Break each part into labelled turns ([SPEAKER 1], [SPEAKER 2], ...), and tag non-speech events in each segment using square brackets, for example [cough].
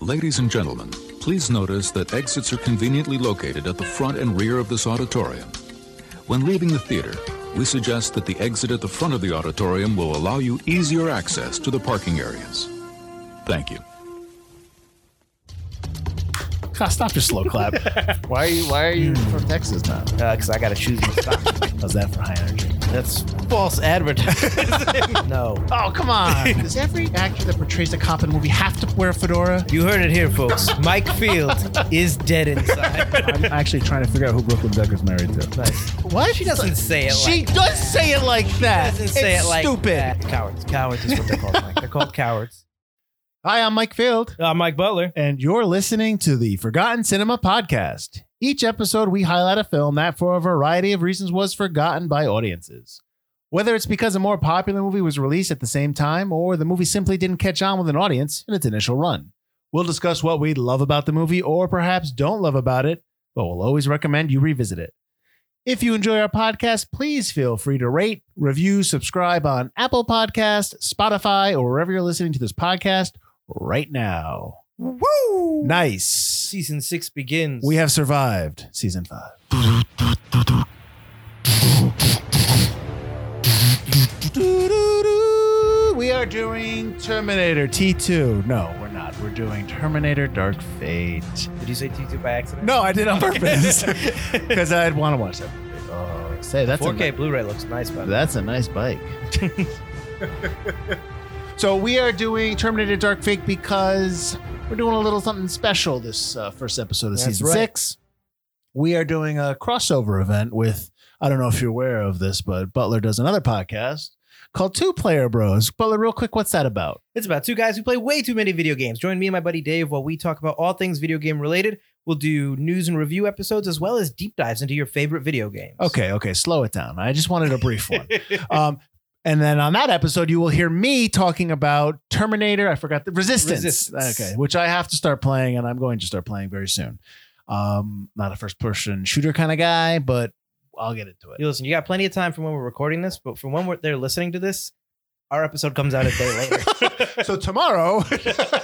[SPEAKER 1] Ladies and gentlemen, please notice that exits are conveniently located at the front and rear of this auditorium. When leaving the theater, we suggest that the exit at the front of the auditorium will allow you easier access to the parking areas. Thank you.
[SPEAKER 2] God, stop your slow clap.
[SPEAKER 3] Why are you, why are you from Texas now?
[SPEAKER 2] Because I got to choose my stock. How's that for high energy?
[SPEAKER 3] That's false advertising.
[SPEAKER 2] No.
[SPEAKER 3] oh, come
[SPEAKER 4] [laughs]
[SPEAKER 3] on.
[SPEAKER 4] Does every actor that portrays a cop in a movie have to wear a fedora?
[SPEAKER 3] You heard it here, folks. Mike Field is dead inside.
[SPEAKER 2] I'm actually trying to figure out who Brooklyn Decker's married to.
[SPEAKER 3] Nice.
[SPEAKER 4] What?
[SPEAKER 3] She doesn't say it
[SPEAKER 4] She
[SPEAKER 3] like
[SPEAKER 4] does say it like that.
[SPEAKER 3] doesn't say
[SPEAKER 4] it's
[SPEAKER 3] it like
[SPEAKER 4] stupid.
[SPEAKER 3] that. Cowards. Cowards is what they're called, Mike. They're called cowards.
[SPEAKER 4] Hi, I'm Mike Field,
[SPEAKER 3] Uh, Mike Butler.
[SPEAKER 4] and you're listening to the Forgotten Cinema Podcast. Each episode, we highlight a film that, for a variety of reasons, was forgotten by audiences. Whether it's because a more popular movie was released at the same time, or the movie simply didn't catch on with an audience in its initial run. We'll discuss what we love about the movie, or perhaps don't love about it, but we'll always recommend you revisit it. If you enjoy our podcast, please feel free to rate, review, subscribe on Apple Podcast, Spotify, or wherever you're listening to this podcast right now.
[SPEAKER 3] Woo!
[SPEAKER 4] Nice.
[SPEAKER 3] Season six begins.
[SPEAKER 4] We have survived season five. We are doing Terminator T2. No, we're not. We're doing Terminator Dark Fate.
[SPEAKER 3] Did you say T2 by accident?
[SPEAKER 4] No, I did on [laughs] purpose because I'd want to watch that. Oh, say that's a
[SPEAKER 3] 4K Blu-ray looks nice, by the way.
[SPEAKER 4] that's a nice bike. [laughs] so we are doing Terminator Dark Fate because we're doing a little something special this uh, first episode of
[SPEAKER 3] That's
[SPEAKER 4] season
[SPEAKER 3] right.
[SPEAKER 4] six. We are doing a crossover event with I don't know if you're aware of this, but Butler does another podcast called Two Player Bros. Butler, real quick, what's that about?
[SPEAKER 3] It's about two guys who play way too many video games. Join me and my buddy Dave while we talk about all things video game related. We'll do news and review episodes as well as deep dives into your favorite video games.
[SPEAKER 4] Okay, okay, slow it down. I just wanted a brief one. Um, [laughs] and then on that episode, you will hear me talking about Terminator. I forgot the Resistance.
[SPEAKER 3] Resistance.
[SPEAKER 4] Okay, which I have to start playing, and I'm going to start playing very soon. Um, not a first person shooter kind of guy, but I'll get into it.
[SPEAKER 3] You listen, you got plenty of time from when we're recording this, but from when we're, they're listening to this, our episode comes out a day
[SPEAKER 4] [laughs]
[SPEAKER 3] later.
[SPEAKER 4] So tomorrow,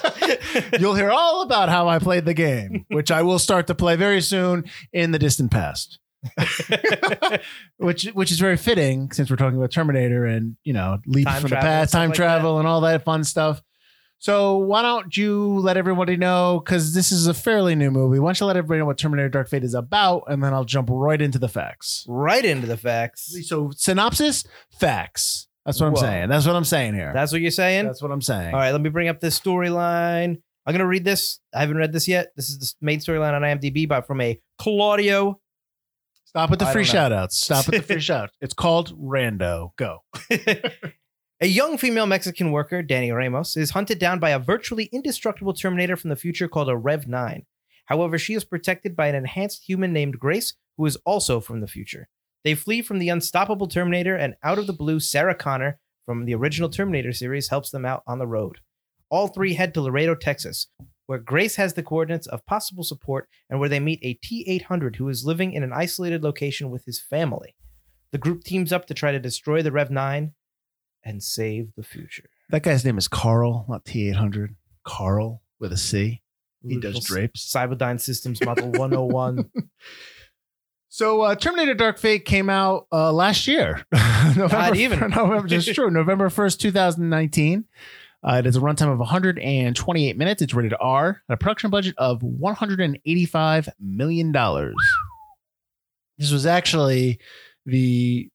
[SPEAKER 4] [laughs] you'll hear all about how I played the game, which I will start to play very soon in the distant past. [laughs] which which is very fitting since we're talking about Terminator and you know leaps
[SPEAKER 3] Time
[SPEAKER 4] from the
[SPEAKER 3] travel and
[SPEAKER 4] past,
[SPEAKER 3] stuff
[SPEAKER 4] time
[SPEAKER 3] like
[SPEAKER 4] travel, and all that fun stuff. So why don't you let everybody know because this is a fairly new movie. Why don't you let everybody know what Terminator Dark Fate is about, and then I'll jump right into the facts.
[SPEAKER 3] right into the facts.
[SPEAKER 4] So synopsis, facts. That's what I'm
[SPEAKER 3] Whoa.
[SPEAKER 4] saying. That's what I'm saying here.
[SPEAKER 3] That's what you're saying?
[SPEAKER 4] That's what I'm saying.
[SPEAKER 3] All right, let me bring up this storyline. I'm going to read this. I haven't read this yet. This is the main storyline on IMDb, but from a Claudio.
[SPEAKER 4] Stop with the
[SPEAKER 3] I
[SPEAKER 4] free
[SPEAKER 3] don't know.
[SPEAKER 4] shout outs. Stop with the [laughs] free shout. It's called Rando. Go.
[SPEAKER 3] [laughs] a young female Mexican worker, Danny Ramos, is hunted down by a virtually indestructible Terminator from the future called a Rev 9. However, she is protected by an enhanced human named Grace, who is also from the future. They flee from the unstoppable Terminator, and out of the blue, Sarah Connor from the original Terminator series helps them out on the road. All three head to Laredo, Texas, where Grace has the coordinates of possible support and where they meet a T 800 who is living in an isolated location with his family. The group teams up to try to destroy the Rev 9 and save the future.
[SPEAKER 4] That guy's name is Carl, not T800. Carl with a C. He does drapes.
[SPEAKER 3] Cyberdyne
[SPEAKER 4] [laughs]
[SPEAKER 3] Systems Model 101.
[SPEAKER 4] So uh, Terminator Dark Fate came out uh, last year. [laughs] November,
[SPEAKER 3] God,
[SPEAKER 4] [laughs]
[SPEAKER 3] even.
[SPEAKER 4] November, just true. November 1st, 2019. Uh, it has a runtime of 128 minutes. It's rated R and a production budget of $185 million. This was actually the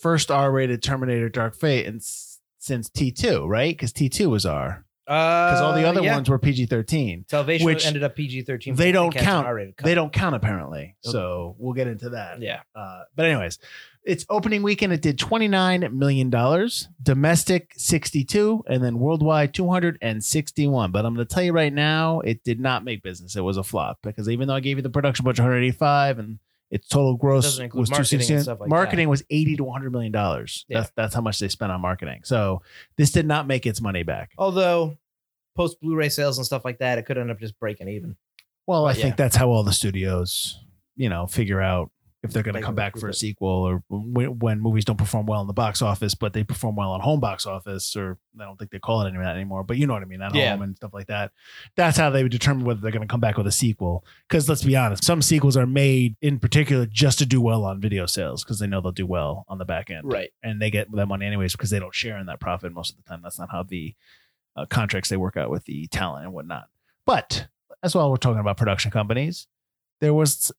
[SPEAKER 4] first R rated Terminator Dark Fate in, since T2, right? Because T2 was R. Because
[SPEAKER 3] Because
[SPEAKER 4] all the other ones were PG 13.
[SPEAKER 3] Uh, Salvation
[SPEAKER 4] which
[SPEAKER 3] ended up PG 13.
[SPEAKER 4] they don't count.
[SPEAKER 3] R-rated
[SPEAKER 4] They don't count apparently.
[SPEAKER 3] Okay.
[SPEAKER 4] So we'll get into that.
[SPEAKER 3] Yeah.
[SPEAKER 4] Uh, but anyways, its opening weekend it did twenty nine million dollars, domestic sixty two, and then worldwide two hundred and sixty one. But I'm going to tell you right now, it did not make business. It was a flop because even though I gave you the production budget one hundred eighty five and its total gross
[SPEAKER 3] Doesn't include
[SPEAKER 4] was two
[SPEAKER 3] marketing and
[SPEAKER 4] sixty.
[SPEAKER 3] stuff like that.
[SPEAKER 4] Marketing was eighty to one hundred million dollars.
[SPEAKER 3] Yeah.
[SPEAKER 4] That's that's how much they spent on marketing. So this did not make its money back.
[SPEAKER 3] Although, post Blu ray sales and stuff like that, it could end up just breaking even.
[SPEAKER 4] Well, I
[SPEAKER 3] But yeah.
[SPEAKER 4] think that's how all the studios, you know, figure out if they're going to
[SPEAKER 3] Like
[SPEAKER 4] come
[SPEAKER 3] a
[SPEAKER 4] back for a
[SPEAKER 3] recoupment.
[SPEAKER 4] sequel or when, when movies don't perform well in the box office, but they perform well on home box office, or I don't think they call it any of that anymore, but you know what I mean, at
[SPEAKER 3] Yeah.
[SPEAKER 4] home and stuff like that. That's how they would determine whether they're going to come back with a sequel. Because let's be honest, some sequels are made in particular just to do well on video sales because they know they'll do well on the back end
[SPEAKER 3] Right.
[SPEAKER 4] and they get that money anyways because they don't share in that profit most of the time. That's not how the uh, contracts they work out with the talent and whatnot. But as well, we're talking about production companies. There was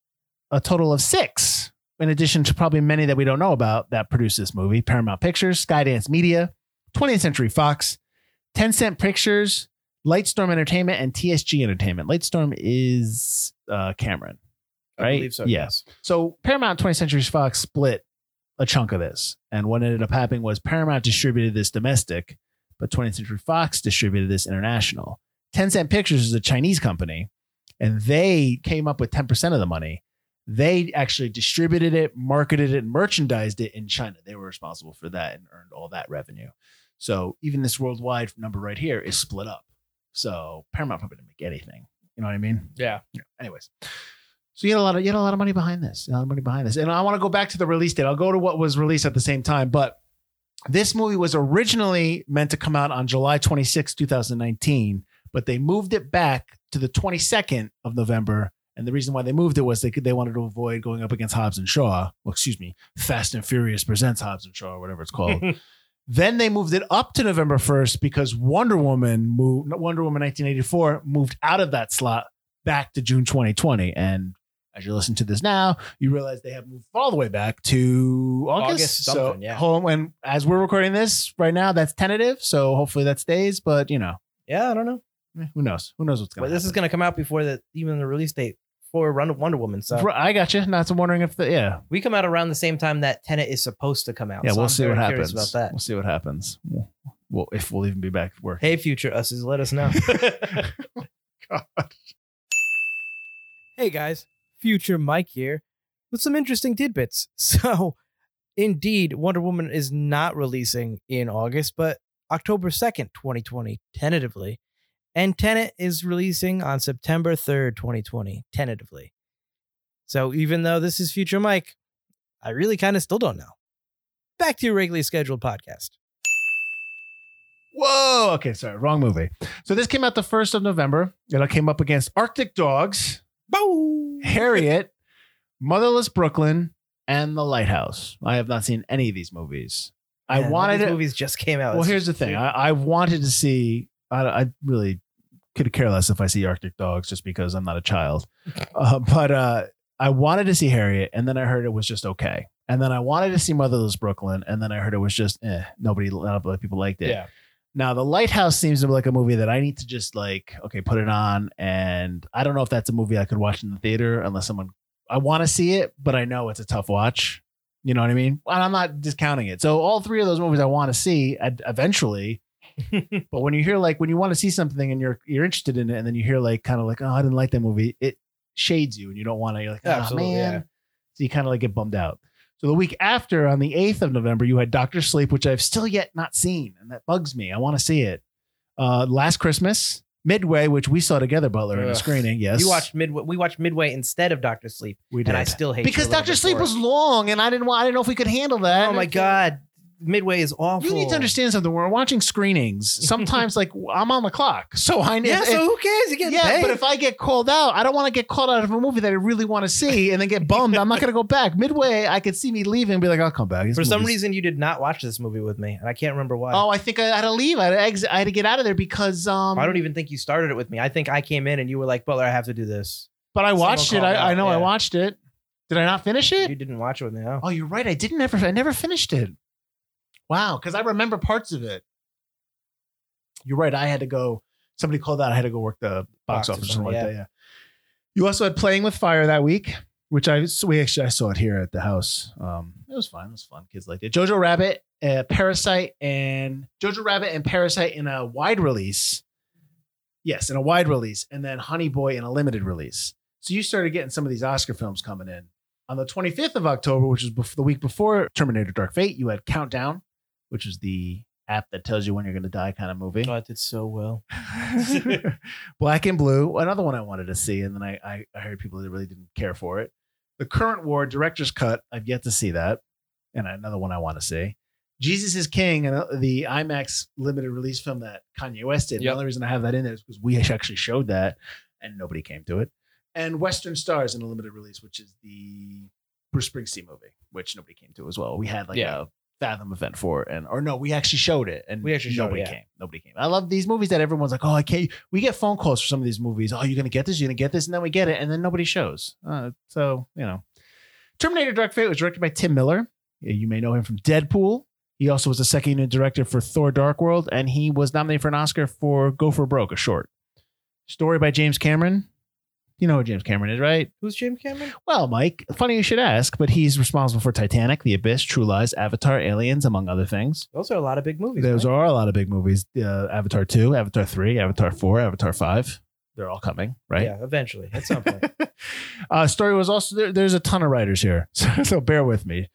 [SPEAKER 4] a total of six, in addition to probably many that we don't know about, that produced this movie: Paramount Pictures, Skydance Media, 20th Century Fox, 10 Cent Pictures, Lightstorm Entertainment, and TSG Entertainment. Lightstorm is uh, Cameron, right?
[SPEAKER 3] I believe so.
[SPEAKER 4] Yeah. So Paramount 20th Century Fox split a chunk of this. And what ended up happening was Paramount distributed this domestic, but 20th Century Fox distributed this international. Tencent Pictures is a Chinese company, and they came up with 10% of the money. They actually distributed it, marketed it, merchandised it in China. They were responsible for that and earned all that revenue. So even this worldwide number right here is split up. So Paramount probably didn't make anything. You know what I mean?
[SPEAKER 3] Yeah.
[SPEAKER 4] anyways. So you had a lot of you had a lot of money behind this. A lot of money behind this. And I want to go back to the release date. I'll go to what was released at the same time, but this movie was originally meant to come out on July 26, 2019, but they moved it back to the 22nd of November. And the reason why they moved it was they could, they wanted to avoid going up against Hobbs and Shaw. Well, excuse me, Fast and Furious presents Hobbs and Shaw, or whatever it's
[SPEAKER 3] [laughs]
[SPEAKER 4] called. Then they moved it up to November 1st because Wonder Woman moved Wonder Woman 1984 moved out of that slot back to June 2020 and as you listen to this now, you realize they have moved all the way back to August.
[SPEAKER 3] August
[SPEAKER 4] so
[SPEAKER 3] something, yeah.
[SPEAKER 4] hold on, when as we're recording this right now, that's tentative. So hopefully that stays, but you know,
[SPEAKER 3] Yeah, I don't know.
[SPEAKER 4] eh, who knows? Who knows what's
[SPEAKER 3] But
[SPEAKER 4] going
[SPEAKER 3] this is going to come out before the even the release date for Run- Wonder Woman. So
[SPEAKER 4] I got you. Not wondering if the yeah
[SPEAKER 3] we come out around the same time that Tenet is supposed to come out.
[SPEAKER 4] yeah
[SPEAKER 3] So
[SPEAKER 4] we'll
[SPEAKER 3] I'm
[SPEAKER 4] see what
[SPEAKER 3] very curious
[SPEAKER 4] happens.
[SPEAKER 3] about that.
[SPEAKER 4] We'll see what happens. We'll, we'll- if we'll even be back at work.
[SPEAKER 3] Hey, future us's, let us know. [laughs] Hey guys, future Mike here with some interesting tidbits. [laughs] So, indeed, Wonder Woman is not releasing in August, but October 2nd, 2020, tentatively. And Tenet is releasing on September 3rd, 2020, tentatively. So, even though this is future Mike, I really kind of still don't know. Back to your regularly scheduled podcast.
[SPEAKER 4] Whoa. Okay, sorry, wrong movie. So this came out the first of November, and I came up against Arctic
[SPEAKER 3] [laughs]
[SPEAKER 4] Dogs,
[SPEAKER 3] Boom!
[SPEAKER 4] Harriet, Motherless Brooklyn, and The Lighthouse. I have not seen any of these movies. I
[SPEAKER 3] Man, all
[SPEAKER 4] wanted
[SPEAKER 3] these
[SPEAKER 4] to-
[SPEAKER 3] movies just came out.
[SPEAKER 4] Well,
[SPEAKER 3] It's
[SPEAKER 4] here's the thing. I, I wanted to see. I, I really could care less if I see Arctic Dogs, just because I'm not a
[SPEAKER 3] [laughs]
[SPEAKER 4] child. Uh, but uh, I wanted to see Harriet, and then I heard it was just okay. And then I wanted to see Motherless Brooklyn, and then I heard it was just eh, nobody, not a lot of people liked it.
[SPEAKER 3] Yeah.
[SPEAKER 4] Now the Lighthouse seems to be like a movie that I need to just like okay, put it on, and I don't know if that's a movie I could watch in the theater unless someone. I want to see it, but I know it's a tough watch. You know what I mean? And I'm not discounting it. So all three of those movies I want to see ad-
[SPEAKER 3] [laughs]
[SPEAKER 4] eventually. but when you hear like when you want to see something and you're you're interested in it, and then you hear like kind of like oh I didn't like that movie, it shades you and you don't want to. You're like oh
[SPEAKER 3] Absolutely,
[SPEAKER 4] man,
[SPEAKER 3] yeah.
[SPEAKER 4] so you kind of like get bummed out. So the week after, on the eighth of November, you had Doctor Sleep, which I've still yet not seen, and that bugs me. I want to see it. Uh, Last Christmas, Midway, which we saw together, Butler, in a
[SPEAKER 3] Ugh.
[SPEAKER 4] screening. Yes,
[SPEAKER 3] You watched midway. We watched midway instead of Doctor Sleep,
[SPEAKER 4] we did
[SPEAKER 3] and I still hate you
[SPEAKER 4] because
[SPEAKER 3] a little
[SPEAKER 4] Doctor
[SPEAKER 3] bit
[SPEAKER 4] Sleep
[SPEAKER 3] for it.
[SPEAKER 4] was long, and I didn't want. I didn't know if we could handle that.
[SPEAKER 3] Oh my god, midway is awful.
[SPEAKER 4] You need to understand something. We're watching screenings.
[SPEAKER 3] [laughs]
[SPEAKER 4] Sometimes, like I'm on the clock, so I need.
[SPEAKER 3] Yeah, so who cares? You get
[SPEAKER 4] yeah,
[SPEAKER 3] paid.
[SPEAKER 4] but if I get called out, I don't want to get called out of a movie that I really want to see and then get bummed. I'm not going to go back. Midway, I could see me leaving and be like, I'll come back. This
[SPEAKER 3] for some
[SPEAKER 4] movie's-
[SPEAKER 3] reason you did not watch this movie with me, and I can't remember why.
[SPEAKER 4] Oh, I think I had to leave. I had to, exit. I had to get out of there because um.
[SPEAKER 3] I don't even think you started it with me. I think I came in and you were like, "Butler, I have to do this."
[SPEAKER 4] But I
[SPEAKER 3] Someone
[SPEAKER 4] watched it.
[SPEAKER 3] called
[SPEAKER 4] I,
[SPEAKER 3] out,
[SPEAKER 4] I know I
[SPEAKER 3] yeah.
[SPEAKER 4] watched it. Did I not finish it?
[SPEAKER 3] You didn't watch it with me. Huh?
[SPEAKER 4] Oh, you're right. I didn't ever. I never finished it. Wow, because I remember parts of it. You're right. I had to go. Somebody called out. I had to go work the box,
[SPEAKER 3] Box or
[SPEAKER 4] office. or
[SPEAKER 3] something,
[SPEAKER 4] something like
[SPEAKER 3] yeah.
[SPEAKER 4] that. Yeah. You also had Playing with Fire that week, which I so we actually I saw it here at the house. Um, it was fine. It was fun. Kids liked it. Jojo Rabbit, uh, Parasite, and Jojo Rabbit and Parasite in a wide release. Yes, in a wide release, and then Honey Boy in a limited release. So you started getting some of these Oscar films coming in. On the 25th of October, which is bef- the week before Terminator Dark Fate, you had Countdown, which is the app that tells you when you're going to die kind of movie.
[SPEAKER 3] I did so well.
[SPEAKER 4] [laughs] Black and Blue, another one I wanted to see, and then I, I, I heard people that really didn't care for it. The Current War director's cut. I've yet to see that, and another one I want to see. Jesus is King, and uh, the IMAX limited release film that Kanye West did. The
[SPEAKER 5] Yep.
[SPEAKER 4] only reason I have that in there is because we actually showed that, and nobody came to it. And Western Stars in a limited release, which is the Bruce Springsteen movie, which nobody came to as well. We had like
[SPEAKER 5] Yeah.
[SPEAKER 4] a Fathom event for it, and or no, we actually showed it, and
[SPEAKER 3] We actually showed it,
[SPEAKER 4] nobody
[SPEAKER 3] yeah.
[SPEAKER 4] came. Nobody came. I love these movies that everyone's like, oh, I can't. We get phone calls for some of these movies. Oh, you're gonna get this, you're gonna get this, and then we get it, and then nobody shows. Uh, so you know, Terminator: Dark Fate was directed by Tim Miller. Yeah, You may know him from Deadpool. He also was the second unit director for Thor: Dark World, and he was nominated for an Oscar for Go for Broke, a short story by James Cameron. You know who James Cameron is, right?
[SPEAKER 3] Who's James Cameron?
[SPEAKER 4] Well, Mike, funny you should ask, but he's responsible for Titanic, The Abyss, True Lies, Avatar, Aliens, among other things.
[SPEAKER 3] Those are a lot of big movies.
[SPEAKER 4] Those
[SPEAKER 3] right?
[SPEAKER 4] are a lot of big movies uh, Avatar 2, Avatar 3, Avatar 4, Avatar 5. They're all coming, right?
[SPEAKER 3] Yeah, eventually at some point.
[SPEAKER 4] uh, story was also, there, there's a ton of writers here, [laughs] so, so bear with me.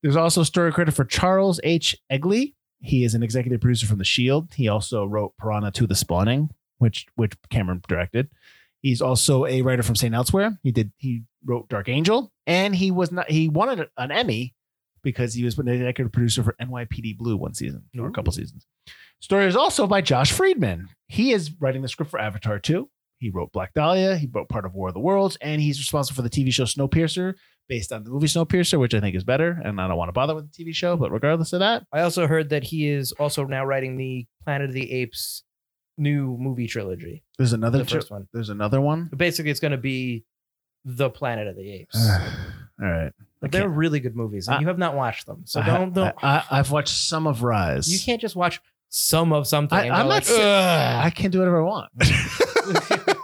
[SPEAKER 4] there's also story credit for Charles H. Egley. He is an executive producer from The Shield. He also wrote Piranha 2 The Spawning, which which Cameron directed. He's also a writer from St. Elsewhere. He did he wrote Dark Angel, and he was not he wanted an Emmy because he was an executive producer for NYPD Blue one season or a couple seasons. Story is also by Josh Friedman. He is writing the script for Avatar 2. He wrote Black Dahlia. He wrote part of War of the Worlds, and he's responsible for the TV show Snowpiercer, based on the movie Snowpiercer, which I think is better. And I don't want to bother with the TV show, but regardless of that,
[SPEAKER 3] I also heard that he is also now writing the Planet of the Apes new movie trilogy.
[SPEAKER 4] there's another
[SPEAKER 3] The first one.
[SPEAKER 4] there's another one.
[SPEAKER 3] Basically, it's going to be the Planet of the Apes.
[SPEAKER 4] [sighs] All right.
[SPEAKER 3] But they're really good movies, and
[SPEAKER 4] I-
[SPEAKER 3] you have not watched them, so
[SPEAKER 4] I-
[SPEAKER 3] don't don't.
[SPEAKER 4] I, I, have watched some of Rise.
[SPEAKER 3] you can't just watch some of something.
[SPEAKER 4] I,
[SPEAKER 3] and
[SPEAKER 4] I'm
[SPEAKER 3] go
[SPEAKER 4] not.
[SPEAKER 3] like,
[SPEAKER 4] sa-
[SPEAKER 3] "Ugh."
[SPEAKER 4] I can do whatever I
[SPEAKER 3] [laughs]
[SPEAKER 4] want.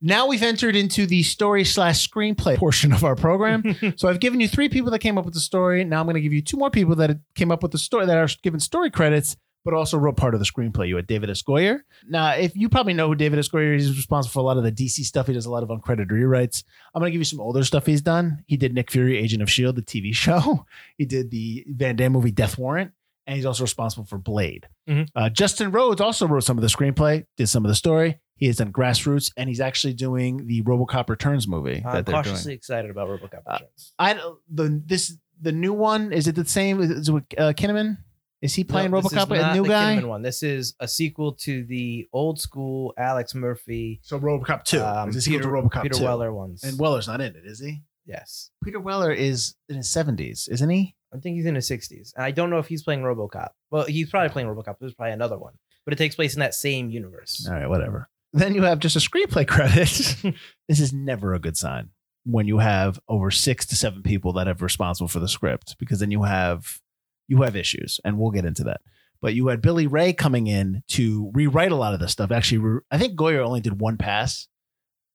[SPEAKER 4] now we've entered into the story slash screenplay portion of our
[SPEAKER 3] [laughs]
[SPEAKER 4] program. so I've given you three people that came up with the story. Now I'm going to give you two more people that came up with the story that are given story credits, but also wrote part of the screenplay. You had David S. Goyer. Now, if you probably know who David S. Goyer is, he's responsible for a lot of the DC stuff. He does a lot of uncredited rewrites. I'm going to give you some older stuff he's done. He did Nick Fury, Agent of S.H.I.E.L.D., E the TV [laughs] show. He did the Van Damme movie Death Warrant. And he's also responsible for Blade.
[SPEAKER 3] Mm-hmm.
[SPEAKER 4] Uh, Justin Rhodes also wrote some of the screenplay, did some of the story. He has done Grassroots, and he's actually doing the RoboCop Returns movie
[SPEAKER 3] "Oh, I'm
[SPEAKER 4] that they're
[SPEAKER 3] Uh, cautiously
[SPEAKER 4] doing.
[SPEAKER 3] excited about RoboCop.
[SPEAKER 4] Uh,
[SPEAKER 3] Returns.
[SPEAKER 4] I don't- the this the new one is it the same? Is it with uh, Kinnaman? Is he playing
[SPEAKER 3] No, this is
[SPEAKER 4] RoboCop? A
[SPEAKER 3] not
[SPEAKER 4] new
[SPEAKER 3] the
[SPEAKER 4] guy?
[SPEAKER 3] Kinnaman one. This is a sequel to the old school Alex Murphy,
[SPEAKER 4] So RoboCop two.
[SPEAKER 3] um,
[SPEAKER 4] is he
[SPEAKER 3] Peter,
[SPEAKER 4] RoboCop
[SPEAKER 3] Peter
[SPEAKER 4] two?
[SPEAKER 3] Weller ones.
[SPEAKER 4] And Weller's not in it, is he?
[SPEAKER 3] yes,
[SPEAKER 4] Peter Weller is in his seventies, isn't he?
[SPEAKER 3] I think he's in his 60s, and I don't know if he's playing RoboCop. Well, he's probably playing RoboCop. There's probably another one, but it takes place in that same universe.
[SPEAKER 4] All right, whatever. Then you have just a screenplay [laughs] credit. this is never a good sign when you have over six to seven people that have responsible for the script because then you have you have issues, and we'll get into that. But you had Billy Ray coming in to rewrite a lot of this stuff. Actually, re- I think Goyer only did one pass,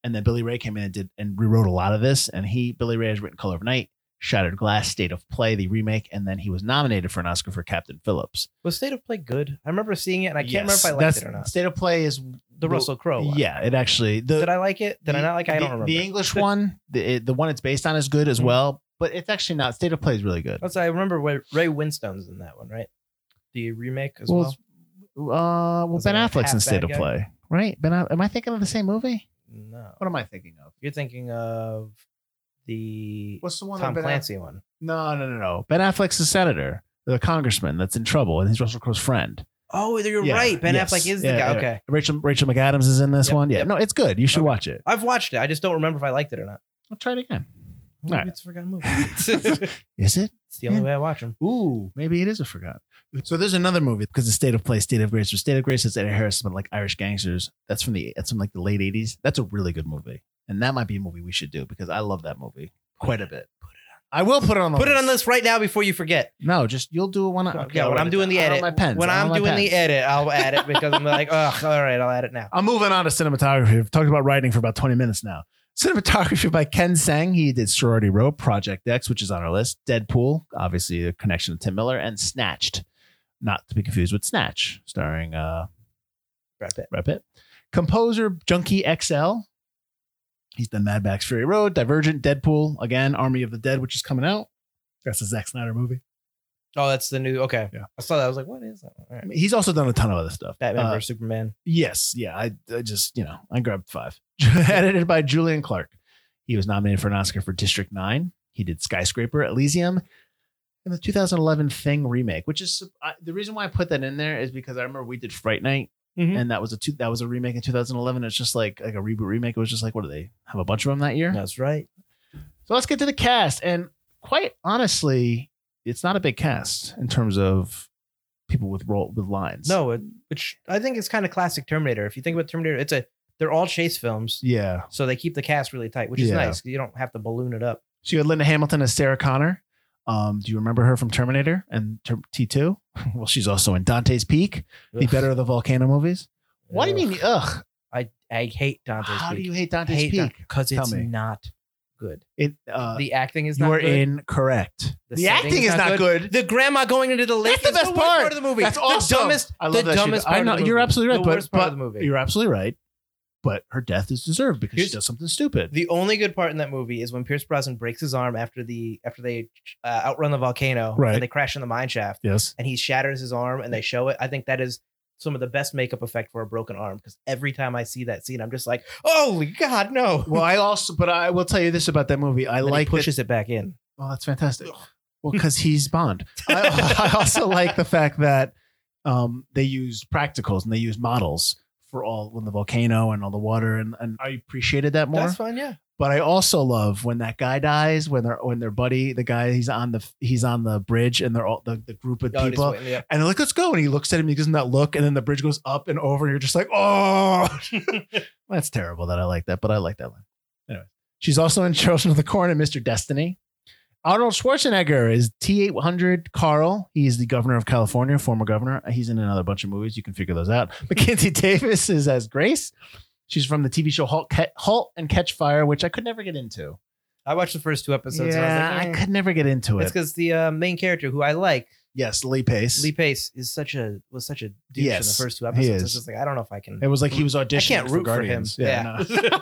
[SPEAKER 4] and then Billy Ray came in and did and rewrote a lot of this. And he Billy Ray has written Color of Night, Shattered Glass, State of Play, the remake, and then he was nominated for an Oscar for Captain Phillips.
[SPEAKER 3] Was State of Play good? I remember seeing it, and I can't
[SPEAKER 4] Yes,
[SPEAKER 3] remember if I liked
[SPEAKER 4] that's-
[SPEAKER 3] it or not.
[SPEAKER 4] State of Play is
[SPEAKER 3] The Russell Crowe. one.
[SPEAKER 4] yeah, it actually. The,
[SPEAKER 3] Did I like it? Did I
[SPEAKER 4] the-
[SPEAKER 3] not like? it? I
[SPEAKER 4] the-
[SPEAKER 3] don't remember.
[SPEAKER 4] The English one, the the one it's based on, is good as
[SPEAKER 3] Mhm.
[SPEAKER 4] well, but it's actually not. State of Play is really good.
[SPEAKER 3] Also, I remember where Ray Winstone's in that one, right? The remake as well.
[SPEAKER 4] well, uh, well
[SPEAKER 3] Was
[SPEAKER 4] Ben
[SPEAKER 3] it a
[SPEAKER 4] Affleck's in
[SPEAKER 3] half
[SPEAKER 4] State
[SPEAKER 3] bad
[SPEAKER 4] of
[SPEAKER 3] guy?
[SPEAKER 4] Play, right? Ben, Aff- am I thinking of the same movie?
[SPEAKER 3] No,
[SPEAKER 4] What am I thinking of?
[SPEAKER 3] you're thinking of the
[SPEAKER 4] What's the one?
[SPEAKER 3] Tom Clancy one.
[SPEAKER 4] No, no, no, no. Ben Affleck's the senator, the congressman that's in trouble, and he's Russell Crowe's friend.
[SPEAKER 3] Oh, you're
[SPEAKER 4] Yeah,
[SPEAKER 3] right. Ben
[SPEAKER 4] yes,
[SPEAKER 3] Affleck is the
[SPEAKER 4] yeah,
[SPEAKER 3] guy.
[SPEAKER 4] yeah.
[SPEAKER 3] Okay,
[SPEAKER 4] Rachel Rachel McAdams is in this
[SPEAKER 3] Yep,
[SPEAKER 4] one. Yeah,
[SPEAKER 3] yep.
[SPEAKER 4] no, it's good. You should
[SPEAKER 3] Okay.
[SPEAKER 4] watch it.
[SPEAKER 3] I've watched it. I just don't remember if I liked it or not.
[SPEAKER 4] I'll try it again.
[SPEAKER 3] Maybe
[SPEAKER 4] All right.
[SPEAKER 3] It's a forgotten [laughs] movie. it's
[SPEAKER 4] Is it?
[SPEAKER 3] the only way I watch them.
[SPEAKER 4] Ooh, maybe it is a forgot. So there's another movie because the State of Play, State of Grace, or State of Grace is Eddie Harris, but like Irish gangsters. That's from the that's from like the late '80s. That's a really good movie, and that might be a movie we should do because I love that movie quite a bit. Put it on. I will put it on. The
[SPEAKER 3] Put it
[SPEAKER 4] list.
[SPEAKER 3] on this right now before you forget.
[SPEAKER 4] No, just you'll do it when I. Ah, okay,
[SPEAKER 3] yeah,
[SPEAKER 4] I'll
[SPEAKER 3] when
[SPEAKER 4] write
[SPEAKER 3] I'm
[SPEAKER 4] it
[SPEAKER 3] doing the
[SPEAKER 4] down. I
[SPEAKER 3] edit,
[SPEAKER 4] don't have my pens.
[SPEAKER 3] when
[SPEAKER 4] I don't
[SPEAKER 3] I'm
[SPEAKER 4] have
[SPEAKER 3] doing
[SPEAKER 4] my
[SPEAKER 3] the
[SPEAKER 4] pens.
[SPEAKER 3] edit, I'll add it because
[SPEAKER 4] [laughs]
[SPEAKER 3] I'm like, ugh, all right, I'll add it now.
[SPEAKER 4] I'm moving on to cinematography. I've talked about writing for about 20 minutes now. Cinematography by Ken Sang. He did Sorority Row, Project X, which is on our list, Deadpool, obviously a connection to Tim Miller, and Snatched, not to be confused with Snatch, starring uh,
[SPEAKER 3] Brad Pitt.
[SPEAKER 4] Brad Pitt. Composer Junkie XL. He's done Mad Max Fury Road, Divergent, Deadpool, again, Army of the Dead, which is coming out. That's a Zack Snyder movie.
[SPEAKER 3] Oh, that's the new. Okay,
[SPEAKER 4] Yeah.
[SPEAKER 3] I saw that. I was like, what is that? All right.
[SPEAKER 4] He's also done a ton of other stuff.
[SPEAKER 3] Batman
[SPEAKER 4] Uh,
[SPEAKER 3] versus Superman.
[SPEAKER 4] [laughs] Yes. Yeah. I, I just, you know, I grabbed five. Edited by Julian Clark. He was nominated for an Oscar for District 9. He did Skyscraper, Elysium, and the 2011 Thing remake, which is I, the reason why I put that in there is because I remember we did Fright Night,
[SPEAKER 3] Mhm.
[SPEAKER 4] and that was a two, that was a remake in 2011. It's just like like a reboot remake. It was just like what do they have a bunch of them that year?
[SPEAKER 2] That's right.
[SPEAKER 4] So let's get to the cast. And quite honestly, it's not a big cast in terms of people with role with lines.
[SPEAKER 3] No, it, which I think is kind of classic Terminator. If you think about Terminator, it's a they're all chase films,
[SPEAKER 4] Yeah.
[SPEAKER 3] so they keep the cast really tight, which is
[SPEAKER 4] Yeah.
[SPEAKER 3] nice. 'cause You don't have to balloon it up.
[SPEAKER 4] So you had Linda Hamilton as Sarah Connor. Um, do you remember her from Terminator and Ter- T2? [laughs] Well, she's also in Dante's Peak, the
[SPEAKER 3] Ugh.
[SPEAKER 4] better of the Volcano movies. Why do you
[SPEAKER 3] Ugh.
[SPEAKER 4] mean, ugh?
[SPEAKER 3] I I hate Dante's
[SPEAKER 4] How do
[SPEAKER 3] Peak.
[SPEAKER 4] you hate Dante's Peak?
[SPEAKER 3] because
[SPEAKER 4] Tell
[SPEAKER 3] it's
[SPEAKER 4] me.
[SPEAKER 3] not good.
[SPEAKER 4] It, uh,
[SPEAKER 3] The acting is
[SPEAKER 4] you
[SPEAKER 3] not
[SPEAKER 4] are
[SPEAKER 3] good.
[SPEAKER 4] incorrect.
[SPEAKER 3] The
[SPEAKER 4] The,
[SPEAKER 3] setting
[SPEAKER 4] acting is not, good.
[SPEAKER 3] The grandma going into the lake
[SPEAKER 4] That's the
[SPEAKER 3] is
[SPEAKER 4] best
[SPEAKER 3] worst
[SPEAKER 4] part.
[SPEAKER 3] of the movie.
[SPEAKER 4] That's
[SPEAKER 3] the
[SPEAKER 4] awesome.
[SPEAKER 3] dumbest.
[SPEAKER 4] I love
[SPEAKER 3] the
[SPEAKER 4] that shit.
[SPEAKER 3] dumbest part
[SPEAKER 4] I know
[SPEAKER 3] of the
[SPEAKER 4] you're
[SPEAKER 3] movie.
[SPEAKER 4] absolutely right,
[SPEAKER 3] The
[SPEAKER 4] but-
[SPEAKER 3] worst part
[SPEAKER 4] but
[SPEAKER 3] of the movie.
[SPEAKER 4] You're absolutely right. But her death is deserved because
[SPEAKER 3] Here's-
[SPEAKER 4] she does something stupid.
[SPEAKER 3] The only good part in that movie is when Pierce Brosnan breaks his arm after the after they uh, outrun the volcano
[SPEAKER 4] Right.
[SPEAKER 3] and they crash in the mine shaft
[SPEAKER 4] yes.
[SPEAKER 3] and he shatters his arm and they show it. I think that is some of the best makeup effect for a broken arm because every time I see that scene, I'm just like, holy god, no!
[SPEAKER 4] well, I also, but I will tell you this about that movie. I
[SPEAKER 3] And then
[SPEAKER 4] like
[SPEAKER 3] he
[SPEAKER 4] that-
[SPEAKER 3] pushes it back in.
[SPEAKER 4] Well, that's fantastic. Well, because he's Bond. I, [laughs] I also like the fact that um, they use practicals and they use models for all when the volcano and all the water, and, and I appreciated that more.
[SPEAKER 3] That's fine, yeah.
[SPEAKER 4] But I also love when that guy dies, when their when their buddy, the guy, he's on the he's on the bridge, and they're all the, the group of
[SPEAKER 3] Oh, just
[SPEAKER 4] people.
[SPEAKER 3] wait, yeah.
[SPEAKER 4] And they're like, let's go. And he looks at him, he gives him that look, and then the bridge goes up and over, and you're just like, oh, [laughs] that's terrible that I like that, but I like that one. Anyway, she's also in Children of the Corn and Mr. Destiny. Arnold Schwarzenegger is T800 Carl. He's the governor of California, former governor. He's in another bunch of movies. You can figure those out. [laughs] Mackenzie Davis is as Grace. She's from the TV show Halt, Ca- halt and Catch Fire, which I could never get into.
[SPEAKER 3] I watched the first two episodes.
[SPEAKER 4] yeah,
[SPEAKER 3] and I was like, eh.
[SPEAKER 4] could never get into
[SPEAKER 3] It's
[SPEAKER 4] it.
[SPEAKER 3] because the uh, main character who I like,
[SPEAKER 4] Yes, Lee Pace.
[SPEAKER 3] Lee Pace, is such a was such a douche
[SPEAKER 4] Yes,
[SPEAKER 3] in the first two
[SPEAKER 4] he
[SPEAKER 3] episodes.
[SPEAKER 4] is.
[SPEAKER 3] It's just like I don't know if I can.
[SPEAKER 4] It was like he was auditioning.
[SPEAKER 3] I can't
[SPEAKER 4] for
[SPEAKER 3] root for him.
[SPEAKER 4] Guardians.
[SPEAKER 3] Yeah.
[SPEAKER 4] no.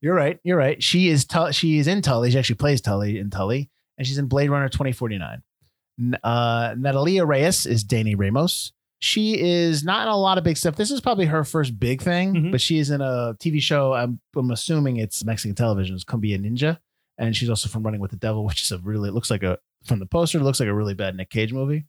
[SPEAKER 4] you're right. You're right. She is. Tu- she is in Tully. She actually plays Tully in Tully, and she's in Blade Runner 2049. N- Uh, Natalia Reyes is Danny Ramos. She is not in a lot of big stuff. This is probably her first big thing,
[SPEAKER 3] Mhm.
[SPEAKER 4] but she is in a TV show. I'm, I'm assuming it's Mexican television. It's Cumbia Ninja, and she's also from Running with the Devil, [laughs] which is a really it looks like a from the poster it looks like a really bad Nick Cage movie.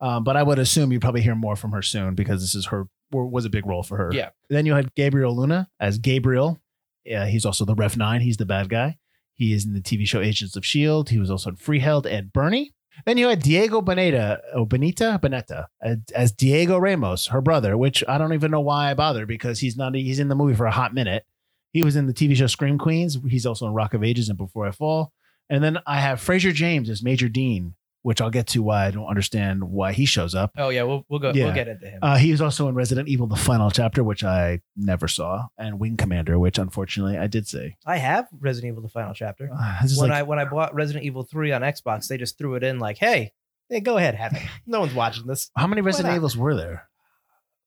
[SPEAKER 4] Um, but I would assume you probably hear more from her soon because this is her or was a big role for her.
[SPEAKER 3] Yeah.
[SPEAKER 4] Then you had Gabriel Luna as Gabriel. Yeah, he's also the Ref Nine. He's the bad guy. He is in the TV show Agents of Shield. E He was also in Freeheld and Bernie. Then you had Diego Boneta, oh Benita Boneta, as, as Diego Ramos, her brother. Which I don't even know why I bother because he's not. He's in the movie for a hot minute. He was in the TV show Scream Queens. He's also in Rock of Ages and Before I Fall. And then I have Fraser James as Major Dean, which I'll get to why I don't understand why he shows up.
[SPEAKER 3] [laughs] Oh yeah, we'll we'll go
[SPEAKER 4] Yeah.
[SPEAKER 3] we'll get into him.
[SPEAKER 4] Uh, he was also in Resident Evil: The Final Chapter, which I never saw, and Wing Commander, which unfortunately I did see.
[SPEAKER 3] I have Resident Evil: The Final Chapter.
[SPEAKER 4] Uh, this is
[SPEAKER 3] When
[SPEAKER 4] like,
[SPEAKER 3] I when I bought Resident Evil Three on Xbox, they just threw it in like, hey, hey, go
[SPEAKER 4] [laughs]
[SPEAKER 3] ahead, have it. No one's watching this.
[SPEAKER 4] how many Resident
[SPEAKER 3] not?
[SPEAKER 4] Evils were there?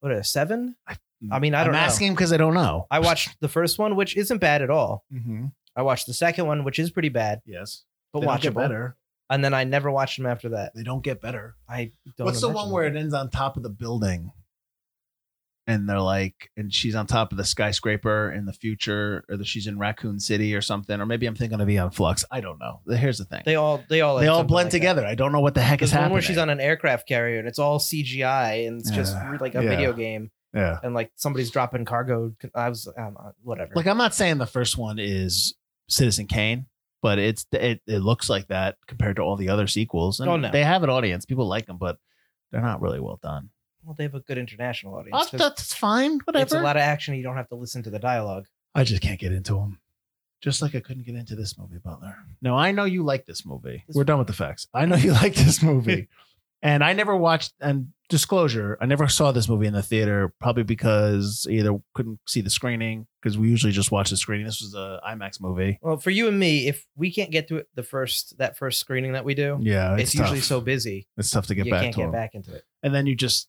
[SPEAKER 3] What a seven. I mean, I don't
[SPEAKER 4] am
[SPEAKER 3] know.
[SPEAKER 4] asking because I don't know.
[SPEAKER 3] I watched the first one, which isn't bad at all.
[SPEAKER 4] Mm-hmm.
[SPEAKER 3] I watched the second one, which is pretty bad,
[SPEAKER 4] Yes,
[SPEAKER 3] but
[SPEAKER 4] they don't get
[SPEAKER 3] watchable.
[SPEAKER 4] better.
[SPEAKER 3] And then I never watched them after that.
[SPEAKER 4] They don't get better.
[SPEAKER 3] I don't.
[SPEAKER 4] What's the
[SPEAKER 3] imagine
[SPEAKER 4] one
[SPEAKER 3] that.
[SPEAKER 4] where it ends on top of the building? And they're like, and she's on top of the skyscraper in the future, or that she's in Raccoon City or something, or maybe I'm thinking of Eon Flux. I don't know. Here's the thing:
[SPEAKER 3] they all they all
[SPEAKER 4] they all
[SPEAKER 3] something
[SPEAKER 4] blend
[SPEAKER 3] like that.
[SPEAKER 4] together. I don't know what the heck is
[SPEAKER 3] There's one
[SPEAKER 4] happening.
[SPEAKER 3] where she's on an aircraft carrier and it's all CGI and it's just
[SPEAKER 4] Yeah.
[SPEAKER 3] like a
[SPEAKER 4] Yeah.
[SPEAKER 3] video game
[SPEAKER 4] yeah.
[SPEAKER 3] and like somebody's dropping cargo. I was um, uh, whatever.
[SPEAKER 4] Like I'm not saying the first one is Citizen Kane, but it's it, it looks like that compared to all the other sequels. And
[SPEAKER 3] Oh, no.
[SPEAKER 4] they have an audience. People like them, but they're not really well done.
[SPEAKER 3] well, they have a good international audience.
[SPEAKER 4] Oh,
[SPEAKER 3] 'cause
[SPEAKER 4] that's fine.
[SPEAKER 3] it's a
[SPEAKER 4] Whatever.
[SPEAKER 3] lot of action. and You don't have to listen to the dialogue.
[SPEAKER 4] I just can't get into them. Just like I couldn't get into this movie, Butler. No, I know you like this movie.
[SPEAKER 3] This-
[SPEAKER 4] We're done with the facts. I know you [laughs] like this movie. and I never watched and disclosure, I never saw this movie in the theater, probably because either couldn't see the screening, because we usually just watch the screening. This was a IMAX movie.
[SPEAKER 3] Well, for you and me, if we can't get to it the first that first screening that we do,
[SPEAKER 4] Yeah,
[SPEAKER 3] it's, usually
[SPEAKER 4] tough.
[SPEAKER 3] so busy
[SPEAKER 4] It's tough to get
[SPEAKER 3] you
[SPEAKER 4] back
[SPEAKER 3] can't
[SPEAKER 4] to
[SPEAKER 3] get
[SPEAKER 4] them.
[SPEAKER 3] back into it.
[SPEAKER 4] And then you just,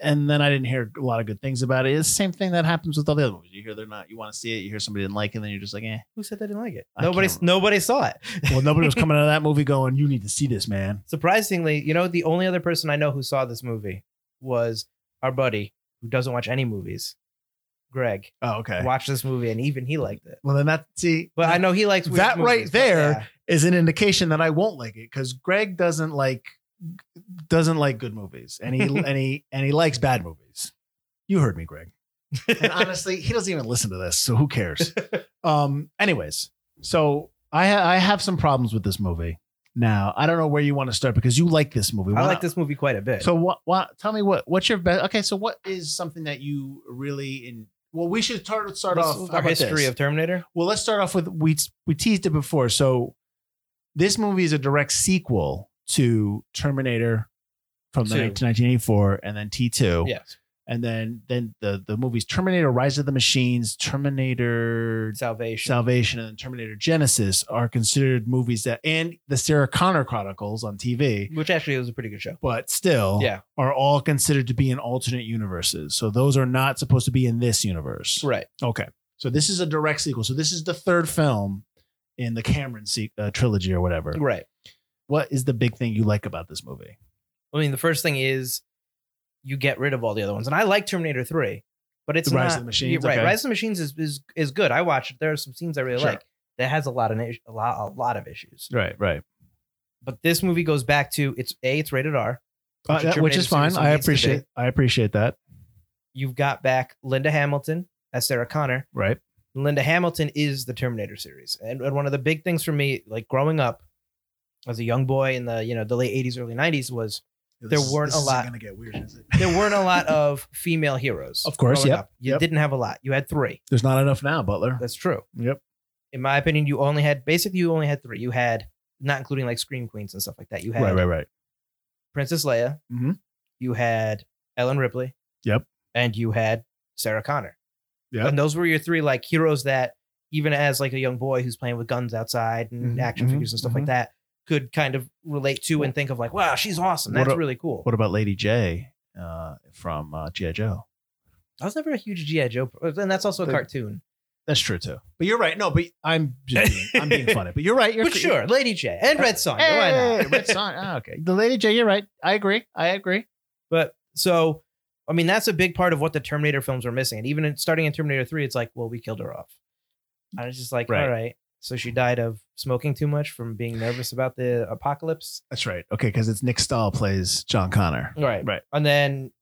[SPEAKER 4] and then I didn't hear a lot of good things about it. It's the same thing that happens with all the other movies. You hear they're not, you want to see it, you hear somebody didn't like it, and then you're just like, eh.
[SPEAKER 3] Who said they didn't like it?
[SPEAKER 4] I
[SPEAKER 3] Nobody.
[SPEAKER 4] can't
[SPEAKER 3] Nobody saw it.
[SPEAKER 4] Well, nobody was [laughs] coming out of that movie going, you need to see this, man.
[SPEAKER 3] Surprisingly, you know, the only other person I know who saw this movie was our buddy who doesn't watch any movies, Greg
[SPEAKER 4] Oh, okay.
[SPEAKER 3] watched this movie, and even he liked it.
[SPEAKER 4] Well, then that see
[SPEAKER 3] But I know he likes weird
[SPEAKER 4] That
[SPEAKER 3] movies,
[SPEAKER 4] right
[SPEAKER 3] but
[SPEAKER 4] there-
[SPEAKER 3] yeah.
[SPEAKER 4] is an indication that I won't like it because Greg doesn't like doesn't like good movies,
[SPEAKER 3] [laughs]
[SPEAKER 4] and he and he and he likes bad movies. You heard me, Greg.
[SPEAKER 3] [laughs]
[SPEAKER 4] And honestly, he doesn't even listen to this, so who cares? Um. Anyways, so I ha- I have some problems with this movie. Now I don't know where you want to start because you like this movie.
[SPEAKER 3] I
[SPEAKER 4] Why
[SPEAKER 3] like
[SPEAKER 4] not-
[SPEAKER 3] this movie quite a bit.
[SPEAKER 4] So what? What? Tell me what? What's your best? Okay, so what is something that you really in? Well, we should start start
[SPEAKER 3] This-
[SPEAKER 4] off how
[SPEAKER 3] our
[SPEAKER 4] about
[SPEAKER 3] history
[SPEAKER 4] this?
[SPEAKER 3] of Terminator.
[SPEAKER 4] Well, let's start off with we we teased it before. So this movie is a direct sequel to Terminator from the
[SPEAKER 3] Two.
[SPEAKER 4] 1984 and then T2.
[SPEAKER 3] Yes,
[SPEAKER 4] And then then the the movies Terminator Rise of the Machines, Terminator
[SPEAKER 3] Salvation.
[SPEAKER 4] Salvation and Terminator Genesis are considered movies that and the Sarah Connor Chronicles on TV,
[SPEAKER 3] which actually was a pretty good show.
[SPEAKER 4] but still
[SPEAKER 3] Yeah.
[SPEAKER 4] are all considered to be in alternate universes. So those are not supposed to be in this universe.
[SPEAKER 3] Right.
[SPEAKER 4] Okay. So this is a direct sequel. So this is the third film in the Cameron se- uh, trilogy or whatever.
[SPEAKER 3] Right.
[SPEAKER 4] What is the big thing you like about this movie?
[SPEAKER 3] I mean, the first thing is you get rid of all the other ones, and I like Terminator Three, but it's
[SPEAKER 4] The Rise
[SPEAKER 3] not-
[SPEAKER 4] of the Machines,
[SPEAKER 3] Yeah, right,
[SPEAKER 4] okay.
[SPEAKER 3] Rise of the Machines is is, is good. I watched it. There are some scenes I really
[SPEAKER 4] Sure.
[SPEAKER 3] like that has a lot of na- a lot a lot of issues.
[SPEAKER 4] Right, right.
[SPEAKER 3] But this movie goes back to it's a it's rated R.
[SPEAKER 4] Uh, Which,
[SPEAKER 3] Terminator
[SPEAKER 4] is
[SPEAKER 3] series
[SPEAKER 4] fine. I
[SPEAKER 3] needs to be.
[SPEAKER 4] appreciate. I appreciate that.
[SPEAKER 3] You've got back Linda Hamilton as Sarah Connor.
[SPEAKER 4] Right.
[SPEAKER 3] Linda Hamilton is the Terminator series. And, and one of the big things for me, like growing up as a young boy in the, you know, the late 80s, early 90s was There weren't a lot.
[SPEAKER 4] Going to get weird. Is it? Oh,
[SPEAKER 3] there weren't
[SPEAKER 4] [laughs]
[SPEAKER 3] a lot of female heroes.
[SPEAKER 4] Of course,
[SPEAKER 3] growing
[SPEAKER 4] yep,
[SPEAKER 3] up. You
[SPEAKER 4] yep.
[SPEAKER 3] didn't have a lot. You had three.
[SPEAKER 4] There's not enough now, Butler.
[SPEAKER 3] That's true.
[SPEAKER 4] Yep.
[SPEAKER 3] In my opinion, you only had basically you only had three. You had not including like Scream Queens and stuff like that. You had
[SPEAKER 4] Right, right, right.
[SPEAKER 3] Princess Leia.
[SPEAKER 4] Mhm.
[SPEAKER 3] You had Ellen Ripley.
[SPEAKER 4] Yep.
[SPEAKER 3] And you had Sarah Connor.
[SPEAKER 4] Yep.
[SPEAKER 3] And those were your three like heroes that even as like a young boy who's playing with guns outside and
[SPEAKER 4] Mhm,
[SPEAKER 3] action
[SPEAKER 4] mhm,
[SPEAKER 3] figures and stuff
[SPEAKER 4] mhm.
[SPEAKER 3] like that could kind of relate to and think of like, wow, she's awesome.
[SPEAKER 4] What
[SPEAKER 3] That's
[SPEAKER 4] a-
[SPEAKER 3] really cool.
[SPEAKER 4] What about Lady J uh, from uh, GI Joe?
[SPEAKER 3] I was never a huge G.I. Joe, and that's also a
[SPEAKER 4] The-
[SPEAKER 3] cartoon.
[SPEAKER 4] That's true too. But you're right. No, but I'm just being, I'm [laughs] being funny. But you're right. You're
[SPEAKER 3] But sure, Lady J and Red Sonja. why
[SPEAKER 4] Hey,
[SPEAKER 3] not?
[SPEAKER 4] Red Sonja. Ah, okay. The Lady J. You're right. I agree. I agree.
[SPEAKER 3] But so, I mean, that's a big part of what the Terminator films were missing. And even in, starting in Terminator 3, it's like, well, we killed her off. I was just like,
[SPEAKER 4] Right.
[SPEAKER 3] all right. So she died of smoking too much from being nervous about the apocalypse.
[SPEAKER 4] That's right. Okay, because it's Nick Stahl plays John Connor.
[SPEAKER 3] Right.
[SPEAKER 4] Right.
[SPEAKER 3] And then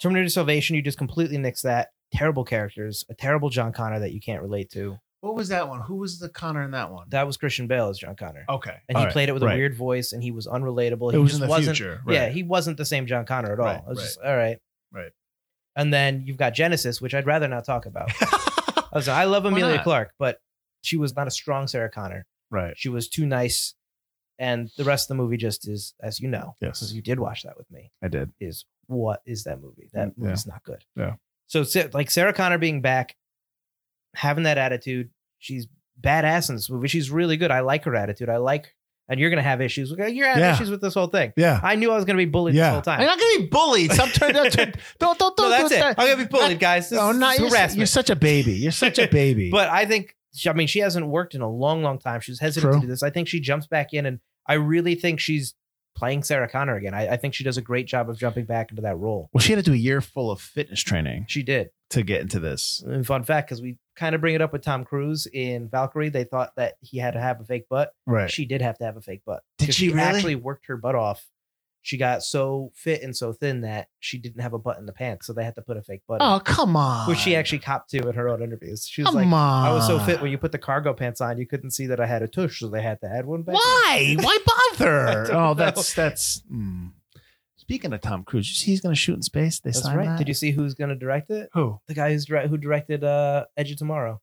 [SPEAKER 3] Terminator Salvation, you just completely nix that. Terrible characters, a terrible John Connor that you can't relate to.
[SPEAKER 4] What was that one? Who was the Connor in that one?
[SPEAKER 3] That was Christian Bale as John Connor.
[SPEAKER 4] okay.
[SPEAKER 3] and he
[SPEAKER 4] All right.
[SPEAKER 3] played it with
[SPEAKER 4] Right.
[SPEAKER 3] a weird voice and he was unrelatable.
[SPEAKER 4] It
[SPEAKER 3] He
[SPEAKER 4] was
[SPEAKER 3] just
[SPEAKER 4] in the
[SPEAKER 3] wasn't
[SPEAKER 4] future. Right.
[SPEAKER 3] Yeah, he wasn't the same John Connor at all.
[SPEAKER 4] Right,
[SPEAKER 3] I was
[SPEAKER 4] right.
[SPEAKER 3] just all right.
[SPEAKER 4] Right.
[SPEAKER 3] And then you've got Genesis, which I'd rather not talk about. I, was like, I love
[SPEAKER 4] [laughs] Why
[SPEAKER 3] Amelia
[SPEAKER 4] not?
[SPEAKER 3] Clark, but she was not a strong Sarah Connor.
[SPEAKER 4] [laughs] right.
[SPEAKER 3] She was too nice. And the rest of the movie just is, as you know,
[SPEAKER 4] Yes.
[SPEAKER 3] because you did watch that with me,
[SPEAKER 4] I did.
[SPEAKER 3] is what is that movie? That
[SPEAKER 4] Mm, Yeah.
[SPEAKER 3] movie's not good.
[SPEAKER 4] Yeah.
[SPEAKER 3] So Sa- like Sarah Connor being back, having that attitude, she's badass in this movie. She's really good. I like her attitude. I like, and you're gonna have issues. Okay, You're having
[SPEAKER 4] Yeah.
[SPEAKER 3] issues with this whole thing.
[SPEAKER 4] Yeah.
[SPEAKER 3] I knew I was gonna be bullied
[SPEAKER 4] yeah.
[SPEAKER 3] this whole time.
[SPEAKER 4] I'm not gonna be bullied. Stop turning. Don't, turn- don't don't
[SPEAKER 3] [laughs] no,
[SPEAKER 4] don't.
[SPEAKER 3] that's it.
[SPEAKER 4] don't-
[SPEAKER 3] I'm gonna be bullied, guys. This
[SPEAKER 4] Oh,
[SPEAKER 3] is
[SPEAKER 4] not you're, su-
[SPEAKER 3] harassment.
[SPEAKER 4] you're such a baby. You're such a baby.
[SPEAKER 3] [laughs] but I think she- I mean she hasn't worked in a long, long time. She's hesitant
[SPEAKER 4] True.
[SPEAKER 3] to do this. I think she jumps back in, and I really think she's playing Sarah Connor again. I, I think she does a great job of jumping back into that role.
[SPEAKER 4] well, she had to do a year full of fitness training
[SPEAKER 3] She did.
[SPEAKER 4] to get into this.
[SPEAKER 3] And fun fact, because we kind of bring it up with Tom Cruise in Valkyrie, they thought that he had to have a fake butt.
[SPEAKER 4] Right.
[SPEAKER 3] She did have to have a fake butt.
[SPEAKER 4] Did
[SPEAKER 3] 'Cause
[SPEAKER 4] she really?
[SPEAKER 3] actually worked her butt off. She got so fit and so thin that she didn't have a butt in the pants, so they had to put a fake butt.
[SPEAKER 4] Oh come on.
[SPEAKER 3] in, which she actually copped to in her own interviews. She was
[SPEAKER 4] Come
[SPEAKER 3] like,
[SPEAKER 4] on.
[SPEAKER 3] "I was so
[SPEAKER 4] Ah.
[SPEAKER 3] fit when you put the cargo pants on, you couldn't see that I had a tush, so they had to add one back." [laughs]
[SPEAKER 4] Why? Why
[SPEAKER 3] I
[SPEAKER 4] bother?
[SPEAKER 3] don't
[SPEAKER 4] oh,
[SPEAKER 3] know.
[SPEAKER 4] that's that's. hmm. Speaking of Tom Cruise, you see he's going to shoot in space. They
[SPEAKER 3] That's
[SPEAKER 4] signed
[SPEAKER 3] right.
[SPEAKER 4] that.
[SPEAKER 3] Did you see who's going to direct it?
[SPEAKER 4] who?
[SPEAKER 3] The guy who's direct, who directed uh, Edge of Tomorrow.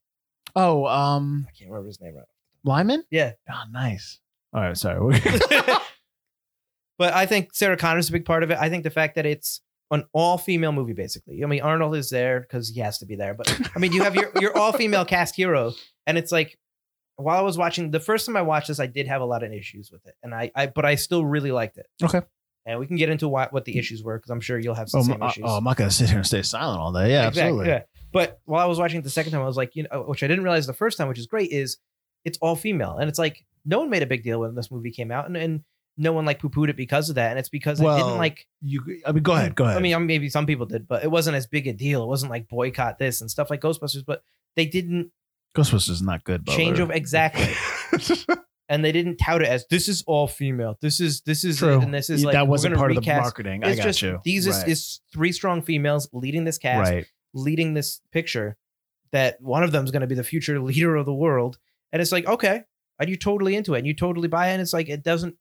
[SPEAKER 4] Oh, um,
[SPEAKER 3] I can't remember his name right.
[SPEAKER 4] Lyman.
[SPEAKER 3] Yeah.
[SPEAKER 4] Oh, nice. All right, sorry. [laughs] We're-
[SPEAKER 3] [laughs] but I think Sarah Connor's a big part of it. I think the fact that it's an all female movie, basically. I mean, Arnold is there because he has to be there. But I mean, you have your, your all female cast hero. And it's like, while I was watching the first time I watched this, I did have a lot of issues with it. And I, I but I still really liked it.
[SPEAKER 4] Okay.
[SPEAKER 3] And we can get into why, what the issues were because I'm sure you'll have some
[SPEAKER 4] oh,
[SPEAKER 3] same
[SPEAKER 4] my-
[SPEAKER 3] issues.
[SPEAKER 4] oh, I'm not going to sit here and stay silent all day. Yeah,
[SPEAKER 3] Exact-
[SPEAKER 4] absolutely.
[SPEAKER 3] yeah. But while I was watching it the second time, I was like, you know, which I didn't realize the first time, which is great, is it's all female. And it's like, no one made a big deal when this movie came out. And, and no one like poo pooed it because of that, and it's because it
[SPEAKER 4] Well,
[SPEAKER 3] didn't like.
[SPEAKER 4] You, I mean, go ahead, go ahead.
[SPEAKER 3] I mean, I mean, maybe some people did, but it wasn't as big a deal. It wasn't like boycott this and stuff like Ghostbusters, but they didn't
[SPEAKER 4] Ghostbusters is not good. Butler.
[SPEAKER 3] change over exactly,
[SPEAKER 4] [laughs]
[SPEAKER 3] and they didn't tout it as this is all female. This is this is
[SPEAKER 4] True.
[SPEAKER 3] it, and this is
[SPEAKER 4] Yeah,
[SPEAKER 3] like
[SPEAKER 4] that wasn't
[SPEAKER 3] we're gonna
[SPEAKER 4] part of the
[SPEAKER 3] recast.
[SPEAKER 4] marketing. I
[SPEAKER 3] It's
[SPEAKER 4] got
[SPEAKER 3] just
[SPEAKER 4] you.
[SPEAKER 3] these is,
[SPEAKER 4] right.
[SPEAKER 3] is three strong females leading this cast,
[SPEAKER 4] right.
[SPEAKER 3] leading this picture. That one of them is going to be the future [laughs] leader of the world, and it's like okay, and you totally into it, and you totally buy it. And it's like it doesn't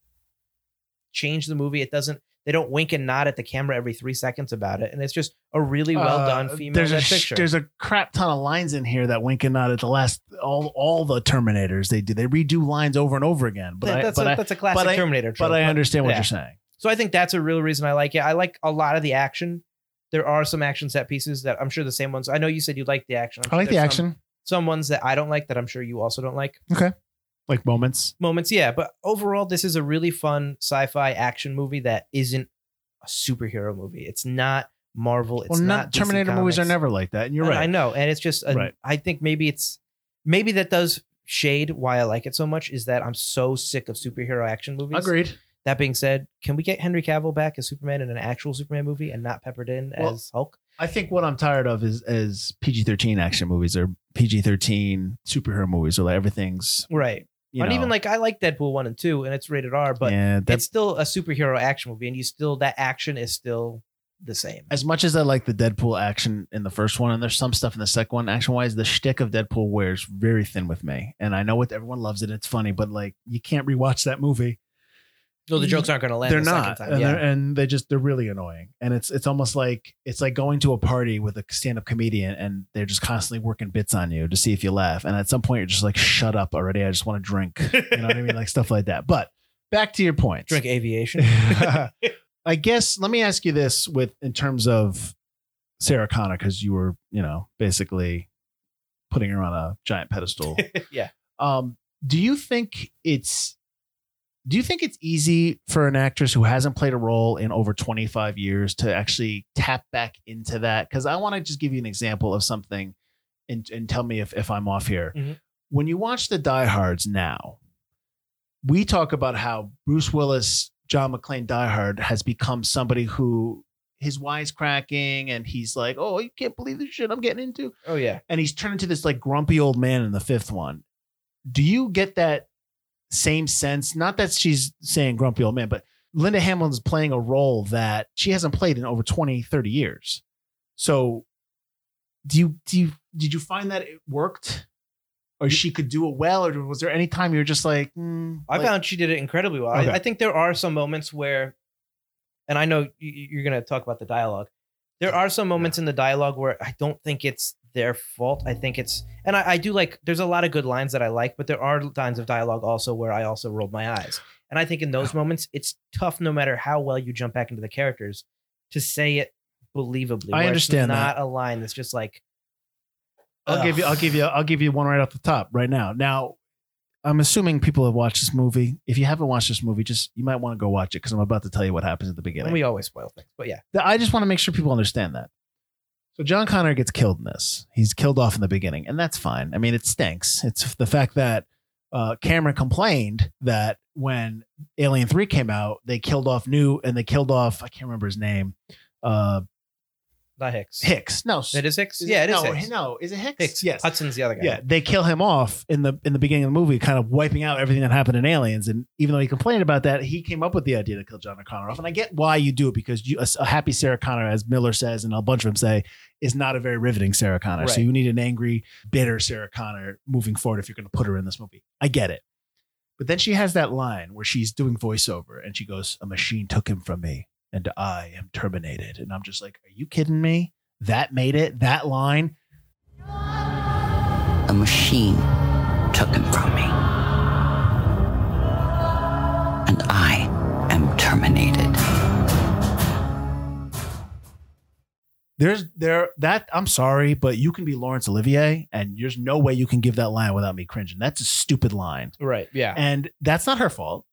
[SPEAKER 3] change the movie. It doesn't. They don't wink and nod at the camera every three seconds about it, and it's just a really well
[SPEAKER 4] Uh,
[SPEAKER 3] done female
[SPEAKER 4] There's
[SPEAKER 3] in
[SPEAKER 4] a
[SPEAKER 3] that
[SPEAKER 4] sh-
[SPEAKER 3] picture.
[SPEAKER 4] there's a crap ton of lines in here that wink and nod at the last all all the Terminators they do. They redo lines over and over again. But
[SPEAKER 3] That-
[SPEAKER 4] I,
[SPEAKER 3] that's,
[SPEAKER 4] but
[SPEAKER 3] a,
[SPEAKER 4] I,
[SPEAKER 3] that's a classic
[SPEAKER 4] I-
[SPEAKER 3] Terminator trope.
[SPEAKER 4] but I understand what
[SPEAKER 3] yeah.
[SPEAKER 4] you're saying.
[SPEAKER 3] So I think that's a real reason I like it. I like a lot of the action. There are some action set pieces that I'm sure the same ones. I know you said you like the action. I'm
[SPEAKER 4] I
[SPEAKER 3] sure
[SPEAKER 4] like the
[SPEAKER 3] there's
[SPEAKER 4] action,
[SPEAKER 3] Some, some ones that I don't like that I'm sure you also don't like
[SPEAKER 4] like moments.
[SPEAKER 3] moments. Yeah, but overall, this is a really fun sci-fi action movie that isn't a superhero movie. It's not Marvel. It's
[SPEAKER 4] well,
[SPEAKER 3] not,
[SPEAKER 4] not,
[SPEAKER 3] DC
[SPEAKER 4] Terminator movies are
[SPEAKER 3] Comics.
[SPEAKER 4] never like that, and you're
[SPEAKER 3] I-
[SPEAKER 4] right.
[SPEAKER 3] I know, and it's just. A,
[SPEAKER 4] Right.
[SPEAKER 3] I think maybe it's maybe that does shade why I like it so much is that I'm so sick of superhero action movies.
[SPEAKER 4] Agreed.
[SPEAKER 3] That being said, can we get Henry Cavill back as Superman in an actual Superman movie and not peppered in
[SPEAKER 4] Well-
[SPEAKER 3] as Hulk?
[SPEAKER 4] I think what I'm tired of is is PG-13 action movies or PG-13 superhero movies or like everything's
[SPEAKER 3] Right.
[SPEAKER 4] you
[SPEAKER 3] and
[SPEAKER 4] know,
[SPEAKER 3] even like I like Deadpool one and two, and it's rated R, but
[SPEAKER 4] yeah, that-
[SPEAKER 3] it's still a superhero action movie, and you still that action is still the same.
[SPEAKER 4] as much as I like the Deadpool action in the first one, and there's some stuff in the second one, action wise, the shtick of Deadpool wears very thin with me. And I know what everyone loves it, it's funny, but like you can't rewatch that movie.
[SPEAKER 3] No, the jokes aren't going to land.
[SPEAKER 4] they're
[SPEAKER 3] the
[SPEAKER 4] not,
[SPEAKER 3] Second time.
[SPEAKER 4] and,
[SPEAKER 3] Yeah.
[SPEAKER 4] they're, and they just they're really annoying. And it's it's almost like it's like going to a party with a stand up comedian, and they're just constantly working bits on you to see if you laugh. And at some point, you're just like, shut up already. I just want to drink.
[SPEAKER 3] [laughs]
[SPEAKER 4] [laughs] You know what I mean? Like stuff like that. But back to your point.
[SPEAKER 3] Drink aviation.
[SPEAKER 4] I guess let me ask you this with in terms of Sarah Connor because you were you know basically putting her on a giant pedestal.
[SPEAKER 3] Yeah.
[SPEAKER 4] Um, do you think it's do you think it's easy for an actress who hasn't played a role in over 25 years to actually tap back into that? Because I want to just give you an example of something and, and tell me if, if I'm off here.
[SPEAKER 3] Mhm.
[SPEAKER 4] When you watch the diehards now, we talk about how Bruce Willis, John McClane Die Hard has become somebody who his wisecracking and he's like, oh, you can't believe this shit I'm getting into.
[SPEAKER 3] [laughs] Oh yeah.
[SPEAKER 4] And he's turned into this like grumpy old man in the fifth one. Do you get that same sense? Not that she's saying grumpy old man, but Linda Hamlin's playing a role that she hasn't played in over 20, 30 years. So do you, do you, did you find that it worked? Or she could do it well, or was there any time you were just like, mm,
[SPEAKER 3] I
[SPEAKER 4] like-
[SPEAKER 3] found she did it incredibly well.
[SPEAKER 4] Okay.
[SPEAKER 3] I, I think there are some moments where, and I know you- you're going to talk about the dialogue. There are some moments in the dialogue where I don't think it's their fault. I think it's, and I, I do like, there's a lot of good lines that I like, but there are lines of dialogue also where I also rolled my eyes. And I think in
[SPEAKER 4] Oh.
[SPEAKER 3] those moments, it's tough no matter how well you jump back into the characters to say it believably.
[SPEAKER 4] I
[SPEAKER 3] where it's
[SPEAKER 4] understand that.
[SPEAKER 3] not a line that's just like,
[SPEAKER 4] I'll give you. I'll give you. I'll give you one right off the top right now. Now, I'm assuming people have watched this movie. If you haven't watched this movie, just you might want to go watch it because I'm about to tell you what happens at the beginning.
[SPEAKER 3] and we always spoil things, but yeah.
[SPEAKER 4] Th- I just want to make sure people understand that. So John Connor gets killed in this. He's killed off in the beginning, and that's fine. I mean, it stinks. It's the fact that uh, Cameron complained that when Alien Three came out, they killed off new and they killed off I can't remember his name, uh,
[SPEAKER 3] Not Hicks.
[SPEAKER 4] Hicks. No,
[SPEAKER 3] It is Hicks? Yeah, it is
[SPEAKER 4] no,
[SPEAKER 3] Hicks.
[SPEAKER 4] no, is it Hicks?
[SPEAKER 3] Hicks.
[SPEAKER 4] Yes,
[SPEAKER 3] Hudson's the other guy.
[SPEAKER 4] yeah, they kill him off in the in the beginning of the movie, kind of wiping out everything that happened in Aliens. And even though he complained about that, he came up with the idea to kill John Connor off. And I get why you do it because you, a, a happy Sarah Connor, as Miller says, and a bunch of them say, is not a very riveting Sarah Connor. So
[SPEAKER 3] Right.
[SPEAKER 4] you need an angry, bitter Sarah Connor moving forward if you're going to put her in this movie. I get it. But then she has that line where she's doing voiceover and she goes, "A machine took him from me, and I am terminated." And I'm just like, "Are you kidding me?" That made it. That line.
[SPEAKER 5] A machine took him from me. And I am terminated.
[SPEAKER 4] there's there that I'm sorry, but you can be Laurence Olivier, and there's no way you can give that line without me cringing. That's a stupid line,
[SPEAKER 3] Right. Yeah.
[SPEAKER 4] and that's not her fault.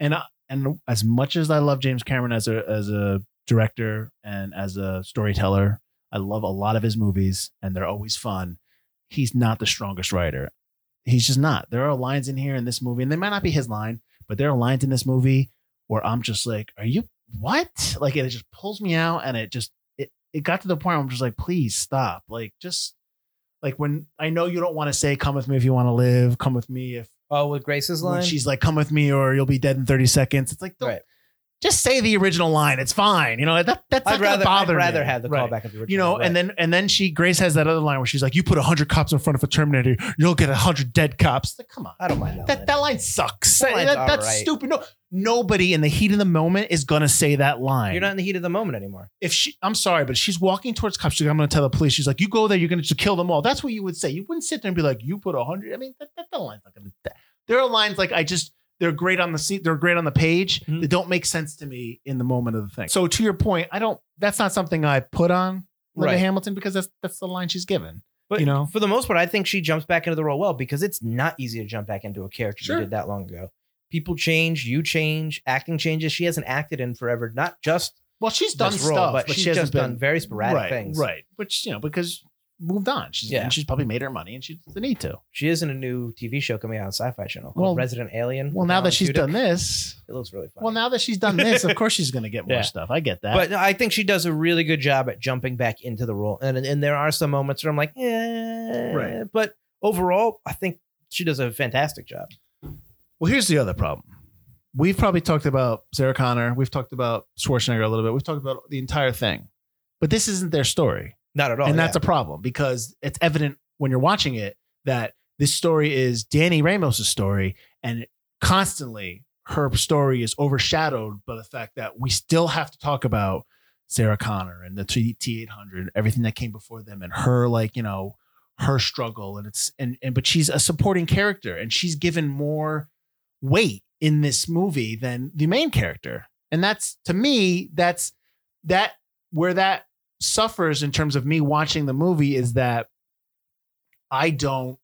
[SPEAKER 4] And I, and as much as I love James Cameron as a as a director and as a storyteller, I love a lot of his movies, and they're always fun. He's not the strongest writer. He's just not. There are lines in here in this movie, and they might not be his line, but there are lines in this movie where I'm just like, are you what? [laughs] Like and it just pulls me out and it just it it got to the point where I'm just like, please stop. Like just like when I know you don't want to say come with me if you want to live, come with me if
[SPEAKER 3] Oh, with Grace's
[SPEAKER 4] when
[SPEAKER 3] line.
[SPEAKER 4] she's like, come with me or you'll be dead in 30 seconds. It's like, don't,
[SPEAKER 3] Right.
[SPEAKER 4] just say the original line. It's fine. You know, that, that's not
[SPEAKER 3] I'd
[SPEAKER 4] gonna
[SPEAKER 3] rather
[SPEAKER 4] bother
[SPEAKER 3] I'd rather
[SPEAKER 4] me.
[SPEAKER 3] have the
[SPEAKER 4] Right.
[SPEAKER 3] callback of the original.
[SPEAKER 4] You know,
[SPEAKER 3] right.
[SPEAKER 4] and then and then she Grace has that other line where she's like, "You put hundred cops in front of a Terminator, you'll get hundred dead cops." It's Like, come on,
[SPEAKER 3] I don't mind that.
[SPEAKER 4] that that line sucks.
[SPEAKER 3] That line's
[SPEAKER 4] That- that's
[SPEAKER 3] alright.
[SPEAKER 4] stupid. No, nobody in the heat of the moment is gonna say that line.
[SPEAKER 3] line. You're not in the heat of the moment anymore.
[SPEAKER 4] If she, I'm sorry, but she's walking towards cops. She's like, "I'm gonna tell the police." She's like, "You go there, you're gonna just kill them all." That's what you would say. You wouldn't sit there and be like, "You put hundred. I mean, that, that, that line's not gonna. that- there are lines like I just. They're great on the seat. They're great on the page.
[SPEAKER 3] Mhm.
[SPEAKER 4] They don't make sense to me in the moment of the thing. Mm-hmm. So to your point, I don't. That's not something I put on Linda
[SPEAKER 3] Right.
[SPEAKER 4] Hamilton because that's that's the line she's given.
[SPEAKER 3] But
[SPEAKER 4] you know?
[SPEAKER 3] for the most part, I think she jumps back into the role well because it's not easy to jump back into a character
[SPEAKER 4] Sure.
[SPEAKER 3] you did that long ago. People change, you change, acting changes. She hasn't acted in forever, not just
[SPEAKER 4] Well, she's done
[SPEAKER 3] this
[SPEAKER 4] stuff,
[SPEAKER 3] role, but,
[SPEAKER 4] but
[SPEAKER 3] she's
[SPEAKER 4] she hasn't
[SPEAKER 3] just
[SPEAKER 4] been
[SPEAKER 3] done very sporadic
[SPEAKER 4] right,
[SPEAKER 3] things.
[SPEAKER 4] right? Which you know because moved on. She's
[SPEAKER 3] Yeah.
[SPEAKER 4] and she's probably made her money and she doesn't need to.
[SPEAKER 3] She is in a new TV show coming out on Sci-Fi Channel called
[SPEAKER 4] Well-
[SPEAKER 3] Resident Alien.
[SPEAKER 4] Well,
[SPEAKER 3] with
[SPEAKER 4] now
[SPEAKER 3] Alan
[SPEAKER 4] that she's
[SPEAKER 3] Tudyk.
[SPEAKER 4] done this,
[SPEAKER 3] it looks really fun.
[SPEAKER 4] well, now that she's done this, of course she's going to [laughs] get more
[SPEAKER 3] Yeah.
[SPEAKER 4] stuff. I get that.
[SPEAKER 3] but no, I think she does a really good job at jumping back into the role, and and there are some moments where I'm like, yeah,
[SPEAKER 4] Right.
[SPEAKER 3] But overall, I think she does a fantastic job.
[SPEAKER 4] well, here's the other problem. We've probably talked about Sarah Connor. We've talked about Schwarzenegger a little bit. We've talked about the entire thing, but this isn't their story.
[SPEAKER 3] Not at all,
[SPEAKER 4] and that's a problem because it's evident when you're watching it that this story is Danny Ramos' story, and constantly her story is overshadowed by the fact that we still have to talk about Sarah Connor and the T eight hundred, everything that came before them, and her like you know her struggle, and it's and and but she's a supporting character, and she's given more weight in this movie than the main character, and that's to me that's that where that suffers in terms of me watching the movie is that I don't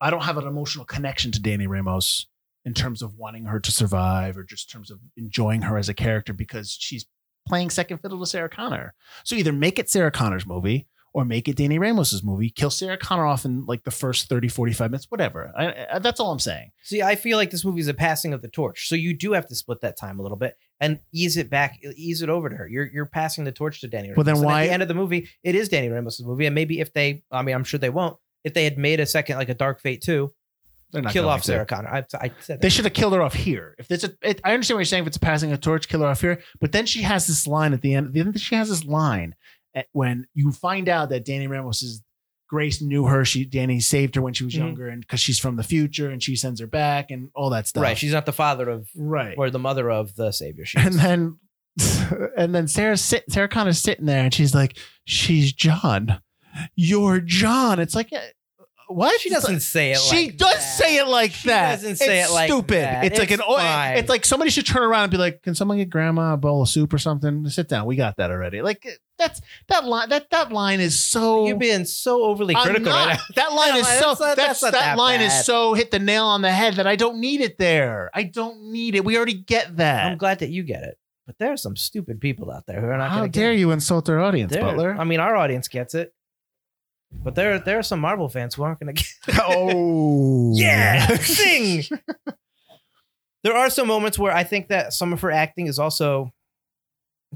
[SPEAKER 4] I don't have an emotional connection to Danny Ramos in terms of wanting her to survive or just in terms of enjoying her as a character because she's playing second fiddle to Sarah Connor. So either make it Sarah Connor's movie or make it Danny Ramos's movie, kill Sarah Connor off in like the first 30 45 minutes whatever. I, I, that's all I'm saying.
[SPEAKER 3] See, I feel like this movie is a passing of the torch. So you do have to split that time a little bit and ease it back, e, ease it over to her. You're you're passing the torch to Danny Ramos.
[SPEAKER 4] Well, then
[SPEAKER 3] And
[SPEAKER 4] why-
[SPEAKER 3] at the end of the movie, it is Danny Ramos' movie. And maybe if they I mean, I'm sure they won't, if they had made a second like a Dark Fate 2,
[SPEAKER 4] They're
[SPEAKER 3] kill
[SPEAKER 4] gonna
[SPEAKER 3] off
[SPEAKER 4] make
[SPEAKER 3] Sarah
[SPEAKER 4] that.
[SPEAKER 3] Connor. I, I said
[SPEAKER 4] They
[SPEAKER 3] that.
[SPEAKER 4] should have killed her off here. If there's a, it, I understand what you're saying. If it's a passing a torch, kill her off here. But then she has this line at the end. At the end, she has this line at, when you find out that Danny Ramos's Grace knew her. She Danny saved her when she was
[SPEAKER 3] Mhm.
[SPEAKER 4] younger, and because she's from the future, and she sends her back, and all that stuff.
[SPEAKER 3] right. She's not the father of
[SPEAKER 4] right.
[SPEAKER 3] or the mother of the savior. She
[SPEAKER 4] And
[SPEAKER 3] is.
[SPEAKER 4] then, [laughs] and then Sarah sit, Sarah Connor's sitting there, and she's like, "She's John. You're John." It's like, eh, what?
[SPEAKER 3] she
[SPEAKER 4] It's like-
[SPEAKER 3] doesn't say it
[SPEAKER 4] she
[SPEAKER 3] like
[SPEAKER 4] does
[SPEAKER 3] that.
[SPEAKER 4] say it like
[SPEAKER 3] She
[SPEAKER 4] that.
[SPEAKER 3] doesn't say
[SPEAKER 4] it's
[SPEAKER 3] it like
[SPEAKER 4] stupid.
[SPEAKER 3] that.
[SPEAKER 4] It's, like
[SPEAKER 3] It's
[SPEAKER 4] an oh,
[SPEAKER 3] fine.
[SPEAKER 4] it's like somebody should turn around and be like, "Can someone get grandma a bowl of soup or something?" Sit down. We got that already. Like that's that line that that line is so
[SPEAKER 3] You're being so overly
[SPEAKER 4] I'm
[SPEAKER 3] critical
[SPEAKER 4] not-
[SPEAKER 3] right now.
[SPEAKER 4] That line is
[SPEAKER 3] That
[SPEAKER 4] so
[SPEAKER 3] line's
[SPEAKER 4] that's,
[SPEAKER 3] not- that's not
[SPEAKER 4] that,
[SPEAKER 3] that
[SPEAKER 4] line is
[SPEAKER 3] bad.
[SPEAKER 4] so hit the nail on the head that I don't need it there. I don't need it. We already get
[SPEAKER 3] I'm
[SPEAKER 4] that.
[SPEAKER 3] glad that you get it. But there are some stupid people out there who are not
[SPEAKER 4] How
[SPEAKER 3] gonna get
[SPEAKER 4] dare
[SPEAKER 3] it.
[SPEAKER 4] you insult our audience,
[SPEAKER 3] There-
[SPEAKER 4] Butler?
[SPEAKER 3] I mean, our audience gets it. But there, there are some Marvel fans who aren't going to get
[SPEAKER 4] oh
[SPEAKER 3] [laughs] Yeah, sing. [laughs] there are some moments where I think that some of her acting is also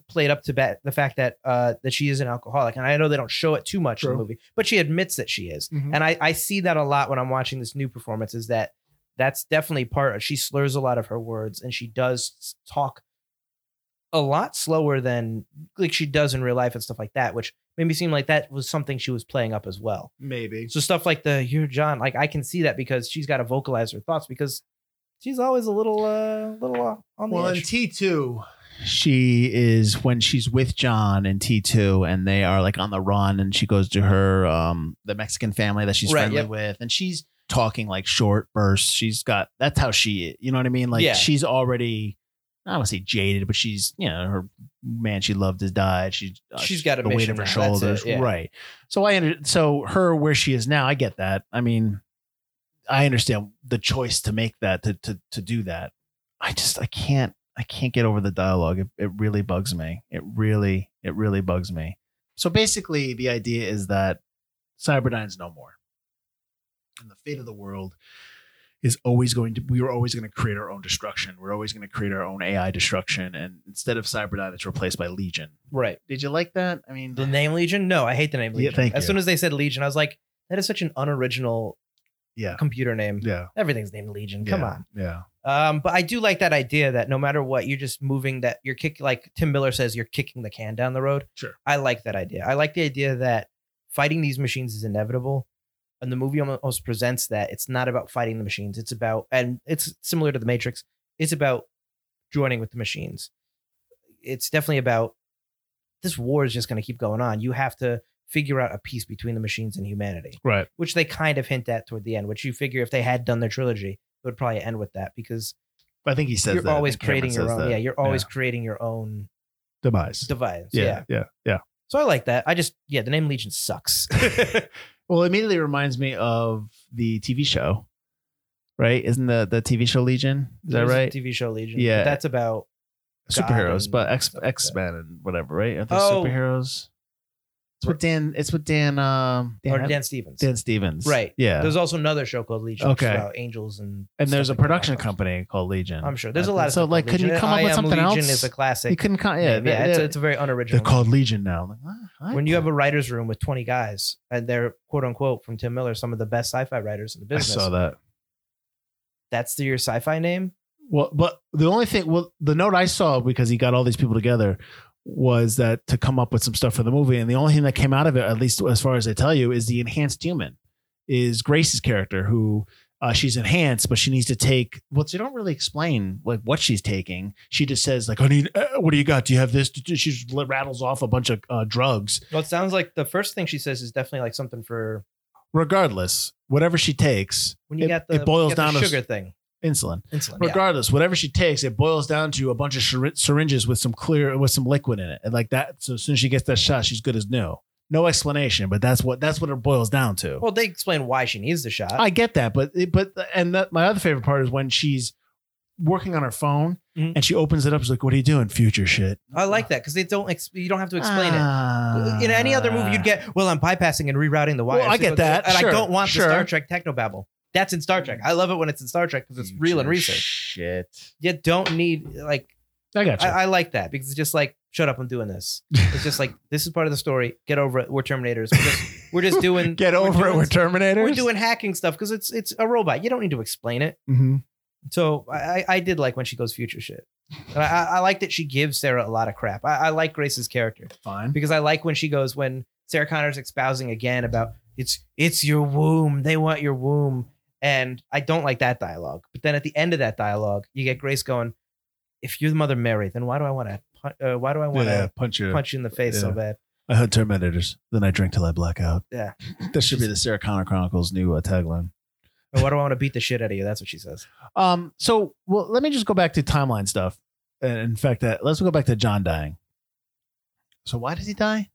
[SPEAKER 3] played up to bat, the fact that uh, that she is an alcoholic, and I know they don't show it too much in
[SPEAKER 4] True.
[SPEAKER 3] the movie, but she admits that she is,
[SPEAKER 4] Mhm.
[SPEAKER 3] and I, I see that a lot when I'm watching this new performance. Is that that's definitely part. of She slurs a lot of her words, and she does talk a lot slower than like she does in real life and stuff like that, which made me seem like that was something she was playing up as well.
[SPEAKER 4] Maybe.
[SPEAKER 3] So stuff like the "You're John," like I can see that because she's got to vocalize her thoughts because she's always a little, uh, little uh, on the
[SPEAKER 4] Well, in
[SPEAKER 3] edge.
[SPEAKER 4] T two, she is when she's with John in T two, and they are like on the run, and she goes to her um the Mexican family that she's
[SPEAKER 3] Right,
[SPEAKER 4] friendly
[SPEAKER 3] yep.
[SPEAKER 4] with, and she's talking like short bursts. She's got that's how she, you know what I mean? Like
[SPEAKER 3] Yeah.
[SPEAKER 4] she's already. I don't want to say jaded, but she's you know her man she loved has died. She uh,
[SPEAKER 3] She's got a
[SPEAKER 4] the weight
[SPEAKER 3] mission
[SPEAKER 4] of her
[SPEAKER 3] now. That's it,
[SPEAKER 4] shoulders,
[SPEAKER 3] yeah.
[SPEAKER 4] right? So I under, so her where she is now, I get that. I mean, I understand the choice to make that to to to do that. I just I can't I can't get over the dialogue. It, it really bugs me. It really it really bugs me. So basically, the idea is that Cyberdyne's no more, and the fate of the world
[SPEAKER 6] is always going to we were always going to create our own destruction. We're always going to create our own AI destruction, and instead of Cyberdyne, it's replaced by Legion.
[SPEAKER 3] Right.
[SPEAKER 6] Did you like that? I mean,
[SPEAKER 3] The name Legion? No, I hate the name
[SPEAKER 6] Yeah,
[SPEAKER 3] Legion.
[SPEAKER 6] thank
[SPEAKER 3] as
[SPEAKER 6] you.
[SPEAKER 3] soon as they said Legion, I was like, that is such an unoriginal
[SPEAKER 6] yeah,
[SPEAKER 3] computer name.
[SPEAKER 6] yeah,
[SPEAKER 3] Everything's named Legion. Come
[SPEAKER 6] yeah,
[SPEAKER 3] on.
[SPEAKER 6] yeah,
[SPEAKER 3] Um, but I do like that idea that no matter what, you're just moving that you're kick like Tim Miller says, you're kicking the can down the road.
[SPEAKER 6] Sure.
[SPEAKER 3] I like that idea. I like the idea that fighting these machines is inevitable. And the movie almost presents that it's not about fighting the machines. It's about and it's similar to the Matrix. It's about joining with the machines. It's definitely about this war is just going to keep going on. You have to figure out a peace between the machines and humanity
[SPEAKER 6] right.
[SPEAKER 3] which they kind of hint at toward the end, which you figure if they had done their trilogy, it would probably end with that because
[SPEAKER 6] I think he says
[SPEAKER 3] you're
[SPEAKER 6] that. I
[SPEAKER 3] always
[SPEAKER 6] think Cameron
[SPEAKER 3] creating your
[SPEAKER 6] says
[SPEAKER 3] own.
[SPEAKER 6] that.
[SPEAKER 3] Yeah, you're always creating your own
[SPEAKER 6] demise.
[SPEAKER 3] device. Yeah.
[SPEAKER 6] Yeah, yeah, yeah.
[SPEAKER 3] So I like that. I just yeah, the name
[SPEAKER 4] [laughs]
[SPEAKER 3] Legion sucks.
[SPEAKER 4] Well, it immediately reminds me of the TV show, right? Isn't the the TV show Legion? Is that
[SPEAKER 3] [laughs] There's a
[SPEAKER 4] right?
[SPEAKER 3] TV show Legion.
[SPEAKER 4] Yeah.
[SPEAKER 3] but that's about God
[SPEAKER 4] Superheroes,
[SPEAKER 3] and
[SPEAKER 4] but X
[SPEAKER 3] stuff like
[SPEAKER 4] X Men and whatever, right? Are they
[SPEAKER 3] Oh.
[SPEAKER 4] superheroes? It's with Dan. It's with Dan. Um,
[SPEAKER 3] or
[SPEAKER 4] Dan,
[SPEAKER 3] Dan Stevens.
[SPEAKER 4] Dan Stevens,
[SPEAKER 3] Right.
[SPEAKER 4] Yeah.
[SPEAKER 3] There's also another show called Legion which is
[SPEAKER 4] Okay.
[SPEAKER 3] about angels and
[SPEAKER 4] and there's a
[SPEAKER 3] stuff like that.
[SPEAKER 4] production company called Legion. Uh,
[SPEAKER 3] I'm sure there's a lot of
[SPEAKER 4] So
[SPEAKER 3] stuff
[SPEAKER 4] like,
[SPEAKER 3] called
[SPEAKER 4] couldn't you
[SPEAKER 3] Legion.
[SPEAKER 4] come up
[SPEAKER 3] I
[SPEAKER 4] with
[SPEAKER 3] Am
[SPEAKER 4] something
[SPEAKER 3] Legion
[SPEAKER 4] else?
[SPEAKER 3] is a
[SPEAKER 4] you
[SPEAKER 3] classic.
[SPEAKER 4] couldn't. Con- yeah,
[SPEAKER 3] Yeah, yeah,
[SPEAKER 4] they-
[SPEAKER 3] it's,
[SPEAKER 4] they-
[SPEAKER 3] it's a very
[SPEAKER 4] they're
[SPEAKER 3] unoriginal. name.
[SPEAKER 4] called Legion now. I'm like, "What? What?"
[SPEAKER 3] when you have a writer's room with 20 guys and they're quote unquote from Tim Miller, some of the best sci-fi writers in the
[SPEAKER 4] I
[SPEAKER 3] business.
[SPEAKER 4] saw that.
[SPEAKER 3] That's the, your sci-fi name.
[SPEAKER 4] Well, but the only thing, well, the note I saw because he got all these people together was that to come up with some stuff for the movie, and the only thing that came out of it, at least as far as I tell you, is the enhanced human, is Grace's character who uh, she's enhanced, but she needs to take. Well, they don't really explain like what she's taking. She just says like, "I need. Uh, what do you got? Do you have this?" She just rattles off a bunch of uh, drugs.
[SPEAKER 3] Well, it sounds like the first thing she says is definitely like something for
[SPEAKER 4] Regardless, whatever she takes,
[SPEAKER 3] when you
[SPEAKER 4] It-
[SPEAKER 3] got the
[SPEAKER 4] it boils
[SPEAKER 3] you got the
[SPEAKER 4] down to-
[SPEAKER 3] sugar thing.
[SPEAKER 4] insulin.
[SPEAKER 3] Insulin. yeah.
[SPEAKER 4] regardless whatever she takes it boils down to a bunch of syri- syringes with some clear with some liquid in it and like that so as soon as she gets that shot she's good as new no explanation but that's what that's what it boils down to
[SPEAKER 3] Well, they explain why she needs the shot.
[SPEAKER 4] i get that but but and that, my other favorite part is when she's working on her phone
[SPEAKER 3] Mhm.
[SPEAKER 4] and she opens it up she's like what are you doing future shit
[SPEAKER 3] I like that because they don't. Ex- you don't have to explain
[SPEAKER 4] Ah.
[SPEAKER 3] it. In any other movie, you'd
[SPEAKER 4] get
[SPEAKER 3] get well. I'm bypassing and rerouting the wires.
[SPEAKER 4] Well, I
[SPEAKER 3] to
[SPEAKER 4] get
[SPEAKER 3] go-
[SPEAKER 4] that,
[SPEAKER 3] and I
[SPEAKER 4] sure,
[SPEAKER 3] don't want
[SPEAKER 4] sure.
[SPEAKER 3] the Star Trek technobabble. That's in Star Trek. I love it when it's in Star Trek because it's real and recent.
[SPEAKER 4] shit
[SPEAKER 3] You don't need like
[SPEAKER 4] i got you
[SPEAKER 3] I, I like that because it's just like, shut up, I'm doing this. It's just like this is part of the story. Get over it. We're Terminators. We're just,
[SPEAKER 4] [laughs]
[SPEAKER 3] we're just doing.
[SPEAKER 4] get
[SPEAKER 3] we're
[SPEAKER 4] over it
[SPEAKER 3] doing-
[SPEAKER 4] we're terminators
[SPEAKER 3] We're doing hacking stuff because it's it's a robot. You don't need to explain it.
[SPEAKER 4] Mhm.
[SPEAKER 3] So I, I- I did like when she goes future shit. And I, I- I like that she gives Sarah a lot of crap. I, I like Grace's character
[SPEAKER 4] fine
[SPEAKER 3] because I like when she goes when Sarah Connor's espousing again about it's it's your womb. They want your womb. And I don't like that dialogue. But then at the end of that dialogue, you get Grace going, "If you're the Mother Mary, then why do I want to? Uh, why do I want to
[SPEAKER 4] yeah punch you
[SPEAKER 3] punch you in the face so
[SPEAKER 4] Yeah.
[SPEAKER 3] bad?"
[SPEAKER 4] I hunt Terminators, then I drink till I black out.
[SPEAKER 3] Yeah.
[SPEAKER 4] That should be the Sarah Connor Chronicles new uh, tagline.
[SPEAKER 3] Or why do I want to beat the shit out of you? That's what she says.
[SPEAKER 4] Um, so well, let me just go back to timeline stuff. And in fact, that let's go back to John dying. So why does he die?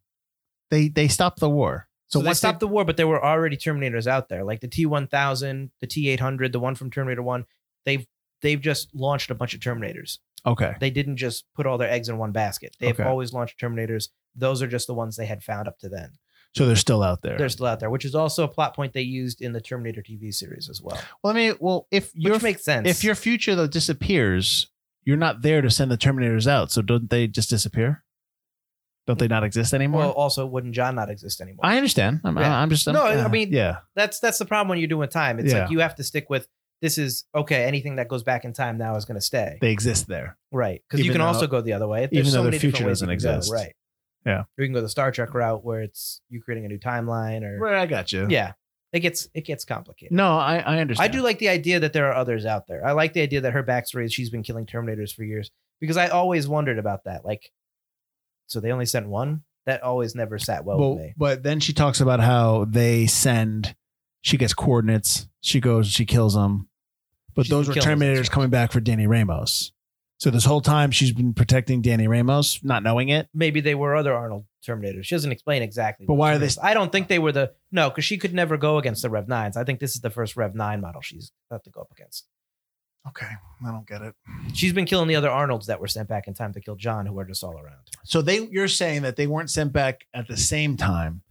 [SPEAKER 4] They they stopped the war.
[SPEAKER 3] So,
[SPEAKER 4] So,
[SPEAKER 3] they
[SPEAKER 4] once
[SPEAKER 3] stopped the war, but there were already Terminators out there, like the T1000, the T800, the one from Terminator One. They've they've just launched a bunch of Terminators.
[SPEAKER 4] okay.
[SPEAKER 3] They didn't just put all their eggs in one basket. They've
[SPEAKER 4] Okay.
[SPEAKER 3] always launched Terminators. Those are just the ones they had found up to then.
[SPEAKER 4] So they're still out there.
[SPEAKER 3] They're still out there, which is also a plot point they used in the Terminator TV series as well,
[SPEAKER 4] well, I mean, well, if
[SPEAKER 3] which
[SPEAKER 4] your
[SPEAKER 3] makes sense.
[SPEAKER 4] if your future though disappears, you're not there to send the Terminators out. So don't they just disappear? Don't they not exist anymore?
[SPEAKER 3] well, also wouldn't John not exist anymore?
[SPEAKER 4] I understand. I'm,
[SPEAKER 3] Yeah.
[SPEAKER 4] I'm just I'm-
[SPEAKER 3] No, I mean,
[SPEAKER 4] yeah,
[SPEAKER 3] that's that's the problem when you're doing time. It's
[SPEAKER 4] Yeah.
[SPEAKER 3] like you have to stick with this is okay. Anything that goes back in time now is going to stay.
[SPEAKER 4] they exist there.
[SPEAKER 3] Right. Because you
[SPEAKER 4] Even
[SPEAKER 3] can
[SPEAKER 4] though-
[SPEAKER 3] also go the other way. There's
[SPEAKER 4] even
[SPEAKER 3] so
[SPEAKER 4] though the
[SPEAKER 3] many different
[SPEAKER 4] future
[SPEAKER 3] ways you
[SPEAKER 4] doesn't
[SPEAKER 3] can go,
[SPEAKER 4] exist.
[SPEAKER 3] Right.
[SPEAKER 4] Yeah.
[SPEAKER 3] Or you can go the Star Trek route where it's you creating a new timeline or
[SPEAKER 4] Right, I got you.
[SPEAKER 3] yeah. It gets it gets complicated.
[SPEAKER 4] No, I, I
[SPEAKER 3] I
[SPEAKER 4] understand.
[SPEAKER 3] do like the idea that there are others out there. I like the idea that her backstory is she's been killing Terminators for years because I always wondered about that. Like, so they only sent one? That always never sat well,
[SPEAKER 4] Well,
[SPEAKER 3] with me.
[SPEAKER 4] but then she talks about how they send. She gets coordinates. She goes. She kills them. But
[SPEAKER 3] She's
[SPEAKER 4] those were
[SPEAKER 3] been killing them.
[SPEAKER 4] Terminators coming back for Danny Ramos. So this whole time she's been protecting Danny Ramos, not knowing it.
[SPEAKER 3] Maybe they were other Arnold Terminators. She doesn't explain exactly.
[SPEAKER 4] But
[SPEAKER 3] what
[SPEAKER 4] why are
[SPEAKER 3] she
[SPEAKER 4] they-
[SPEAKER 3] is. I don't think they were the no, because she could never go against the Rev Nines. I think this is the first Rev Nine model she's about to go up against.
[SPEAKER 4] Okay, I don't get it.
[SPEAKER 3] She's been killing the other Arnolds that were sent back in time to kill John, who are just all around.
[SPEAKER 4] So they, you're saying that they weren't sent back at the same time.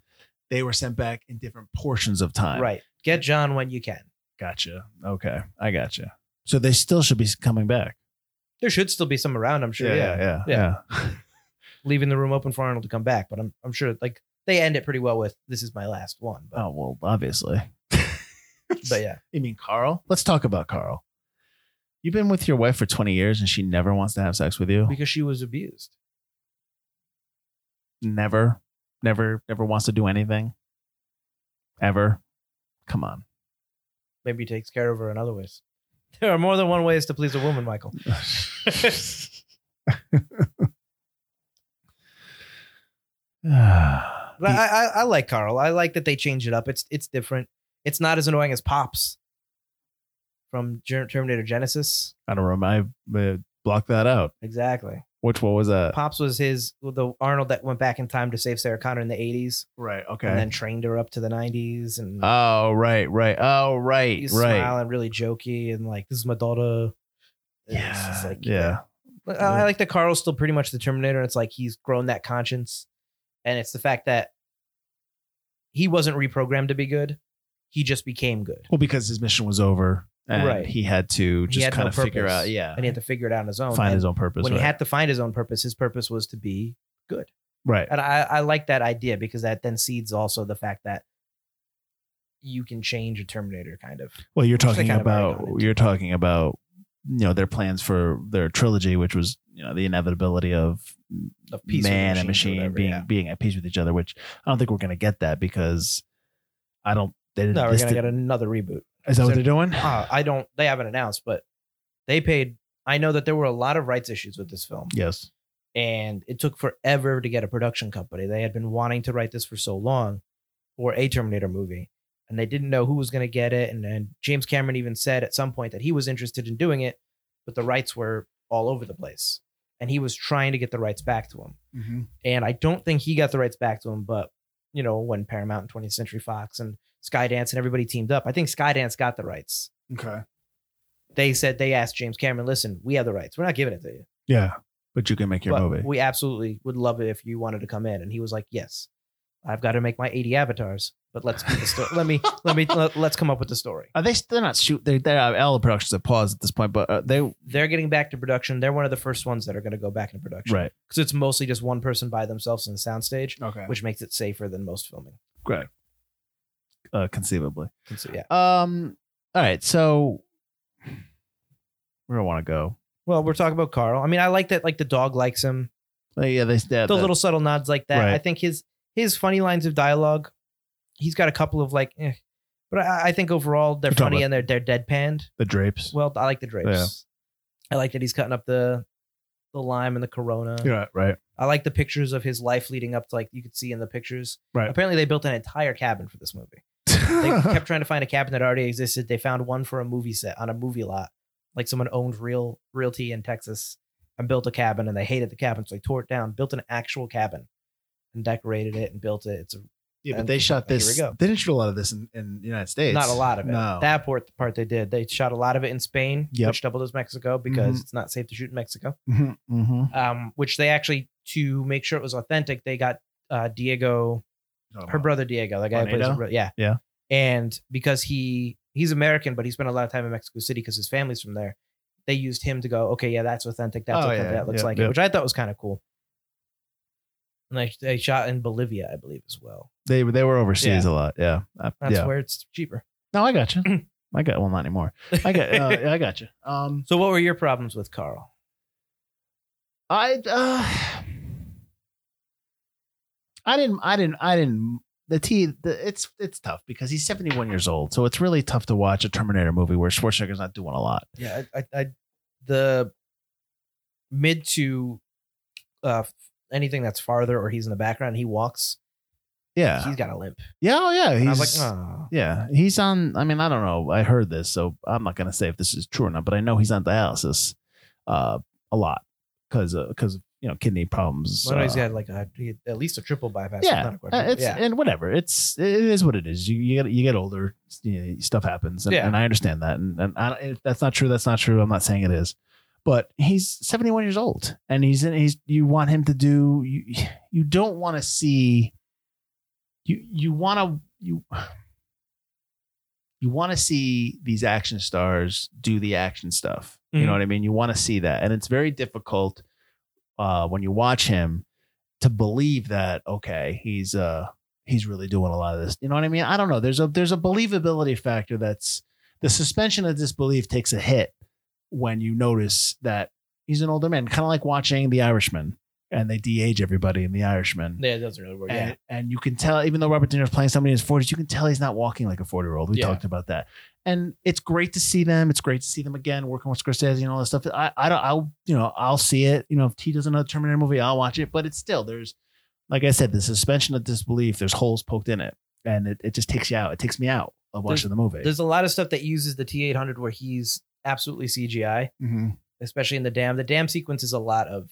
[SPEAKER 4] They were sent back in different portions of time.
[SPEAKER 3] Right. Get John when you can.
[SPEAKER 4] Gotcha. Okay, I gotcha.
[SPEAKER 7] So they still should be coming back.
[SPEAKER 3] There should still be some around, I'm sure. Yeah,
[SPEAKER 4] yeah,
[SPEAKER 3] leaving the room open for Arnold to come back, but I'm I'm sure like they end it pretty well with "This is my last one." But,
[SPEAKER 4] Oh well, obviously.
[SPEAKER 3] but yeah,
[SPEAKER 4] You mean Carl?
[SPEAKER 7] Let's talk about Carl.
[SPEAKER 4] You've been with your wife for 20 years and she never wants to have sex with you.
[SPEAKER 3] because she was abused.
[SPEAKER 4] Never, never, never wants to do anything. Ever. Come on. [sighs]
[SPEAKER 3] Maybe he takes care of her in other ways. [laughs] There are more than one ways to please a woman, Michael. But I, I I like Carl. I like that they change it up. It's it's different. It's not as annoying as Pops from Ger- Terminator Genesis.
[SPEAKER 4] I don't remember. I uh, blocked that out.
[SPEAKER 3] Exactly.
[SPEAKER 4] Which one was that?
[SPEAKER 3] Pops was his the Arnold that went back in time to save Sarah Connor in the 80s
[SPEAKER 4] Right.
[SPEAKER 3] and then trained her up to the 90s and
[SPEAKER 4] oh, right, right. Oh, right,
[SPEAKER 3] he's
[SPEAKER 4] right.
[SPEAKER 3] smiling really jokey and like this is my daughter. It's
[SPEAKER 4] Yeah.
[SPEAKER 3] just like,
[SPEAKER 4] yeah.
[SPEAKER 3] But I I like that Carl's still pretty much the Terminator. And it's like he's grown that conscience. And it's the fact that he wasn't reprogrammed to be good. He just became good.
[SPEAKER 4] Well, because his mission was over and
[SPEAKER 3] Right.
[SPEAKER 4] he had to
[SPEAKER 3] He
[SPEAKER 4] just
[SPEAKER 3] had
[SPEAKER 4] kind
[SPEAKER 3] no
[SPEAKER 4] of figure
[SPEAKER 3] purpose.
[SPEAKER 4] out, yeah,
[SPEAKER 3] And he had to figure it out on his own.
[SPEAKER 4] find
[SPEAKER 3] And
[SPEAKER 4] his own purpose.
[SPEAKER 3] When
[SPEAKER 4] right.
[SPEAKER 3] he had to find his own purpose, his purpose was to be good.
[SPEAKER 4] right.
[SPEAKER 3] And I, I like that idea because that then seeds also the fact that you can change a Terminator kind of.
[SPEAKER 4] Well, you're
[SPEAKER 3] Which they
[SPEAKER 4] talking
[SPEAKER 3] kind of already
[SPEAKER 4] about
[SPEAKER 3] got into.
[SPEAKER 4] you're talking about you know their plans for their trilogy, which was you know the inevitability of,
[SPEAKER 3] Of peace with
[SPEAKER 4] man and
[SPEAKER 3] machines or
[SPEAKER 4] machine
[SPEAKER 3] whatever,
[SPEAKER 4] being
[SPEAKER 3] yeah.
[SPEAKER 4] being at peace with each other. Which I don't think we're gonna get that because I don't. They didn't.
[SPEAKER 3] No, we're
[SPEAKER 4] this
[SPEAKER 3] gonna
[SPEAKER 4] did-
[SPEAKER 3] get another reboot.
[SPEAKER 4] is that what
[SPEAKER 3] so-
[SPEAKER 4] they're doing?
[SPEAKER 3] Uh, I don't. They haven't announced, but they paid. I know that there were a lot of rights issues with this film.
[SPEAKER 4] yes.
[SPEAKER 3] and it took forever to get a production company. They had been wanting to write this for so long for a Terminator movie, and they didn't know who was going to get it. And then James Cameron even said at some point that he was interested in doing it, but the rights were all over the place, and he was trying to get the rights back to him. And I don't think he got the rights back to him, but you know when Paramount and 20th Century Fox and Skydance and everybody teamed up, I think Skydance got the rights.
[SPEAKER 4] Okay.
[SPEAKER 3] They said they asked James Cameron, "Listen, we have the rights. We're not giving it to you."
[SPEAKER 4] Yeah, but you can make your
[SPEAKER 3] but
[SPEAKER 4] movie.
[SPEAKER 3] We absolutely would love it if you wanted to come in. And he was like, "Yes, I've got to make my eighty avatars, but let's do the story.
[SPEAKER 4] [laughs]
[SPEAKER 3] let me let me let, us come up with the story."
[SPEAKER 4] Are they? They're not shoot. They're, they're all the productions have paused at this point, but uh, they
[SPEAKER 3] They're getting back to production. They're one of the first ones that are going to go back into production
[SPEAKER 4] right.
[SPEAKER 3] because it's mostly just one person by themselves in the soundstage,
[SPEAKER 4] Okay.
[SPEAKER 3] which makes it safer than most filming.
[SPEAKER 4] Uh, conceivably.
[SPEAKER 3] And so, yeah.
[SPEAKER 4] Um. All right. So where do I want to go?
[SPEAKER 3] Well, we're talking about Carl. I mean, I like that. Like the dog likes him.
[SPEAKER 4] Uh, yeah, they that,
[SPEAKER 3] The little subtle nods like that.
[SPEAKER 4] Right.
[SPEAKER 3] I think his his funny lines of dialogue. He's got a couple of like, eh. but I, I think overall they're
[SPEAKER 4] You're talking
[SPEAKER 3] funny
[SPEAKER 4] about-
[SPEAKER 3] and they're they're deadpanned.
[SPEAKER 4] the drapes.
[SPEAKER 3] Well, I like the drapes. I like that he's cutting up the the lime and the corona.
[SPEAKER 4] Yeah, right.
[SPEAKER 3] I like the pictures of his life leading up to like you could see in the pictures.
[SPEAKER 4] Right.
[SPEAKER 3] Apparently they built an entire cabin for this movie. They [laughs]
[SPEAKER 4] [laughs]
[SPEAKER 3] kept trying to find a cabin that already existed. They found one for a movie set on a movie lot. Like someone owned real realty in Texas and built a cabin and they hated the cabin, so they tore it down, built an actual cabin and decorated it and built it. It's a,
[SPEAKER 4] yeah, but
[SPEAKER 3] and-
[SPEAKER 4] they shot
[SPEAKER 3] here
[SPEAKER 4] this.
[SPEAKER 3] we go.
[SPEAKER 4] They didn't shoot a lot of this in, in the United States.
[SPEAKER 3] not a lot of it.
[SPEAKER 4] No.
[SPEAKER 3] That part the part they did. They shot a lot of it in Spain,
[SPEAKER 4] Yep. Mm-hmm.
[SPEAKER 3] which doubled as Mexico because it's not safe to shoot in Mexico.
[SPEAKER 4] Mhm, mhm.
[SPEAKER 3] um, which they actually to make sure it was authentic, they got uh, Diego, her brother Diego, the guy who plays, her
[SPEAKER 4] Juanito?
[SPEAKER 3] bro- yeah,
[SPEAKER 4] Oh. Yeah.
[SPEAKER 3] and because he he's American, but he spent a lot of time in Mexico City because his family's from there. They used him to go, okay, yeah, that's authentic. That's
[SPEAKER 4] Oh,
[SPEAKER 3] authentic.
[SPEAKER 4] yeah,
[SPEAKER 3] that looks
[SPEAKER 4] yeah,
[SPEAKER 3] like
[SPEAKER 4] yeah.
[SPEAKER 3] it, which I thought was kind of cool. And they, they shot in Bolivia, I believe, as well.
[SPEAKER 4] They they were overseas a lot. Yeah. Uh,
[SPEAKER 3] That's
[SPEAKER 4] yeah.
[SPEAKER 3] where it's cheaper.
[SPEAKER 4] No, I
[SPEAKER 3] [clears throat]
[SPEAKER 4] got you. I got well, not anymore. I got [laughs] uh, I got you. Um,
[SPEAKER 3] [laughs] So, what were your problems with Carl?
[SPEAKER 4] I uh, [sighs] I didn't I didn't I didn't the T the, it's it's tough because he's 71 years old. So it's really tough to watch a Terminator movie where Schwarzenegger's not doing a lot.
[SPEAKER 3] Yeah, I, I, I the mid to uh, anything that's farther or he's in the background, he walks.
[SPEAKER 4] Yeah.
[SPEAKER 3] He's got a limp.
[SPEAKER 4] yeah, oh yeah, he's
[SPEAKER 3] And I was like, oh.
[SPEAKER 4] Yeah, he's on. I mean, I don't know. I heard this, so I'm not gonna say if this is true or not. But I know he's on dialysis, uh, a lot because because you know kidney problems.
[SPEAKER 3] Well, no, he's
[SPEAKER 4] uh,
[SPEAKER 3] got like a, he- at least a triple bypass. if
[SPEAKER 4] yeah,
[SPEAKER 3] not a
[SPEAKER 4] uh,
[SPEAKER 3] quadruple.
[SPEAKER 4] it's
[SPEAKER 3] yeah.
[SPEAKER 4] and whatever. It's it is what it is. You you get you get older. You know, stuff happens, and,
[SPEAKER 3] Yeah.
[SPEAKER 4] and I understand that. And and I, if that's not true, that's not true. I'm not saying it is, but he's 71 years old, and he's in. He's you want him to do. You you don't want to see. You you want to you. you want to see these action stars do the action stuff. You
[SPEAKER 3] Mhm.
[SPEAKER 4] know what I mean? You want to see that. And it's very difficult uh, when you watch him to believe that, okay, he's uh he's really doing a lot of this. You know what I mean? I don't know. There's a there's a believability factor that's the suspension of disbelief takes a hit when you notice that he's an older man, kind of like watching The Irishman and they de-age everybody in The Irishman.
[SPEAKER 3] Yeah, it doesn't really work.
[SPEAKER 4] And, and you can tell, even though Robert De Niro's playing somebody in his 40s, you can tell he's not walking like a 40 year old. We
[SPEAKER 3] Yeah.
[SPEAKER 4] talked about that. And it's great to see them. It's great to see them again working with Scorsese and all this stuff. I, I don't, I'll, you know, I'll see it. You know, if T does another Terminator movie, I'll watch it. But it's still, there's, like I said, the suspension of disbelief, there's holes poked in it. And it, it just takes you out. It takes me out of watching the movie.
[SPEAKER 3] There's a lot of stuff that uses the T eight hundred where he's absolutely CGI,
[SPEAKER 4] Mhm.
[SPEAKER 3] especially in the dam. The dam sequence is a lot of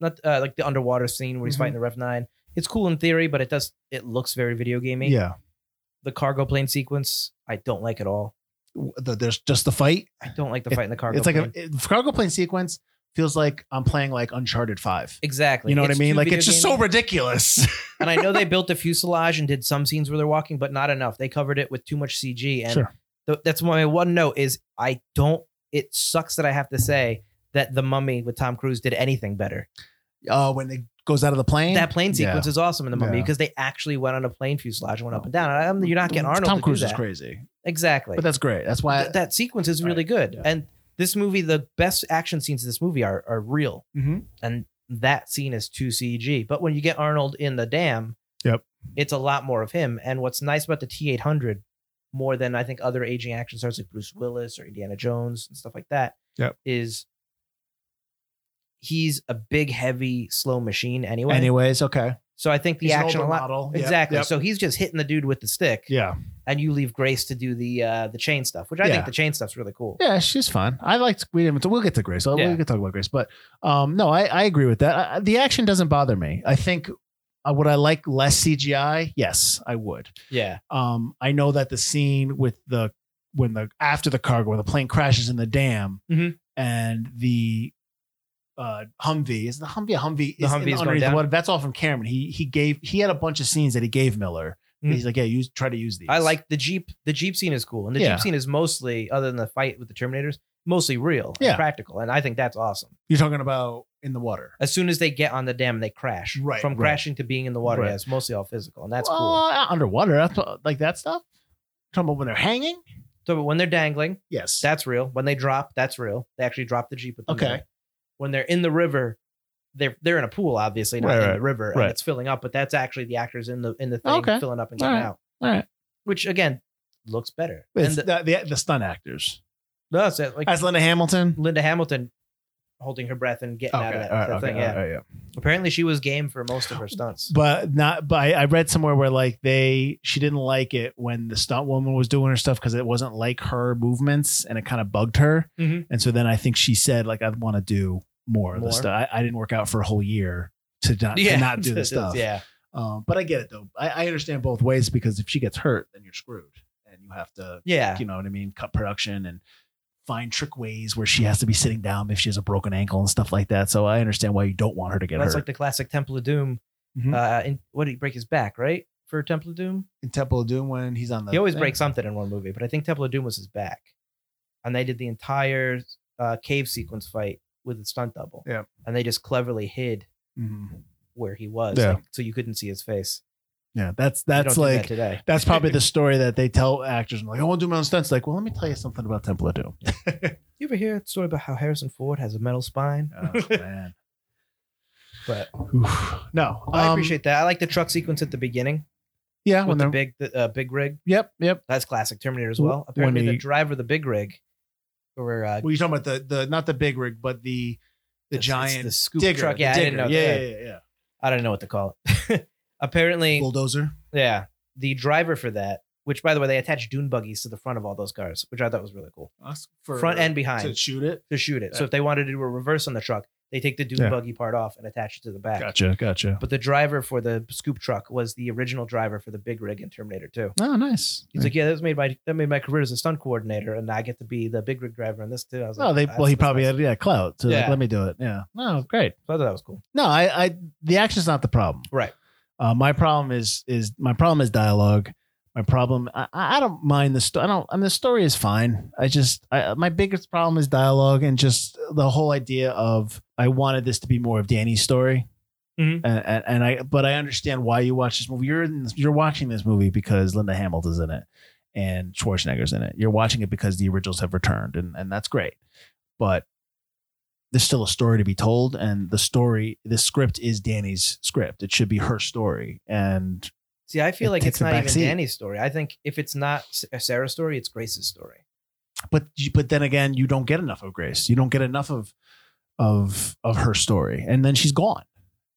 [SPEAKER 3] not uh, like the underwater scene where he's
[SPEAKER 4] Mhm.
[SPEAKER 3] fighting the Rev Nine. It's cool in theory, but it does it looks very video gamey.
[SPEAKER 4] Yeah.
[SPEAKER 3] The cargo plane sequence, I don't like at all.
[SPEAKER 4] W- the- there's just the fight.
[SPEAKER 3] I don't like the
[SPEAKER 4] It-
[SPEAKER 3] fight in the cargo.
[SPEAKER 4] It's like
[SPEAKER 3] plane.
[SPEAKER 4] a it- cargo plane sequence feels like I'm playing like Uncharted 5.
[SPEAKER 3] exactly.
[SPEAKER 4] You know
[SPEAKER 3] It's
[SPEAKER 4] what I mean?
[SPEAKER 3] too
[SPEAKER 4] Like
[SPEAKER 3] video
[SPEAKER 4] it's just
[SPEAKER 3] gamey.
[SPEAKER 4] so ridiculous.
[SPEAKER 3] and I know they built a fuselage and did some scenes where they're walking, but not enough. They covered it with too much CG, and
[SPEAKER 4] Sure.
[SPEAKER 3] th- that's my one note is I don't. It sucks that I have to say that the Mummy with Tom Cruise did anything better.
[SPEAKER 4] uh, when it goes out of the plane.
[SPEAKER 3] That plane sequence is awesome in the Mummy
[SPEAKER 4] Yeah.
[SPEAKER 3] because they actually went on a plane fuselage and went up and down. I- I'm- you're not getting Arnold
[SPEAKER 4] Tom
[SPEAKER 3] to
[SPEAKER 4] Cruise
[SPEAKER 3] do that.
[SPEAKER 4] is crazy,
[SPEAKER 3] Exactly,
[SPEAKER 4] but that's great. That's why.
[SPEAKER 3] Th- that sequence is really
[SPEAKER 4] Right,
[SPEAKER 3] good.
[SPEAKER 4] yeah.
[SPEAKER 3] And this movie, the best action scenes in this movie are are real,
[SPEAKER 4] Mhm.
[SPEAKER 3] and that scene is too CG. But when you get Arnold in the dam,
[SPEAKER 4] Yep.
[SPEAKER 3] it's a lot more of him. And what's nice about the T eight hundred, more than I think other aging action stars like Bruce Willis or Indiana Jones and stuff like that,
[SPEAKER 4] Yep.
[SPEAKER 3] is he's a big, heavy, slow machine anyway.
[SPEAKER 4] anyways, okay.
[SPEAKER 3] So I think the
[SPEAKER 4] He's an
[SPEAKER 3] action a
[SPEAKER 4] older
[SPEAKER 3] lot.
[SPEAKER 4] model. Yep,
[SPEAKER 3] Exactly.
[SPEAKER 4] yep.
[SPEAKER 3] So he's just hitting the dude with the stick,
[SPEAKER 4] Yeah.
[SPEAKER 3] and you leave Grace to do the uh, the chain stuff, which I
[SPEAKER 4] Yeah.
[SPEAKER 3] think the chain stuff's really cool.
[SPEAKER 4] Yeah, she's fine. I liked. We didn't. We'll get to Grace. I'll-
[SPEAKER 3] Yeah.
[SPEAKER 4] We can talk about Grace, but um, no, I, I agree with that. I, I- the action doesn't bother me. I think uh, would I like less CGI? Yes, I would.
[SPEAKER 3] Yeah.
[SPEAKER 4] Um, I know that the scene with the when the after the cargo when the plane crashes in the dam
[SPEAKER 3] Mhm.
[SPEAKER 4] and the uh Humvee is the Humvee a Humvee
[SPEAKER 3] The
[SPEAKER 4] is
[SPEAKER 3] Humvee's going
[SPEAKER 4] underneath the
[SPEAKER 3] down.
[SPEAKER 4] water. That's all from Cameron. He he gave he had a bunch of scenes that he gave Miller.
[SPEAKER 3] Mhm.
[SPEAKER 4] He's like, yeah, use try to use these.
[SPEAKER 3] I like the Jeep. The Jeep scene is cool. And the
[SPEAKER 4] Yeah.
[SPEAKER 3] Jeep scene is mostly, other than the fight with the Terminators, mostly real
[SPEAKER 4] Yeah.
[SPEAKER 3] and practical. And I think that's awesome.
[SPEAKER 4] you're talking about in the water.
[SPEAKER 3] As soon as they get on the dam, they crash.
[SPEAKER 4] Right,
[SPEAKER 3] From
[SPEAKER 4] right.
[SPEAKER 3] crashing to being in the water.
[SPEAKER 4] Right.
[SPEAKER 3] Yeah, it's mostly all physical. And that's
[SPEAKER 4] Well,
[SPEAKER 3] cool.
[SPEAKER 4] uh, underwater, that's what- like that stuff. Talking about when they're hanging.
[SPEAKER 3] So but when they're dangling,
[SPEAKER 4] Yes.
[SPEAKER 3] that's real. When they drop, that's real. They actually drop the Jeep with the
[SPEAKER 4] Okay.
[SPEAKER 3] Miller. When they're in the river, they're they're in a pool, obviously, not
[SPEAKER 4] Right,
[SPEAKER 3] in
[SPEAKER 4] right,
[SPEAKER 3] the river,
[SPEAKER 4] right.
[SPEAKER 3] and it's filling up, but that's actually the actors in the in the thing
[SPEAKER 4] Okay.
[SPEAKER 3] filling up and
[SPEAKER 4] All
[SPEAKER 3] getting
[SPEAKER 4] right.
[SPEAKER 3] out.
[SPEAKER 4] All right.
[SPEAKER 3] Which again looks better.
[SPEAKER 4] It's
[SPEAKER 3] and
[SPEAKER 4] the,
[SPEAKER 3] the,
[SPEAKER 4] the, the stunt actors.
[SPEAKER 3] no, it's uh, like
[SPEAKER 4] As Linda Hamilton.
[SPEAKER 3] Linda Hamilton holding her breath and getting out of that,
[SPEAKER 4] all right,
[SPEAKER 3] that thing.
[SPEAKER 4] okay, all
[SPEAKER 3] Yeah.
[SPEAKER 4] right, yeah.
[SPEAKER 3] Apparently, she was game for most of her stunts.
[SPEAKER 4] but not but I, I read somewhere where like they she didn't like it when the stunt woman was doing her stuff because it wasn't like her movements and it kind of bugged her
[SPEAKER 3] Mhm.
[SPEAKER 4] and so then i think she said like i want to do Mm-hmm. more, of
[SPEAKER 3] More.
[SPEAKER 4] this stuff I, I didn't work out for a whole year to not, to not do [laughs]
[SPEAKER 3] [laughs]
[SPEAKER 4] the stuff
[SPEAKER 3] Yeah.
[SPEAKER 4] um, but i get it though I, I understand both ways because if she gets hurt then you're screwed and you have to
[SPEAKER 3] Yeah.
[SPEAKER 4] you know what i mean cut production and find trick ways where she has to be sitting down if she has a broken ankle and stuff like that so i understand why you don't want her to get
[SPEAKER 3] That's
[SPEAKER 4] hurt
[SPEAKER 3] like the classic Temple of Doom.
[SPEAKER 4] Mhm.
[SPEAKER 3] Uh, in, what did he break his back, right? For Temple of Doom?
[SPEAKER 4] in temple of doom when he's on the
[SPEAKER 3] He always
[SPEAKER 4] thing.
[SPEAKER 3] breaks something in one movie, but I think Temple of Doom was his back. And they did the entire uh, cave sequence fight with a stunt double.
[SPEAKER 4] Yeah.
[SPEAKER 3] And they just cleverly hid
[SPEAKER 4] Mhm.
[SPEAKER 3] where he was.
[SPEAKER 4] Yeah.
[SPEAKER 3] like, so you couldn't see his face.
[SPEAKER 4] Yeah, that's
[SPEAKER 3] You
[SPEAKER 4] that's
[SPEAKER 3] don't do that
[SPEAKER 4] like
[SPEAKER 3] today.
[SPEAKER 4] [laughs] that's probably
[SPEAKER 3] [laughs]
[SPEAKER 4] the story that they tell actors. like, I want to do my own stunts. Like, well, let me tell you something about Temple of Doom.
[SPEAKER 3] You ever hear a story about how Harrison Ford has a metal spine?
[SPEAKER 4] Oh,
[SPEAKER 3] [laughs]
[SPEAKER 4] man.
[SPEAKER 3] But
[SPEAKER 4] Oof. No,
[SPEAKER 3] I
[SPEAKER 4] um,
[SPEAKER 3] appreciate that. I like the truck sequence at the beginning
[SPEAKER 4] Yeah, when
[SPEAKER 3] with the
[SPEAKER 4] they're
[SPEAKER 3] big the, uh, big rig.
[SPEAKER 4] yep, yep.
[SPEAKER 3] That's classic Terminator as
[SPEAKER 4] Wh-
[SPEAKER 3] well. Apparently,
[SPEAKER 4] when
[SPEAKER 3] the
[SPEAKER 4] he-
[SPEAKER 3] driver of the big rig, or uh,
[SPEAKER 4] Well, you're talking about the the not the big rig, but the the
[SPEAKER 3] it's-
[SPEAKER 4] giant
[SPEAKER 3] it's the scoop
[SPEAKER 4] digger,
[SPEAKER 3] truck.
[SPEAKER 4] the
[SPEAKER 3] Yeah, I
[SPEAKER 4] digger.
[SPEAKER 3] didn't know.
[SPEAKER 4] Yeah,
[SPEAKER 3] Yeah,
[SPEAKER 4] yeah, yeah,
[SPEAKER 3] I don't know what to call it. [laughs]
[SPEAKER 4] yeah.
[SPEAKER 3] Apparently,
[SPEAKER 4] Bulldozer.
[SPEAKER 3] yeah, the driver for that. Which, by the way, they attach dune buggies to the front of all those cars, which I thought was really cool,
[SPEAKER 4] Us For, uh,
[SPEAKER 3] front [laughs] and
[SPEAKER 4] to
[SPEAKER 3] behind,
[SPEAKER 4] shoot it.
[SPEAKER 3] to shoot it. So if they wanted to do a reverse on the truck, they take the dune
[SPEAKER 4] Yeah.
[SPEAKER 3] buggy part off and attach it to the back.
[SPEAKER 4] Gotcha, gotcha.
[SPEAKER 3] But the driver for the scoop truck was the original driver for the big rig in Terminator 2.
[SPEAKER 4] Oh, nice.
[SPEAKER 3] He's like, yeah, that was made by that made my career as a stunt coordinator, and I get to be the big rig driver in this too. I was like,
[SPEAKER 4] oh, they
[SPEAKER 3] "That's-
[SPEAKER 4] well, he
[SPEAKER 3] that's
[SPEAKER 4] probably
[SPEAKER 3] nice."
[SPEAKER 4] had yeah clout. So like,
[SPEAKER 3] Yeah.
[SPEAKER 4] let me do it. Yeah. No, great.
[SPEAKER 3] So I thought that was cool.
[SPEAKER 4] No, I, I the action's not the problem.
[SPEAKER 3] Right.
[SPEAKER 4] Uh, my problem is is my problem is dialogue. My problem, I, I I don't mind the story. I don't. I mean, the story is fine. I just, I, my biggest problem is dialogue and just the whole idea of I wanted this to be more of Danny's story.
[SPEAKER 3] Mhm.
[SPEAKER 4] And, and, and I, but I understand why you watch this movie. You're in this, you're watching this movie because Linda Hamilton's in it and Schwarzenegger's in it. You're watching it because the originals have returned, and and that's great. But there's still a story to be told, and the story, the script is Danny's script. It should be her story, and
[SPEAKER 3] See, I feel
[SPEAKER 4] It
[SPEAKER 3] like
[SPEAKER 4] takes
[SPEAKER 3] it's
[SPEAKER 4] a
[SPEAKER 3] not even
[SPEAKER 4] backseat.
[SPEAKER 3] Danny's story. I think if it's not S- uh, Sarah's story, it's Grace's story.
[SPEAKER 4] but you- but then again, you don't get enough of Grace. You don't get enough of of of her story, and then she's gone,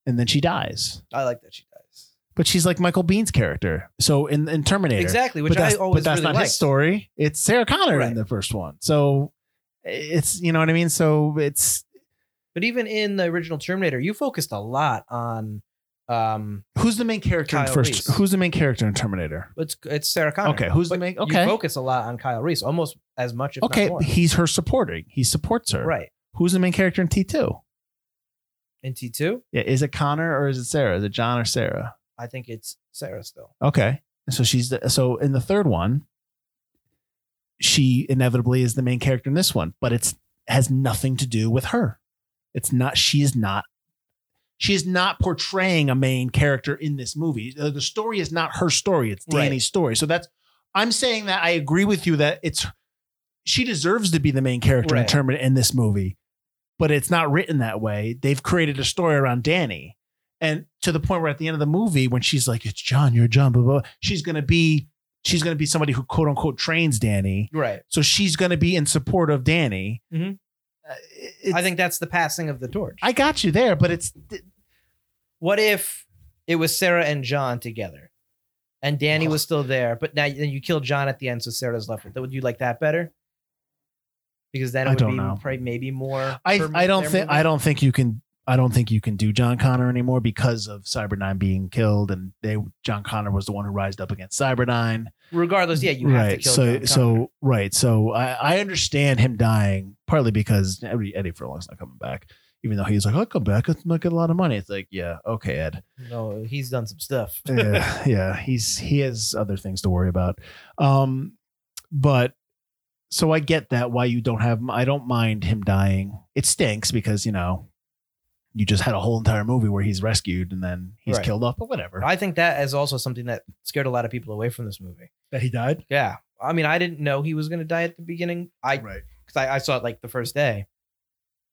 [SPEAKER 4] and then she dies.
[SPEAKER 3] I like that she dies.
[SPEAKER 4] But she's like Michael Bean's character. So in in Terminator,
[SPEAKER 3] Exactly,
[SPEAKER 4] but
[SPEAKER 3] which I
[SPEAKER 4] that's,
[SPEAKER 3] always
[SPEAKER 4] but that's
[SPEAKER 3] really
[SPEAKER 4] not
[SPEAKER 3] liked.
[SPEAKER 4] his story. It's Sarah Connor in
[SPEAKER 3] Right.
[SPEAKER 4] the first one. So it's you know what I mean. So it's
[SPEAKER 3] But even in the original Terminator, you focused a lot on um
[SPEAKER 4] who's the main character in
[SPEAKER 3] Kyle
[SPEAKER 4] first?
[SPEAKER 3] Reese.
[SPEAKER 4] Who's the main character in Terminator?
[SPEAKER 3] it's it's Sarah Connor.
[SPEAKER 4] Okay, who's the
[SPEAKER 3] But
[SPEAKER 4] main-
[SPEAKER 3] you
[SPEAKER 4] okay.
[SPEAKER 3] focus a lot on Kyle Reese, almost as much if
[SPEAKER 4] Okay,
[SPEAKER 3] not more.
[SPEAKER 4] he's her supporting. He supports her.
[SPEAKER 3] right.
[SPEAKER 4] Who's the main character in T two?
[SPEAKER 3] In T two,
[SPEAKER 4] Yeah, is it Connor or is it Sarah? Is it John or Sarah?
[SPEAKER 3] I think it's Sarah still.
[SPEAKER 4] Okay. So she's the, so in the third one, she inevitably is the main character in this one, but it's has nothing to do with her. It's not she is not she is not portraying a main character in this movie. The the story is not her story, it's
[SPEAKER 3] Right.
[SPEAKER 4] Danny's story. So that's I'm saying that I agree with you that it's she deserves to be the main character in
[SPEAKER 3] Right.
[SPEAKER 4] Terminator in this movie, but it's not written that way. They've created a story around Danny. And to the point where at the end of the movie, when she's like, "It's John, you're John," blah blah, blah she's gonna be she's gonna be somebody who quote unquote trains Danny,
[SPEAKER 3] Right.
[SPEAKER 4] so she's gonna be in support of Danny.
[SPEAKER 3] Mhm.
[SPEAKER 4] Uh, it's-
[SPEAKER 3] I think that's the passing of the torch.
[SPEAKER 4] I got you there, but it's
[SPEAKER 3] what if it was Sarah and John together, and Danny was still there, but now then you killed John at the end, so Sarah's left with. Would you like that better? Because then it
[SPEAKER 4] I
[SPEAKER 3] would
[SPEAKER 4] don't
[SPEAKER 3] be
[SPEAKER 4] know.
[SPEAKER 3] probably maybe more.
[SPEAKER 4] I
[SPEAKER 3] for
[SPEAKER 4] I don't
[SPEAKER 3] their
[SPEAKER 4] think
[SPEAKER 3] movie.
[SPEAKER 4] I don't think you can I don't think you can do John Connor anymore because of Cyberdyne being killed, and they John Connor was the one who rised up against Cyberdyne.
[SPEAKER 3] Regardless, yeah, you have to
[SPEAKER 4] right.
[SPEAKER 3] kill
[SPEAKER 4] So
[SPEAKER 3] John Connor.
[SPEAKER 4] so right. So I, I understand him dying partly because Eddie, Eddie Furlong's not coming back, even though he's like, I'll come back. I might get a lot of money. It's like, yeah, okay, Ed.
[SPEAKER 3] no, he's done some stuff.
[SPEAKER 4] yeah, [laughs] yeah, he's he has other things to worry about. Um, but so I get that why you don't have. I don't mind him dying. It stinks because you know you just had a whole entire movie where he's rescued and then he's
[SPEAKER 3] Right.
[SPEAKER 4] killed off. But whatever.
[SPEAKER 3] I think that is also something that scared a lot of people away from this movie.
[SPEAKER 4] that he died.
[SPEAKER 3] Yeah, I mean, I didn't know he was going to die at the beginning. I
[SPEAKER 4] Right.
[SPEAKER 3] because I, I saw it like the first day,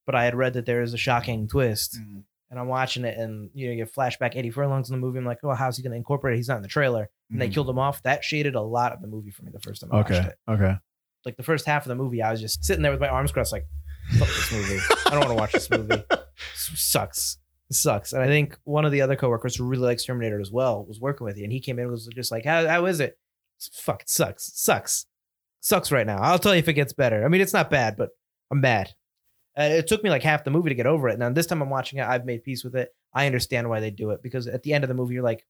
[SPEAKER 3] but I had read that there is a shocking twist,
[SPEAKER 4] Mm.
[SPEAKER 3] and I'm watching it, and you know, you get flashback Eddie Furlong's in the movie. I'm like, oh, how's he going to incorporate? it? He's not in the trailer, and they
[SPEAKER 4] Mhm.
[SPEAKER 3] killed him off. That shaded a lot of the movie for me the first time I watched
[SPEAKER 4] Okay.
[SPEAKER 3] it.
[SPEAKER 4] Okay.
[SPEAKER 3] Like the first half of the movie, I was just sitting there with my arms crossed, like, fuck this movie. I don't want to watch this movie. This sucks. This sucks. And I think one of the other coworkers who really likes Terminator as well was working with you, and he came in and was just like, how, how is it? Fuck, it sucks. It sucks. Sucks right now. I'll tell you if it gets better. I mean, it's not bad, but I'm mad. Uh, it took me like half the movie to get over it. Now, this time I'm watching it, I've made peace with it. I understand why they do it because at the end of the movie, you're like,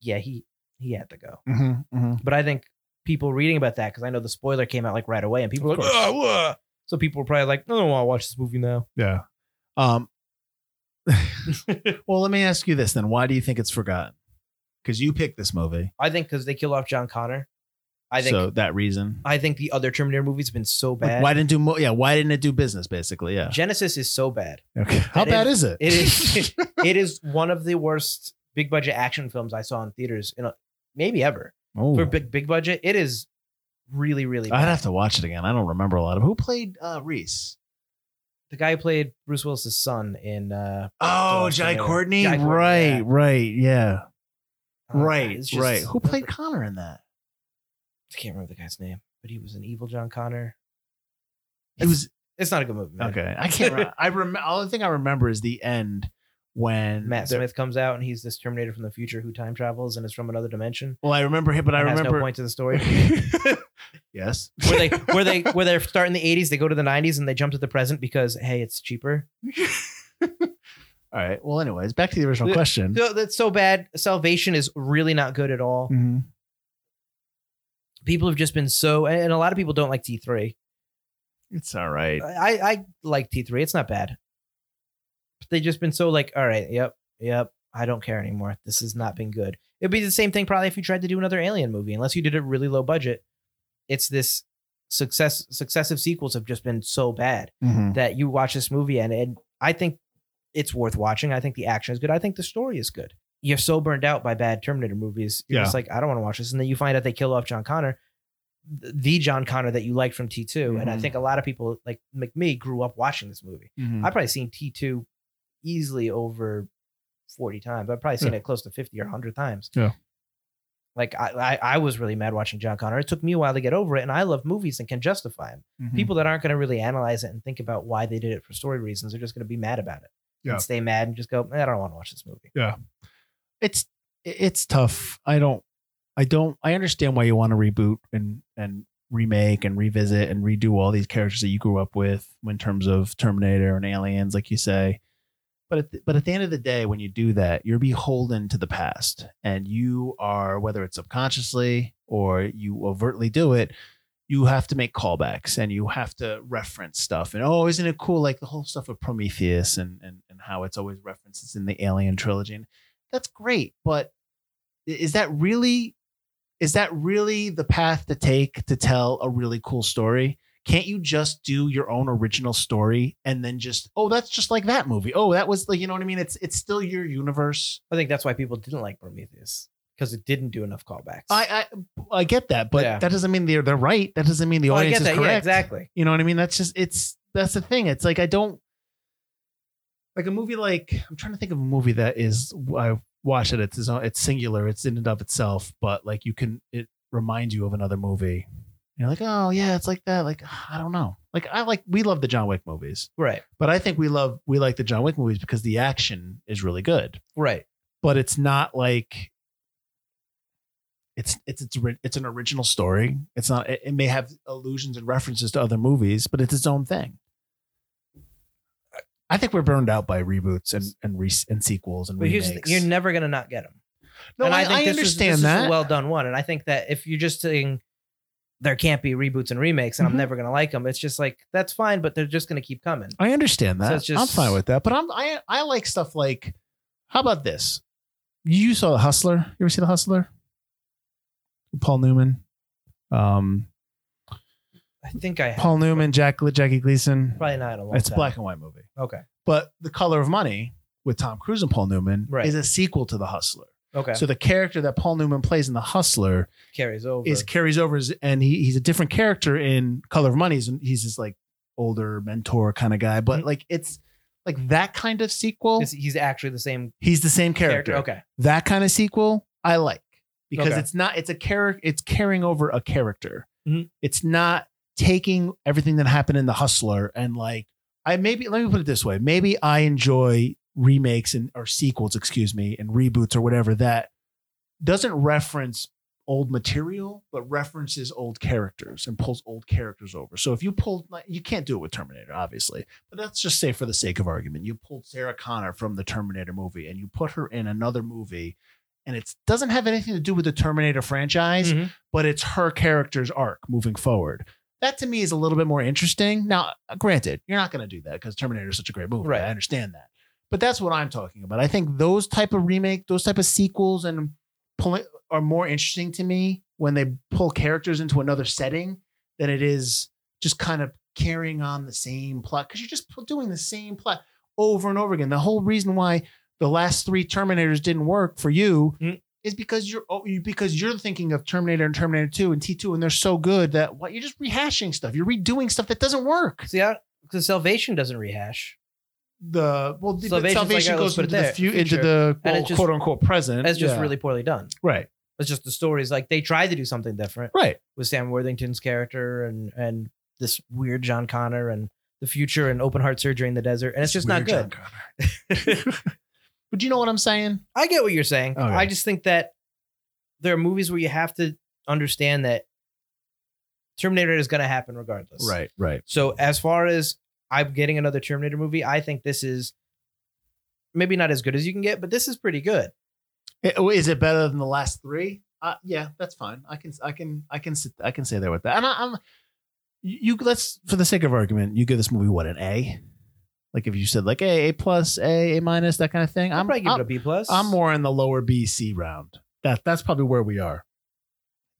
[SPEAKER 3] yeah, he he had to go.
[SPEAKER 4] Mm-hmm, mm-hmm.
[SPEAKER 3] But I think people reading about that because I know the spoiler came out like right away, and people were like,
[SPEAKER 4] "Ah!"
[SPEAKER 3] "Ugh, ugh." so people were probably like, I don't want to watch this movie now.
[SPEAKER 4] Yeah. Um. well, let me ask you this then: Why do you think it's forgotten? Because you picked this movie.
[SPEAKER 3] I think because they killed off John Connor. I think
[SPEAKER 4] so. That reason.
[SPEAKER 3] I think the other Terminator movies have been so
[SPEAKER 4] Like,
[SPEAKER 3] bad.
[SPEAKER 4] why didn't do? Mo- yeah. Why didn't it do business? Basically. Yeah.
[SPEAKER 3] Genesis is so bad.
[SPEAKER 4] Okay. How
[SPEAKER 3] That
[SPEAKER 4] bad
[SPEAKER 3] is-
[SPEAKER 4] is it?
[SPEAKER 3] It is it is one of the worst big budget action films I saw in theaters in a, maybe ever
[SPEAKER 4] [laughs] Oh.
[SPEAKER 3] for big big budget. It is really really bad.
[SPEAKER 4] I'd have to watch it again. I don't remember a lot of who played uh, Reese.
[SPEAKER 3] the guy who played Bruce Willis's son in uh,
[SPEAKER 4] Oh,
[SPEAKER 3] Don't
[SPEAKER 4] Jai
[SPEAKER 3] know.
[SPEAKER 4] Courtney.
[SPEAKER 3] Jai Courtney,
[SPEAKER 4] right,
[SPEAKER 3] yeah.
[SPEAKER 4] right, yeah,
[SPEAKER 3] oh,
[SPEAKER 4] right,
[SPEAKER 3] it's just-
[SPEAKER 4] right. Who played Connor in that?
[SPEAKER 3] I can't remember the guy's name, but he was an evil John Connor.
[SPEAKER 4] It was
[SPEAKER 3] It's not a good movie. Man.
[SPEAKER 4] okay. I
[SPEAKER 3] [laughs]
[SPEAKER 4] can't. remember. I remember. All the thing I remember is the end when
[SPEAKER 3] Matt
[SPEAKER 4] they're-
[SPEAKER 3] Smith comes out and he's this Terminator from the future who time travels and is from another dimension.
[SPEAKER 4] Well, I remember him, but I
[SPEAKER 3] and has
[SPEAKER 4] remember.
[SPEAKER 3] no point to
[SPEAKER 4] [laughs]
[SPEAKER 3] the story.
[SPEAKER 4] yes.
[SPEAKER 3] where they where they where they're starting the 80s, they go to the 90s and they jump to the present because hey, it's cheaper.
[SPEAKER 4] All right. Well, anyways, back to the original
[SPEAKER 3] Yeah.
[SPEAKER 4] question.
[SPEAKER 3] No, that's so bad. Salvation is really not good at all.
[SPEAKER 4] Mhm.
[SPEAKER 3] People have just been so and a lot of people don't like T3.
[SPEAKER 4] It's all right.
[SPEAKER 3] I I like T3. It's not bad. But they've just been so like, all right, yep, yep. I don't care anymore. This has not been good. It'd be the same thing probably if you tried to do another Alien movie, unless you did a really low budget. It's this success successive sequels have just been so bad
[SPEAKER 4] Mm-hmm.
[SPEAKER 3] that you watch this movie and, and I think it's worth watching. I think the action is good. I think the story is good. You're so burned out by bad Terminator movies. You're just like, I don't want to watch this. And then you find out they kill off John Connor, th- the John Connor that you liked from T2. And I
[SPEAKER 4] Mhm.
[SPEAKER 3] think a lot of people like, like me grew up watching this movie.
[SPEAKER 4] Mm-hmm. Mm.
[SPEAKER 3] I've probably seen T2 easily over 40 times. I've probably seen it close to 50 or 100 times.
[SPEAKER 4] Yeah.
[SPEAKER 3] Like I, I, I was really mad watching John Connor. It took me a while to get over it, and I love movies and can justify them.
[SPEAKER 4] Mhm.
[SPEAKER 3] People that aren't going to really analyze it and think about why they did it for story reasons are just going to be mad about it.
[SPEAKER 4] Yeah.
[SPEAKER 3] And stay mad and just go, "Eh, I don't want to watch this movie.
[SPEAKER 4] it's it's tough. I don't I don't I understand why you want to reboot and and remake and revisit and redo all these characters that you grew up with in terms of Terminator and Aliens like you say. But at the, but at the end of the day when you do that, you're beholden to the past and you are whether it's subconsciously or you overtly do it, you have to make callbacks and you have to reference stuff. And oh, isn't it cool like the whole stuff of Prometheus and and and how it's always references in the Alien trilogy and that's great but i- is that really is that really the path to take to tell a really cool story can't you just do your own original story and then just oh that's just like that movie oh that was like you know what i mean it's it's still your universe
[SPEAKER 3] I think that's why people didn't like Prometheus because it didn't do enough callbacks.
[SPEAKER 4] i i, I get that but
[SPEAKER 3] Yeah.
[SPEAKER 4] that doesn't mean they're they're right that doesn't mean the
[SPEAKER 3] Well, Oh, I
[SPEAKER 4] audience
[SPEAKER 3] get that.
[SPEAKER 4] is correct
[SPEAKER 3] Yeah, exactly.
[SPEAKER 4] You know what I mean? That's just it's that's the thing. It's like I don't like a movie like I'm trying to think of a movie that is I watch it. It's its, own, it's singular. It's in and of itself, but like you can it reminds you of another movie. You're like, oh yeah, it's like that. Like I don't know. Like I like we love the John Wick movies,
[SPEAKER 3] Right.
[SPEAKER 4] but I think we love we like the John Wick movies because the action is really good.
[SPEAKER 3] Right.
[SPEAKER 4] But it's not like it's it's it's ri- it's an original story. It's not. It, it may have allusions and references to other movies, but it's its own thing. I think we're burned out by reboots and and re- and sequels and
[SPEAKER 3] But here's
[SPEAKER 4] remakes.
[SPEAKER 3] the, you're never going to not get them.
[SPEAKER 4] no,
[SPEAKER 3] and
[SPEAKER 4] I,
[SPEAKER 3] I, think
[SPEAKER 4] I
[SPEAKER 3] this
[SPEAKER 4] understand
[SPEAKER 3] was, this
[SPEAKER 4] that.
[SPEAKER 3] was a well done one. And I think that if you're just saying there can't be reboots and remakes and
[SPEAKER 4] Mhm.
[SPEAKER 3] I'm never going to like them, it's just like, that's fine, but they're just going to keep coming.
[SPEAKER 4] I understand
[SPEAKER 3] So
[SPEAKER 4] that.
[SPEAKER 3] it's just-
[SPEAKER 4] I'm fine with that. But I'm I I like stuff like how about this? You saw the Hustler. You ever see the Hustler? Paul Newman. Um,
[SPEAKER 3] I think I have.
[SPEAKER 4] Paul Newman, Jack Jackie Gleason.
[SPEAKER 3] Probably not in a long
[SPEAKER 4] It's a
[SPEAKER 3] time.
[SPEAKER 4] black and white movie.
[SPEAKER 3] Okay.
[SPEAKER 4] But The Color of Money with Tom Cruise and Paul Newman
[SPEAKER 3] Right.
[SPEAKER 4] is a sequel to The Hustler.
[SPEAKER 3] Okay.
[SPEAKER 4] So the character that Paul Newman plays in The Hustler
[SPEAKER 3] Carries over.
[SPEAKER 4] is carries over, as, and he, he's a different character in Color of Money. He's, he's this like older mentor kind of guy, but
[SPEAKER 3] Mhm.
[SPEAKER 4] like it's like that kind of sequel.
[SPEAKER 3] Is- he's actually the same
[SPEAKER 4] he's the same character.
[SPEAKER 3] character. Okay.
[SPEAKER 4] That kind of sequel I like because
[SPEAKER 3] Okay.
[SPEAKER 4] it's not it's a character it's carrying over a character.
[SPEAKER 3] Mhm.
[SPEAKER 4] It's not taking everything that happened in The Hustler and like I maybe let me put it this way. Maybe I enjoy remakes and or sequels, excuse me, and reboots or whatever that doesn't reference old material, but references old characters and pulls old characters over. So if you pulled like you can't do it with Terminator, obviously, but let's just say for the sake of argument, you pulled Sarah Connor from the Terminator movie and you put her in another movie and it doesn't have anything to do with the Terminator franchise,
[SPEAKER 3] Mhm.
[SPEAKER 4] but it's her character's arc moving forward. That to me is a little bit more interesting. Now, granted, you're not going to do that because Terminator is such a great movie.
[SPEAKER 3] Right.
[SPEAKER 4] I understand that, but that's what I'm talking about. I think those type of remake, those type of sequels, and pulling are more interesting to me when they pull characters into another setting than it is just kind of carrying on the same plot because you're just doing the same plot over and over again. The whole reason why the last three Terminators didn't work for you
[SPEAKER 3] Mm.
[SPEAKER 4] is because you're oh, you- because you're thinking of Terminator and Terminator Two and T two, and they're so good that what you're just rehashing stuff. You're redoing stuff that doesn't work.
[SPEAKER 3] See, because Salvation doesn't rehash.
[SPEAKER 4] The well, the,
[SPEAKER 3] Salvation's
[SPEAKER 4] Salvation,
[SPEAKER 3] like, oh, let's
[SPEAKER 4] goes
[SPEAKER 3] put it
[SPEAKER 4] into
[SPEAKER 3] there,
[SPEAKER 4] the, few, into
[SPEAKER 3] future.
[SPEAKER 4] the
[SPEAKER 3] And it
[SPEAKER 4] well,
[SPEAKER 3] just-
[SPEAKER 4] quote unquote present.
[SPEAKER 3] That's just
[SPEAKER 4] Yeah.
[SPEAKER 3] really poorly done.
[SPEAKER 4] right,
[SPEAKER 3] It's just the stories. Like they tried to do something different
[SPEAKER 4] right.
[SPEAKER 3] with Sam Worthington's character and and this weird John Connor and the future and open heart surgery in the desert, and it's just not
[SPEAKER 4] Weird John
[SPEAKER 3] good.
[SPEAKER 4] Connor. [laughs] but you know what I'm saying?
[SPEAKER 3] I get what you're saying.
[SPEAKER 4] Okay.
[SPEAKER 3] I just think that there are movies where you have to understand that Terminator is going to happen regardless.
[SPEAKER 4] right.
[SPEAKER 3] So as far as I'm getting another Terminator movie, I think this is maybe not as good as you can get, but this is pretty good.
[SPEAKER 4] It- oh, Is it better than the last three? Uh, yeah, that's fine. I can, I can, I can sit, I can say there with that. And I, I'm, you let's for the sake of argument, you give this movie what an A, Like if you said like a a plus a a minus that kind of thing.
[SPEAKER 3] I'm
[SPEAKER 4] I'm
[SPEAKER 3] probably give
[SPEAKER 4] I'm,
[SPEAKER 3] it a B plus.
[SPEAKER 4] I'm more in the lower B C round. That that's probably where we are.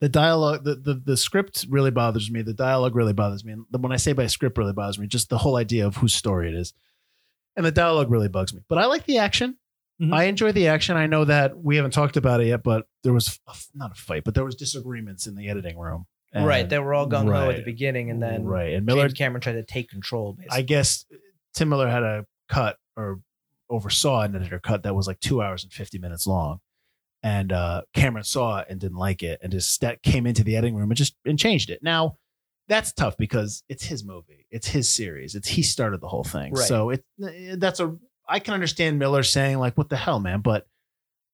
[SPEAKER 4] The dialogue, the, the the script really bothers me. The dialogue really bothers me. And when I say by script really bothers me, just the whole idea of whose story it is, and the dialogue really bugs me. But I like the action.
[SPEAKER 3] Mhm.
[SPEAKER 4] I enjoy the action. I know that we haven't talked about it yet, but there was a f- not a fight, but there was disagreements in the editing room. And-
[SPEAKER 3] right. They were all gung ho at the
[SPEAKER 4] Right.
[SPEAKER 3] beginning, and then
[SPEAKER 4] right, and Miller
[SPEAKER 3] James Cameron tried to take control. Basically.
[SPEAKER 4] I guess Tim Miller had a cut or oversaw an editor cut that was like two hours and 50 minutes long. And uh, Cameron saw it and didn't like it and just that came into the editing room and just and changed it. Now, that's tough because it's his movie, it's his series, it's he started the whole thing.
[SPEAKER 3] Right.
[SPEAKER 4] So it that's a I can understand Miller saying like, "What the hell, man?" But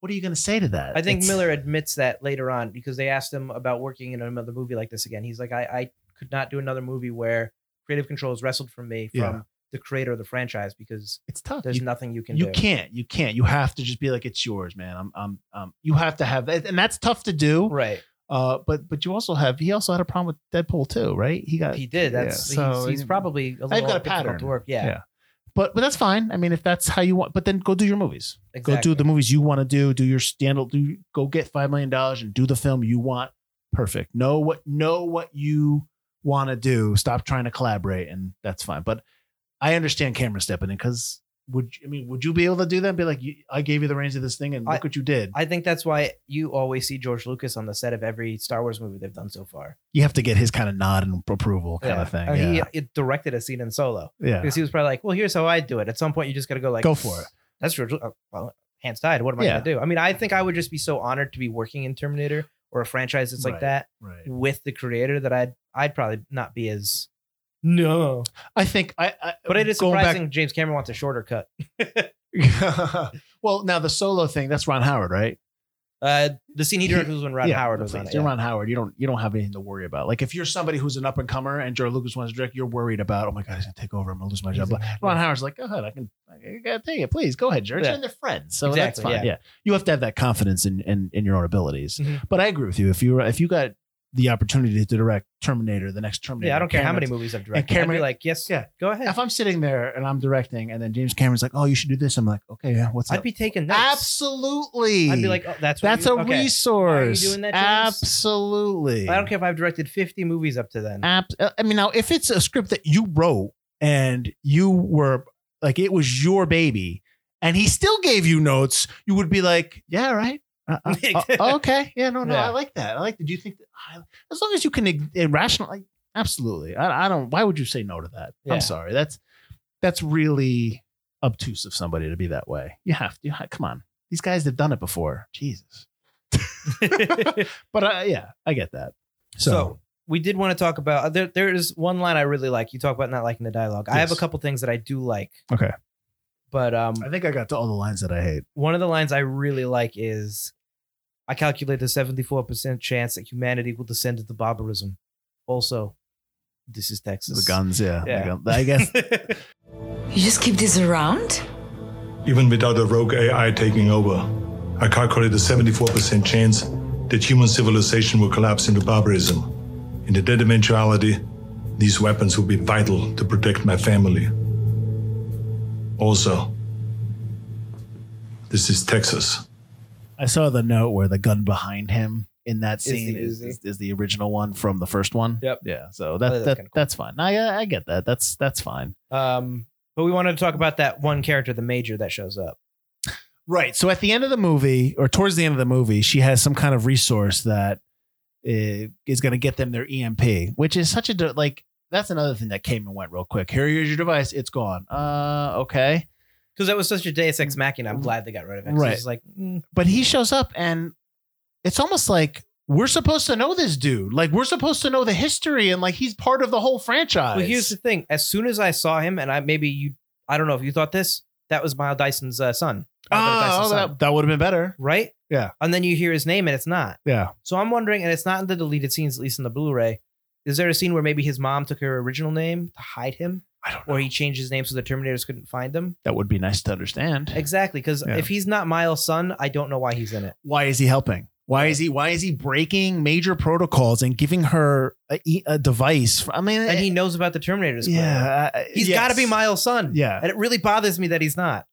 [SPEAKER 4] what are you going to say to that?
[SPEAKER 3] I think
[SPEAKER 4] It's-
[SPEAKER 3] Miller admits that later on because they asked him about working in another movie like this again. He's like, I, I could not do another movie where creative control is wrestled from me from
[SPEAKER 4] Yeah.
[SPEAKER 3] the creator of the franchise because
[SPEAKER 4] it's tough.
[SPEAKER 3] there's
[SPEAKER 4] You-
[SPEAKER 3] nothing you can
[SPEAKER 4] you
[SPEAKER 3] do.
[SPEAKER 4] can't. You can't. You have to just be like, "It's yours, man." I'm. I'm. Um. You have to have that, and that's tough to do.
[SPEAKER 3] Right.
[SPEAKER 4] Uh, but but you also have he also had a problem with Deadpool too, right? He got
[SPEAKER 3] He did. That's
[SPEAKER 4] Yeah.
[SPEAKER 3] he's,
[SPEAKER 4] So,
[SPEAKER 3] he's
[SPEAKER 4] I-
[SPEAKER 3] probably a little
[SPEAKER 4] got a
[SPEAKER 3] difficult
[SPEAKER 4] pattern.
[SPEAKER 3] to work. Yeah.
[SPEAKER 4] Yeah. but but that's fine. I mean, if that's how you want, but then go do your movies.
[SPEAKER 3] Exactly.
[SPEAKER 4] Go do the movies you want to do. Do your standal. Do go get five million dollars and do the film you want. Perfect. Know what know what you want to do. Stop trying to collaborate, and that's fine. But I understand Cameron stepping in because would you- I mean would you be able to do that? And be like, you, I gave you the reins of this thing, and
[SPEAKER 3] I-
[SPEAKER 4] look what you did.
[SPEAKER 3] I think that's why you always see George Lucas on the set of every Star Wars movie they've done so far.
[SPEAKER 4] you have to get his kind of nod and approval kind
[SPEAKER 3] Yeah.
[SPEAKER 4] of thing.
[SPEAKER 3] I mean,
[SPEAKER 4] yeah,
[SPEAKER 3] He it directed a scene in Solo
[SPEAKER 4] yeah.
[SPEAKER 3] because he was probably like, "Well, here's how I do it." At some point, you just got to go like,
[SPEAKER 4] Go for it.
[SPEAKER 3] That's George. Lu- uh, Well, hands tied. What am I
[SPEAKER 4] Yeah.
[SPEAKER 3] going to do? I mean, I think I would just be so honored to be working in Terminator or a franchise that's like
[SPEAKER 4] Right.
[SPEAKER 3] that
[SPEAKER 4] Right.
[SPEAKER 3] with the creator that I'd I'd probably not be as no.
[SPEAKER 4] I think I. I
[SPEAKER 3] But it is
[SPEAKER 4] going back-
[SPEAKER 3] surprising James Cameron wants a shorter cut.
[SPEAKER 4] [laughs] well, now the solo thing—that's Ron Howard, right?
[SPEAKER 3] Uh, the scene he directed was when Ron
[SPEAKER 4] Yeah,
[SPEAKER 3] Howard
[SPEAKER 4] that's
[SPEAKER 3] was on
[SPEAKER 4] right.
[SPEAKER 3] it.
[SPEAKER 4] You're
[SPEAKER 3] yeah.
[SPEAKER 4] Ron Howard. You don't you don't have anything to worry about. Like if you're somebody who's an up and comer and George Lucas wants to direct, you're worried about. Oh my god, he's gonna take over. I'm gonna lose my
[SPEAKER 3] He's
[SPEAKER 4] job.
[SPEAKER 3] in
[SPEAKER 4] But
[SPEAKER 3] that,
[SPEAKER 4] Ron
[SPEAKER 3] yeah.
[SPEAKER 4] Howard's like, go ahead, I can. I gotta take it, please. Go ahead, George.
[SPEAKER 3] Yeah.
[SPEAKER 4] And they're friends, so that's
[SPEAKER 3] Exactly,
[SPEAKER 4] fine.
[SPEAKER 3] yeah.
[SPEAKER 4] Yeah. you have to have that confidence in in, in your own abilities.
[SPEAKER 3] Mhm.
[SPEAKER 4] But I agree with you. If you were- if you got the opportunity to direct Terminator, the next Terminator,
[SPEAKER 3] Yeah, I don't care how many
[SPEAKER 4] Cameron's-
[SPEAKER 3] movies I've directed. I'd
[SPEAKER 4] Cameron-
[SPEAKER 3] be like, yes,
[SPEAKER 4] Yeah.
[SPEAKER 3] go ahead.
[SPEAKER 4] If I'm sitting there and I'm directing, and then James Cameron's like, "Oh, you should do this," I'm like, "Okay, yeah, what's
[SPEAKER 3] I'd
[SPEAKER 4] up?"
[SPEAKER 3] be taking notes.
[SPEAKER 4] Absolutely.
[SPEAKER 3] I'd be like, oh, that's what
[SPEAKER 4] That's
[SPEAKER 3] you-
[SPEAKER 4] a
[SPEAKER 3] okay.
[SPEAKER 4] resource.
[SPEAKER 3] Why are you doing that, James?
[SPEAKER 4] Absolutely.
[SPEAKER 3] I don't care if I've directed 50 movies up to then.
[SPEAKER 4] Abs- uh, I mean, now if it's a script that you wrote and you were like, it was your baby, and he still gave you notes, you would be like, yeah, right. Uh,
[SPEAKER 3] [laughs]
[SPEAKER 4] uh, uh, okay. Yeah. No. No.
[SPEAKER 3] Yeah.
[SPEAKER 4] I like that. I like that. Do you think that I, as long as you can ig- irrational, like, absolutely. I, I don't. Why would you say no to that?
[SPEAKER 3] Yeah.
[SPEAKER 4] I'm sorry. That's that's really obtuse of somebody to be that way. You have to. You ha- come on. These guys have done it before.
[SPEAKER 3] [laughs]
[SPEAKER 4] Jesus. [laughs] But uh, yeah, I get that.
[SPEAKER 3] So, we did want to talk about uh, there. There is one line I really like. You talk about not liking the dialogue. I have a
[SPEAKER 4] Yes.
[SPEAKER 3] couple things that I do like.
[SPEAKER 4] Okay.
[SPEAKER 3] But um,
[SPEAKER 4] I think I got to all the lines that I hate.
[SPEAKER 3] one of the lines I really like is, "I calculate the seventy-four percent chance that humanity will descend into barbarism." Also, this is Texas.
[SPEAKER 4] The guns, yeah.
[SPEAKER 3] Yeah.
[SPEAKER 4] The gun- I guess
[SPEAKER 8] You just keep this around?
[SPEAKER 9] Even without a rogue AI taking over, I calculate a 74% chance that human civilization will collapse into barbarism. In that eventuality, these weapons will be vital to protect my family. Also, this is Texas.
[SPEAKER 4] I saw the note where the gun behind him in that
[SPEAKER 3] the
[SPEAKER 4] scene is,
[SPEAKER 3] Uzi.
[SPEAKER 4] is, is the original one from the first one.
[SPEAKER 3] Yep.
[SPEAKER 4] Yeah. So that,
[SPEAKER 3] I think that's
[SPEAKER 4] that
[SPEAKER 3] kinda cool.
[SPEAKER 4] that's fine. I I get that. That's that's fine.
[SPEAKER 3] [laughs] Um, but we wanted to talk about that one character, the major, that shows up.
[SPEAKER 4] Right. So at the end of the movie, or towards the end of the movie, she has some kind of resource that uh, is going to get them their EMP, which is such a de- like. That's another thing that came and went real quick. Here, here's your device. It's gone. Uh, okay.
[SPEAKER 3] Because that was such a Deus Ex Machina. I'm glad they got rid of it. 'Cause
[SPEAKER 4] Mm. Right.
[SPEAKER 3] It's like, mm,
[SPEAKER 4] but he shows up and it's almost like we're supposed to know this dude. Like we're supposed to know the history and like he's part of the whole franchise.
[SPEAKER 3] well, here's the thing. As soon as I saw him, and I maybe you, I don't know if you thought this, that was Miles Dyson's uh, son. Miles
[SPEAKER 4] oh,
[SPEAKER 3] Dyson's son,
[SPEAKER 4] that, that would have been better.
[SPEAKER 3] right?
[SPEAKER 4] Yeah.
[SPEAKER 3] And then you hear his name, and it's not.
[SPEAKER 4] Yeah.
[SPEAKER 3] So I'm wondering, and it's not in the deleted scenes, at least in the Blu-ray. Is there a scene where maybe his mom took her original name to hide him,
[SPEAKER 4] I don't know.
[SPEAKER 3] or he changed his name so the Terminators couldn't find him?
[SPEAKER 4] that would be nice to understand.
[SPEAKER 3] Exactly, because
[SPEAKER 4] Yeah.
[SPEAKER 3] if he's not Miles' son, I don't know why he's in it.
[SPEAKER 4] Why is he helping? Why is he? Why is he breaking major protocols and giving her a, e- a device? I mean,
[SPEAKER 3] and he knows about the Terminators.
[SPEAKER 4] Eh, yeah, I-
[SPEAKER 3] he's
[SPEAKER 4] yes.
[SPEAKER 3] got to be Miles' son.
[SPEAKER 4] Yeah.
[SPEAKER 3] and it really bothers me that he's not.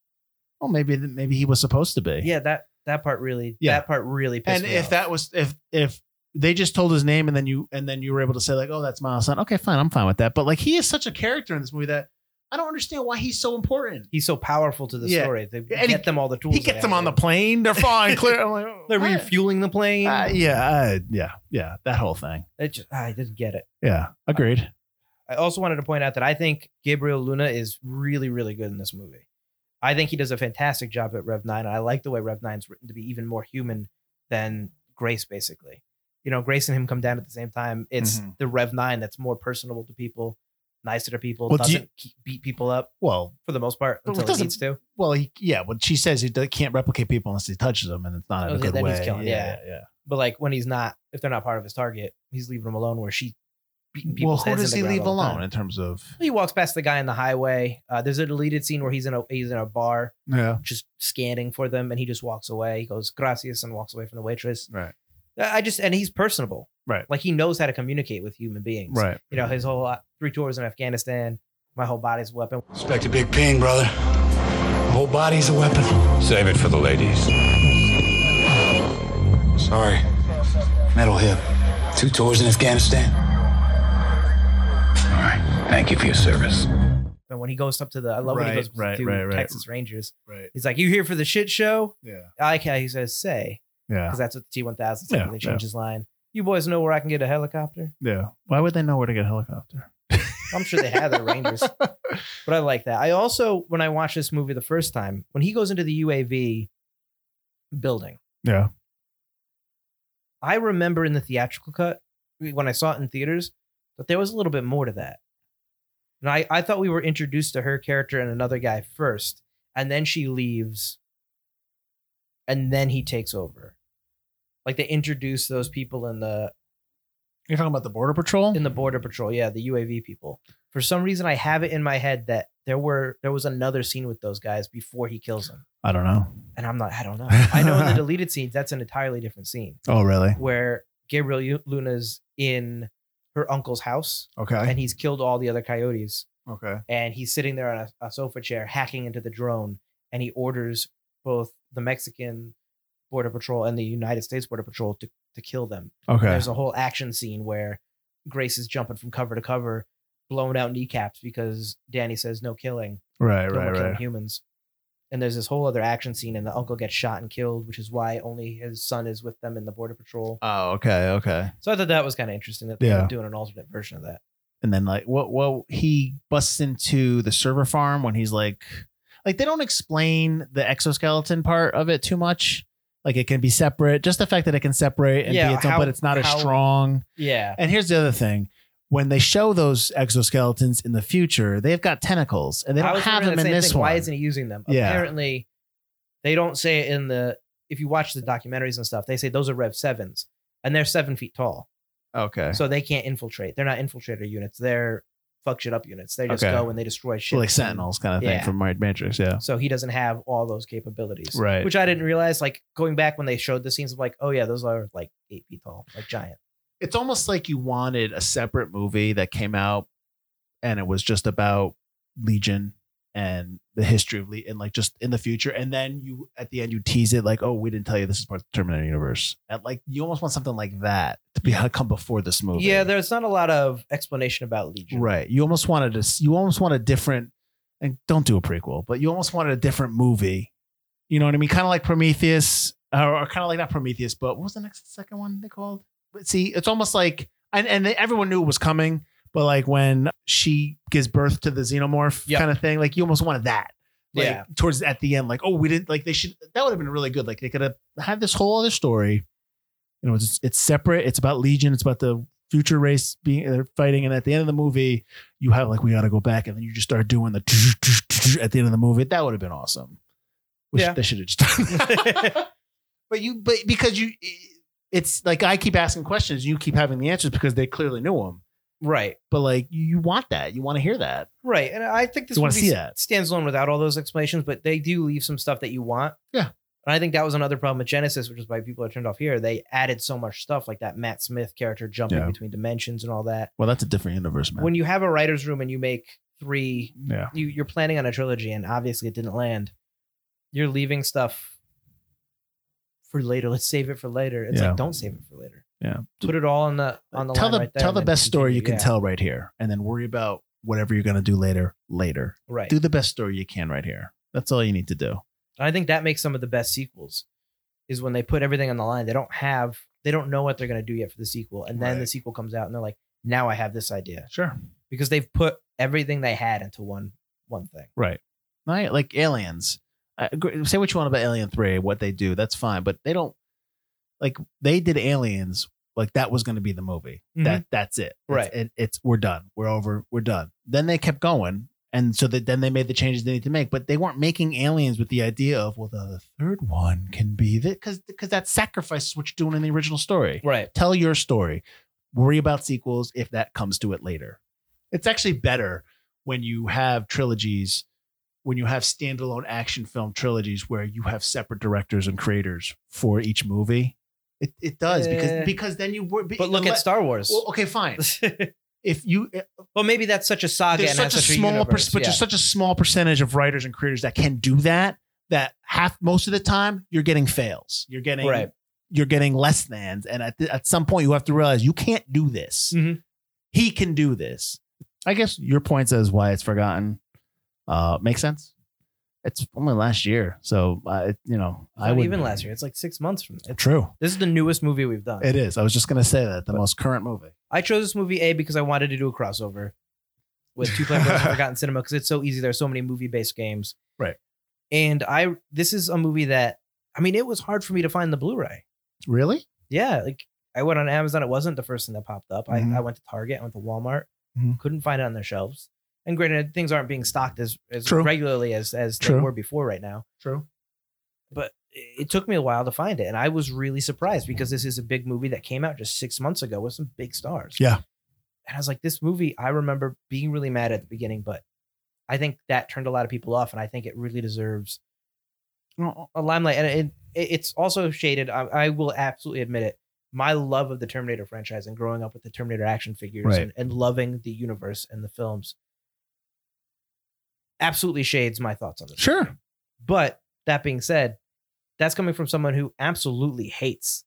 [SPEAKER 4] Well, maybe maybe he was supposed to be.
[SPEAKER 3] Yeah, that that part really
[SPEAKER 4] Yeah.
[SPEAKER 3] that part really pissed
[SPEAKER 4] And
[SPEAKER 3] me
[SPEAKER 4] if
[SPEAKER 3] off.
[SPEAKER 4] that was if if they just told his name and then you and then you were able to say like, oh, that's Miles' son. Okay, fine, I'm fine with that. But like, he is such a character in this movie that I don't understand why he's so important.
[SPEAKER 3] he's so powerful to the
[SPEAKER 4] Yeah.
[SPEAKER 3] story, they
[SPEAKER 4] And he-
[SPEAKER 3] get them all the tools.
[SPEAKER 4] He gets
[SPEAKER 3] they
[SPEAKER 4] them on the
[SPEAKER 3] have.
[SPEAKER 4] plane. They're [laughs] fine. Clear. I'm like, oh,
[SPEAKER 3] They're
[SPEAKER 4] what?
[SPEAKER 3] refueling the plane.
[SPEAKER 4] Uh, yeah, uh, yeah, yeah. That whole thing.
[SPEAKER 3] it just, I didn't get it.
[SPEAKER 4] Yeah, agreed.
[SPEAKER 3] I also wanted to point out that I think Gabriel Luna is really, really good in this movie. I think he does a fantastic job at Rev 9. And I like the way Rev 9's written to be even more human than Grace, basically. You know, Grace and him come down at the same time. It's
[SPEAKER 4] Mm-hmm.
[SPEAKER 3] the Rev 9 that's more personable to people, nicer to people,
[SPEAKER 4] Well, do you-
[SPEAKER 3] doesn't ke- beat people up
[SPEAKER 4] Well,
[SPEAKER 3] for the most part
[SPEAKER 4] But
[SPEAKER 3] until
[SPEAKER 4] it
[SPEAKER 3] he
[SPEAKER 4] doesn't-
[SPEAKER 3] needs to.
[SPEAKER 4] well, he, yeah. When she says he d- can't replicate people unless he touches them, and it's not in
[SPEAKER 3] Oh,
[SPEAKER 4] a
[SPEAKER 3] yeah,
[SPEAKER 4] good
[SPEAKER 3] then
[SPEAKER 4] way.
[SPEAKER 3] he's killing,
[SPEAKER 4] yeah, yeah.
[SPEAKER 3] But like when he's not, if they're not part of his target, he's leaving them alone where she's beating people.
[SPEAKER 4] Well, who does he leave alone in terms of?
[SPEAKER 3] He walks past the guy in the highway. Uh, there's a deleted scene where he's in a he's in a bar
[SPEAKER 4] Yeah,
[SPEAKER 3] just scanning for them and he just walks away. He goes, gracias, and walks away from the waitress.
[SPEAKER 4] Right.
[SPEAKER 3] I I just, and he's personable.
[SPEAKER 4] Right.
[SPEAKER 3] Like he knows how to communicate with human beings.
[SPEAKER 4] right.
[SPEAKER 3] You know, his whole uh, three tours in Afghanistan, my whole body's a weapon.
[SPEAKER 10] Expect a big pain, brother. Whole body's a weapon. Save it for the ladies. Sorry. Metal hip. Two tours in Afghanistan. All right. Thank you for your service.
[SPEAKER 3] And when he goes up to the, I love when he
[SPEAKER 4] Right,
[SPEAKER 3] goes
[SPEAKER 4] right,
[SPEAKER 3] to
[SPEAKER 4] right, right.
[SPEAKER 3] Texas Rangers.
[SPEAKER 4] Right.
[SPEAKER 3] He's like, You here for the shit show?
[SPEAKER 4] Yeah.
[SPEAKER 3] I like how he says, Say,
[SPEAKER 4] Yeah.
[SPEAKER 3] because that's what the T 1000 said.
[SPEAKER 4] Yeah,
[SPEAKER 3] when they
[SPEAKER 4] yeah.
[SPEAKER 3] change his line. You boys know where I can get a helicopter?
[SPEAKER 4] Yeah. Why would they know where to get a helicopter?
[SPEAKER 3] I'm sure they have
[SPEAKER 4] [laughs]
[SPEAKER 3] their Rangers. But I like that. I also, when I watched this movie the first time, when he goes into the UAV building,
[SPEAKER 4] Yeah.
[SPEAKER 3] I remember in the theatrical cut, when I saw it in theaters, that there was a little bit more to that. And I, I thought we were introduced to her character and another guy first, and then she leaves, and then he takes over. Like they introduce those people in the
[SPEAKER 4] You're talking about the border patrol?
[SPEAKER 3] in the border patrol yeah the uav people for some reason i have it in my head that there were there was another scene with those guys before he kills them
[SPEAKER 4] I don't know.
[SPEAKER 3] and i'm not i don't know i know in the deleted scenes that's an entirely different scene
[SPEAKER 4] Oh, really?
[SPEAKER 3] where gabriel Yu- luna's in her uncle's house
[SPEAKER 4] Okay.
[SPEAKER 3] and he's killed all the other coyotes
[SPEAKER 4] Okay.
[SPEAKER 3] and he's sitting there on a, a sofa chair hacking into the drone and he orders both the mexican border patrol and the united states border patrol to, to kill them
[SPEAKER 4] Okay.
[SPEAKER 3] there's a whole action scene where Grace is jumping from cover to cover, blowing out kneecaps because Danny says no killing,
[SPEAKER 4] Right,
[SPEAKER 3] no
[SPEAKER 4] right,
[SPEAKER 3] more killing
[SPEAKER 4] right.
[SPEAKER 3] humans. And there's this whole other action scene, and the uncle gets shot and killed, which is why only his son is with them in the border patrol.
[SPEAKER 4] Oh, okay, okay.
[SPEAKER 3] So I thought that was kind of interesting that they
[SPEAKER 4] Yeah.
[SPEAKER 3] were doing an alternate version of that.
[SPEAKER 4] And then like what what he busts into the server farm when he's like like they don't explain the exoskeleton part of it too much. Like it can be separate. Just the fact that it can separate and
[SPEAKER 3] Yeah,
[SPEAKER 4] be its own,
[SPEAKER 3] how-
[SPEAKER 4] but it's not
[SPEAKER 3] how-
[SPEAKER 4] as strong.
[SPEAKER 3] Yeah,
[SPEAKER 4] And here's the other thing. When they show those exoskeletons in the future, they've got tentacles and they
[SPEAKER 3] I
[SPEAKER 4] don't
[SPEAKER 3] was
[SPEAKER 4] have them
[SPEAKER 3] wondering the
[SPEAKER 4] in
[SPEAKER 3] same
[SPEAKER 4] this
[SPEAKER 3] thing.
[SPEAKER 4] one.
[SPEAKER 3] Why isn't he using them?
[SPEAKER 4] Yeah.
[SPEAKER 3] Apparently, they don't say it in the. If you watch the documentaries and stuff, they say those are Rev sevens, and they're seven feet tall.
[SPEAKER 4] okay.
[SPEAKER 3] So they can't infiltrate. They're not infiltrator units. They're fuck shit up units. They just
[SPEAKER 4] Okay.
[SPEAKER 3] go and they destroy shit.
[SPEAKER 4] like sentinels kind of thing
[SPEAKER 3] Yeah.
[SPEAKER 4] from Mar- Matrix, yeah.
[SPEAKER 3] So he doesn't have all those capabilities.
[SPEAKER 4] Right.
[SPEAKER 3] Which I didn't realize. Like going back when they showed the scenes, I'm like, oh yeah, those are like eight feet tall, like giant.
[SPEAKER 4] it's almost like you wanted a separate movie that came out and it was just about Legion and the history of Legion and like just in the future. And then you at the end you tease it like, oh, we didn't tell you this is part of the Terminator universe. And like you almost want something like that to be [laughs] to come before this movie.
[SPEAKER 3] Yeah, there's not a lot of explanation about Legion.
[SPEAKER 4] Oh, right. You almost wanted to s- you almost want a different and don't do a prequel, but you almost wanted a different movie. You know what I mean? Kind of like Prometheus, or, kind of like not Prometheus, but what was the next second one they called? But see, it's almost like and and everyone knew it was coming, but like when she gives birth to the xenomorph
[SPEAKER 3] Yeah.
[SPEAKER 4] kind of thing, like you almost wanted that. Like,
[SPEAKER 3] Yeah.
[SPEAKER 4] Towards at the end, like oh, we didn't like they should. That would have been really good. Like they could have had this whole other story. You know, it's it's separate. It's about Legion. It's about the future race being they're fighting. And at the end of the movie, you have like we got to go back, and then you just start doing the at the [laughs] end of the movie. That would have been awesome. Which
[SPEAKER 3] Yeah.
[SPEAKER 4] they should have just done. [laughs] But you, but because you, it's like I keep asking questions, you keep having the answers because they clearly knew them.
[SPEAKER 3] [laughs] Right.
[SPEAKER 4] But like you, you want that, you want to hear that.
[SPEAKER 3] Right. And I think this
[SPEAKER 4] You wanna
[SPEAKER 3] movie
[SPEAKER 4] see that.
[SPEAKER 3] stands alone without all those explanations, but they do leave some stuff that you want.
[SPEAKER 4] Yeah.
[SPEAKER 3] And I think that was another problem with Genesis, which is why people are turned off here. They added so much stuff like that Matt Smith character jumping
[SPEAKER 4] Yeah.
[SPEAKER 3] between dimensions and all that.
[SPEAKER 4] Well, that's a different universe, man.
[SPEAKER 3] When you have a writer's room and you make three,
[SPEAKER 4] Yeah.
[SPEAKER 3] you, you're planning on a trilogy and obviously it didn't land, you're leaving stuff for later. Let's save it for later. It's
[SPEAKER 4] Yeah.
[SPEAKER 3] like, don't save it for later.
[SPEAKER 4] Yeah. Uh,
[SPEAKER 3] Put it all on the, on the
[SPEAKER 4] tell
[SPEAKER 3] line
[SPEAKER 4] the
[SPEAKER 3] right there
[SPEAKER 4] tell
[SPEAKER 3] and
[SPEAKER 4] the
[SPEAKER 3] then
[SPEAKER 4] best story
[SPEAKER 3] continue.
[SPEAKER 4] you can
[SPEAKER 3] Yeah.
[SPEAKER 4] tell right here, and then worry about whatever you're gonna do later. Later,
[SPEAKER 3] Right.
[SPEAKER 4] do the best story you can right here. That's all you need to do.
[SPEAKER 3] And I think that makes some of the best sequels is when they put everything on the line. They don't have, they don't know what they're going to do yet for the sequel. And then the sequel comes out and they're like, now I have this idea
[SPEAKER 4] Sure.
[SPEAKER 3] because they've put everything they had into one, one thing.
[SPEAKER 4] Right. Like aliens. I agree- say what you want about Alien Three, what they do, that's fine. But they don't like they did Aliens. Like that was gonna be the movie.
[SPEAKER 3] Mhm.
[SPEAKER 4] That that's it.
[SPEAKER 3] Right.
[SPEAKER 4] It's, it, it's we're done. We're over. We're done. Then they kept going. And so that then they made the changes they need to make, but they weren't making aliens with the idea of well the third one can be that because because that sacrifices what you're doing in the original story.
[SPEAKER 3] Right.
[SPEAKER 4] tell your story. Worry about sequels if that comes to it later. It's actually better when you have trilogies, when you have standalone action film trilogies where you have separate directors and creators for each movie. It, it does
[SPEAKER 3] Eh.
[SPEAKER 4] because because then you were
[SPEAKER 3] But look at
[SPEAKER 4] unless-
[SPEAKER 3] Star Wars.
[SPEAKER 4] well, okay
[SPEAKER 3] [laughs]
[SPEAKER 4] fine if you
[SPEAKER 3] well, maybe that's such a saga
[SPEAKER 4] there's
[SPEAKER 3] and
[SPEAKER 4] such a
[SPEAKER 3] has such
[SPEAKER 4] small per-
[SPEAKER 3] universe.
[SPEAKER 4] but
[SPEAKER 3] Yeah.
[SPEAKER 4] there's such a small percentage of writers and creators that can do that that half most of the time you're getting fails you're getting
[SPEAKER 3] Right.
[SPEAKER 4] you're getting less than and at, th- at some point you have to realize you can't do this
[SPEAKER 3] Mhm.
[SPEAKER 4] he can do this i guess your point says why it's forgotten uh makes sense it's only last year so uh, it, you know
[SPEAKER 3] Not
[SPEAKER 4] i would
[SPEAKER 3] even last year. It's like six months from now.
[SPEAKER 4] true
[SPEAKER 3] This is the newest movie we've done.
[SPEAKER 4] it is i was just gonna say that the most current movie
[SPEAKER 3] I chose this movie A because I wanted to do a crossover with Two Play Brothers and Forgotten Cinema because it's so easy. There's so many movie based games.
[SPEAKER 4] Right.
[SPEAKER 3] And I this is a movie that I mean it was hard for me to find the Blu-ray.
[SPEAKER 4] really
[SPEAKER 3] Yeah, like I went on Amazon. It wasn't the first thing that popped up.
[SPEAKER 4] Mhm.
[SPEAKER 3] I, I went to Target. I went to Walmart.
[SPEAKER 4] Mhm.
[SPEAKER 3] Couldn't find it on their shelves. And granted, things aren't being stocked as, as
[SPEAKER 4] True.
[SPEAKER 3] regularly as as they
[SPEAKER 4] True.
[SPEAKER 3] were before right now.
[SPEAKER 4] True.
[SPEAKER 3] But it it took me a while to find it, and I was really surprised because this is a big movie that came out just six months ago with some big stars.
[SPEAKER 4] Yeah.
[SPEAKER 3] And I was like, this movie. I remember being really mad at the beginning, but I think that turned a lot of people off, and I think it really deserves a limelight. And it, it- it's also shaded. I, I will absolutely admit it. My love of the Terminator franchise and growing up with the Terminator action figures
[SPEAKER 4] Right.
[SPEAKER 3] and, and loving the universe and the films absolutely shades my thoughts on this.
[SPEAKER 4] sure
[SPEAKER 3] But that being said, that's coming from someone who absolutely hates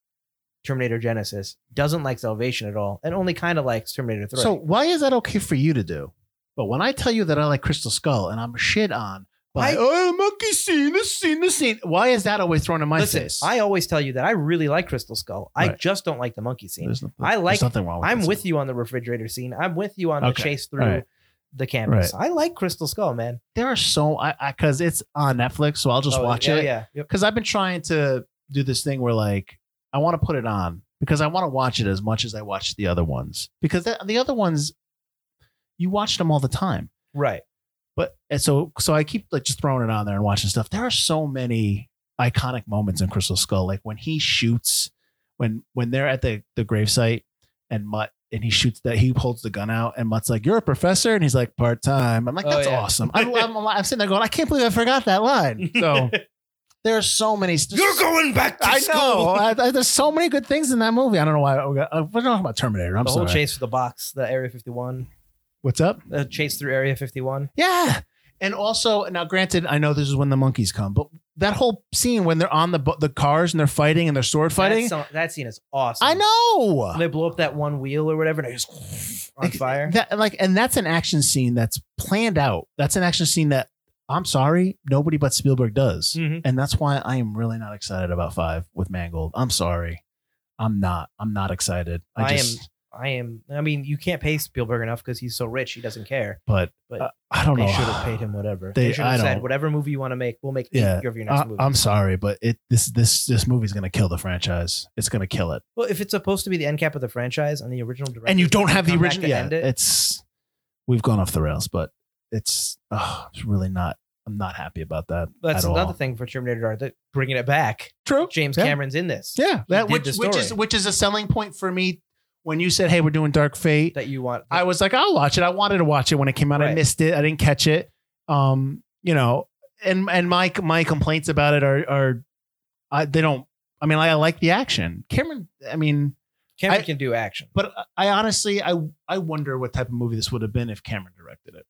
[SPEAKER 3] Terminator Genesis, doesn't like Salvation at all, and only kind of likes Terminator 3.
[SPEAKER 4] So why is that okay for you to do? But when I tell you that I like Crystal Skull and I'm shit on by
[SPEAKER 3] I-
[SPEAKER 4] oh monkey scene, this scene, this scene, why is that always thrown in my
[SPEAKER 3] Listen,
[SPEAKER 4] face?
[SPEAKER 3] I always tell you that I really like Crystal Skull. I
[SPEAKER 4] Right.
[SPEAKER 3] just don't like the monkey scene.
[SPEAKER 4] There's no-
[SPEAKER 3] I
[SPEAKER 4] there's
[SPEAKER 3] like-
[SPEAKER 4] nothing wrong. With
[SPEAKER 3] I'm
[SPEAKER 4] this.
[SPEAKER 3] with you on the refrigerator scene. I'm with you on the
[SPEAKER 4] Okay.
[SPEAKER 3] chase through
[SPEAKER 4] All right.
[SPEAKER 3] the campus. I like Crystal Skull, man.
[SPEAKER 4] There are so I because it's on Netflix, so I'll just
[SPEAKER 3] Oh,
[SPEAKER 4] watch
[SPEAKER 3] yeah,
[SPEAKER 4] it.
[SPEAKER 3] Yeah. Yep.
[SPEAKER 4] Because I've been trying to do this thing where like I want to put it on because I want to watch it as much as I watch the other ones because the, the other ones you watch them all the time.
[SPEAKER 3] Right.
[SPEAKER 4] But and so so I keep like just throwing it on there and watching stuff. There are so many iconic moments in Crystal Skull, like when he shoots, when when they're at the the gravesite and Mutt and he shoots that he holds the gun out and Mutt's like, "You're a professor," and he's like, "Part time." I'm like,
[SPEAKER 3] Oh,
[SPEAKER 4] "That's
[SPEAKER 3] yeah.
[SPEAKER 4] awesome." I'm, I'm, I'm sitting there going, "I can't believe I forgot that
[SPEAKER 3] [laughs]
[SPEAKER 4] line." So there are so many.
[SPEAKER 3] going back
[SPEAKER 4] I know. I, I- there's so many good things in that movie. I don't know why we got- uh, we're talking about Terminator. I'm
[SPEAKER 3] the whole
[SPEAKER 4] sorry.
[SPEAKER 3] chase for the box, the Area 51,
[SPEAKER 4] What's up?
[SPEAKER 3] the chase through Area 51.
[SPEAKER 4] Yeah. And also, now granted, I know this is when the monkeys come, but that whole scene when they're on the bu- the cars and they're fighting and they're sword
[SPEAKER 3] That,
[SPEAKER 4] fighting,
[SPEAKER 3] so- that scene is awesome.
[SPEAKER 4] I know.
[SPEAKER 3] They blow up that one wheel or whatever, and it just on
[SPEAKER 4] Like,
[SPEAKER 3] fire.
[SPEAKER 4] That like, and that's an action scene that's planned out. That's an action scene that I'm sorry, nobody but Spielberg does,
[SPEAKER 3] Mhm.
[SPEAKER 4] and that's why I am really not excited about Five with Mangold. I'm sorry, I'm not. I'm not excited. I,
[SPEAKER 3] I am-
[SPEAKER 4] just,
[SPEAKER 3] I am. I mean, you can't pay Spielberg enough because he's so rich. He doesn't care.
[SPEAKER 4] but,
[SPEAKER 3] But
[SPEAKER 4] uh, I don't
[SPEAKER 3] They
[SPEAKER 4] know.
[SPEAKER 3] should have paid him whatever.
[SPEAKER 4] They-
[SPEAKER 3] They, should have
[SPEAKER 4] I
[SPEAKER 3] said
[SPEAKER 4] don't-
[SPEAKER 3] whatever movie you want to make, we'll make
[SPEAKER 4] Yeah.
[SPEAKER 3] eight of your next
[SPEAKER 4] I,
[SPEAKER 3] movie.
[SPEAKER 4] I'm sorry, but it this this this movie's gonna kill the franchise. It's gonna kill it.
[SPEAKER 3] well, if it's supposed to be the end cap of the franchise and the original director,
[SPEAKER 4] and you don't have the
[SPEAKER 3] come back
[SPEAKER 4] original.
[SPEAKER 3] and
[SPEAKER 4] Yeah,
[SPEAKER 3] end it.
[SPEAKER 4] it's we've gone off the rails, but it's oh, it's really not. I'm not happy about that.
[SPEAKER 3] That's
[SPEAKER 4] at
[SPEAKER 3] another
[SPEAKER 4] all.
[SPEAKER 3] thing for Terminator Dark, that bringing it back.
[SPEAKER 4] True.
[SPEAKER 3] James
[SPEAKER 4] Yeah.
[SPEAKER 3] Cameron's in this.
[SPEAKER 4] Yeah, that
[SPEAKER 3] did
[SPEAKER 4] which
[SPEAKER 3] the
[SPEAKER 4] which is
[SPEAKER 3] story.
[SPEAKER 4] which is a selling point for me. When you said, "Hey, we're doing Dark Fate,"
[SPEAKER 3] That you want.
[SPEAKER 4] I was like, "I'll watch it." I wanted to watch it when it came out. I
[SPEAKER 3] Right.
[SPEAKER 4] missed it. I didn't catch it. Um, you know, and and my my complaints about it are are I, they don't. I mean, I, I like the action. Cameron. I mean,
[SPEAKER 3] Cameron
[SPEAKER 4] I-
[SPEAKER 3] can do action.
[SPEAKER 4] but I honestly, I I wonder what type of movie this would have been if Cameron directed it,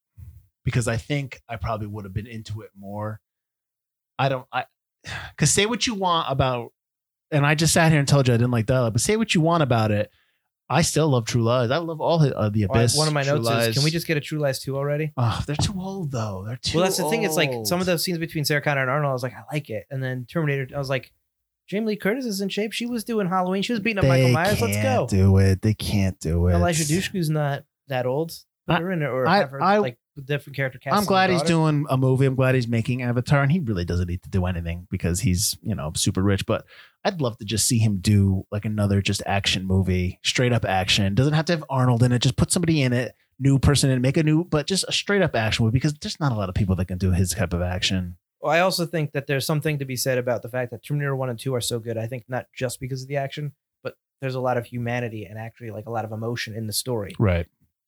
[SPEAKER 4] because I think I probably would have been into it more. I don't. I [sighs] because say what you want about, and I just sat here and told you I didn't like dialogue, but say what you want about it. I still love True Lies. I love all the- uh, the
[SPEAKER 3] All right,
[SPEAKER 4] Abyss.
[SPEAKER 3] One of my
[SPEAKER 4] True
[SPEAKER 3] notes
[SPEAKER 4] Lies.
[SPEAKER 3] is: Can we just get a True Lies two already?
[SPEAKER 4] Oh, they're too old though. They're too.
[SPEAKER 3] well, that's the thing. It's like some of
[SPEAKER 4] old.
[SPEAKER 3] those scenes between Sarah Connor and Arnold. I was like, I like it. And then Terminator, I was like, Jamie Lee Curtis is in shape. She was doing Halloween. She was beating up Michael
[SPEAKER 4] They
[SPEAKER 3] Myers. Let's go.
[SPEAKER 4] can't Do it. They can't do it.
[SPEAKER 3] Elijah Dushku's not that old. Put
[SPEAKER 4] I-
[SPEAKER 3] her in it or
[SPEAKER 4] I-
[SPEAKER 3] have her
[SPEAKER 4] I-
[SPEAKER 3] like with different character cast.
[SPEAKER 4] I'm glad he's
[SPEAKER 3] daughter.
[SPEAKER 4] doing a movie. I'm glad he's making Avatar, and he really doesn't need to do anything because he's you know super rich. But I'd love to just see him do like another just action movie, straight up action. Doesn't have to have Arnold in it. Just put somebody in it, new person in, it, make a new, but just a straight up action movie because there's not a lot of people that can do his type of action.
[SPEAKER 3] Well, I also think that there's something to be said about the fact that Terminator 1 and 2 are so good. I think not just because of the action, but there's a lot of humanity and actually like a lot of emotion in the story,
[SPEAKER 4] Right.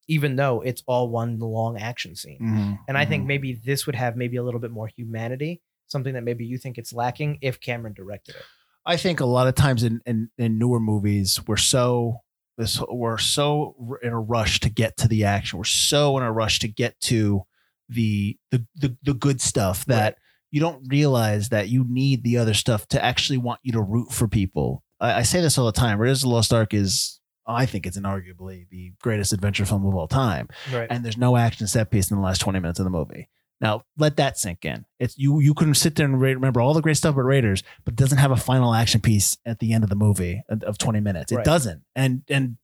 [SPEAKER 3] even though it's all one long action scene.
[SPEAKER 4] Mm-hmm.
[SPEAKER 3] And I think maybe this would have maybe a little bit more humanity, something that maybe you think it's lacking if Cameron directed it.
[SPEAKER 4] I think a lot of times in in, in newer movies, we're so this we're so r- in a rush to get to the action. We're so in a rush to get to the the the, the good stuff that you don't realize that you need the other stuff to actually want you to root for people. I, I say this all the time. Raiders of the Lost Ark is. I think it's inarguably the greatest adventure film of all time,
[SPEAKER 3] Right.
[SPEAKER 4] and there's no action set piece in the last 20 minutes of the movie. Now let that sink in. It's you. You can sit there and re- remember all the great stuff about Raiders, but it doesn't have a final action piece at the end of the movie of- of twenty minutes. It
[SPEAKER 3] Right.
[SPEAKER 4] doesn't. And and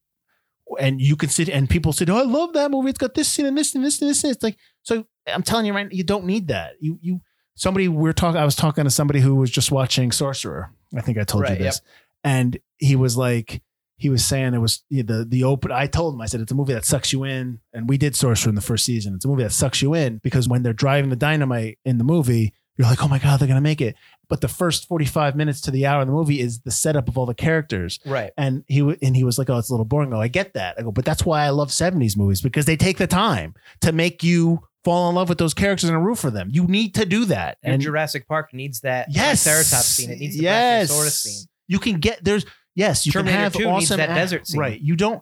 [SPEAKER 4] and you can sit and people said, "Oh, I love that movie. It's got this scene and this and this and this." And it's like so. I'm telling you right, you don't need that. You you somebody we're talking. I was talking to somebody who was just watching Sorcerer. I think I told
[SPEAKER 3] Right,
[SPEAKER 4] you this, and he was like. He was saying it was you know, the the open. I told him I said it's a movie that sucks you in, and we did Sorcerer in the first season. It's a movie that sucks you in because when they're driving the dynamite in the movie, you're like, oh my god, they're gonna make it. But the first 45 minutes to the hour of the movie is the setup of all the characters,
[SPEAKER 3] Right.
[SPEAKER 4] and he w- and he was like, "Oh, it's a little boring." I go, I get that. I go, but that's why I love '70s movies because they take the time to make you fall in love with those characters and root for them. You need to do that.
[SPEAKER 3] Your
[SPEAKER 4] and
[SPEAKER 3] Jurassic Park needs that
[SPEAKER 4] yes,
[SPEAKER 3] Ceratops scene. It needs the Brachiosaurus scene.
[SPEAKER 4] You can get there's yes, you
[SPEAKER 3] Terminator
[SPEAKER 4] can have
[SPEAKER 3] 2 needs
[SPEAKER 4] awesome
[SPEAKER 3] that
[SPEAKER 4] ac-
[SPEAKER 3] desert scene.
[SPEAKER 4] Right. You don't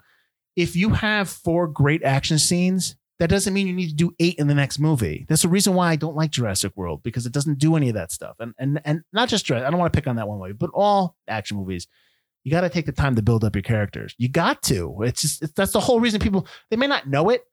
[SPEAKER 4] if you have four great action scenes. That doesn't mean you need to do eight in the next movie. That's the reason why I don't like Jurassic World because it doesn't do any of that stuff. And and and not just Jurassic. I don't want to pick on that one way, but all action movies, you got to take the time to build up your characters. You got to. It's just it's, that's the whole reason people they may not know it,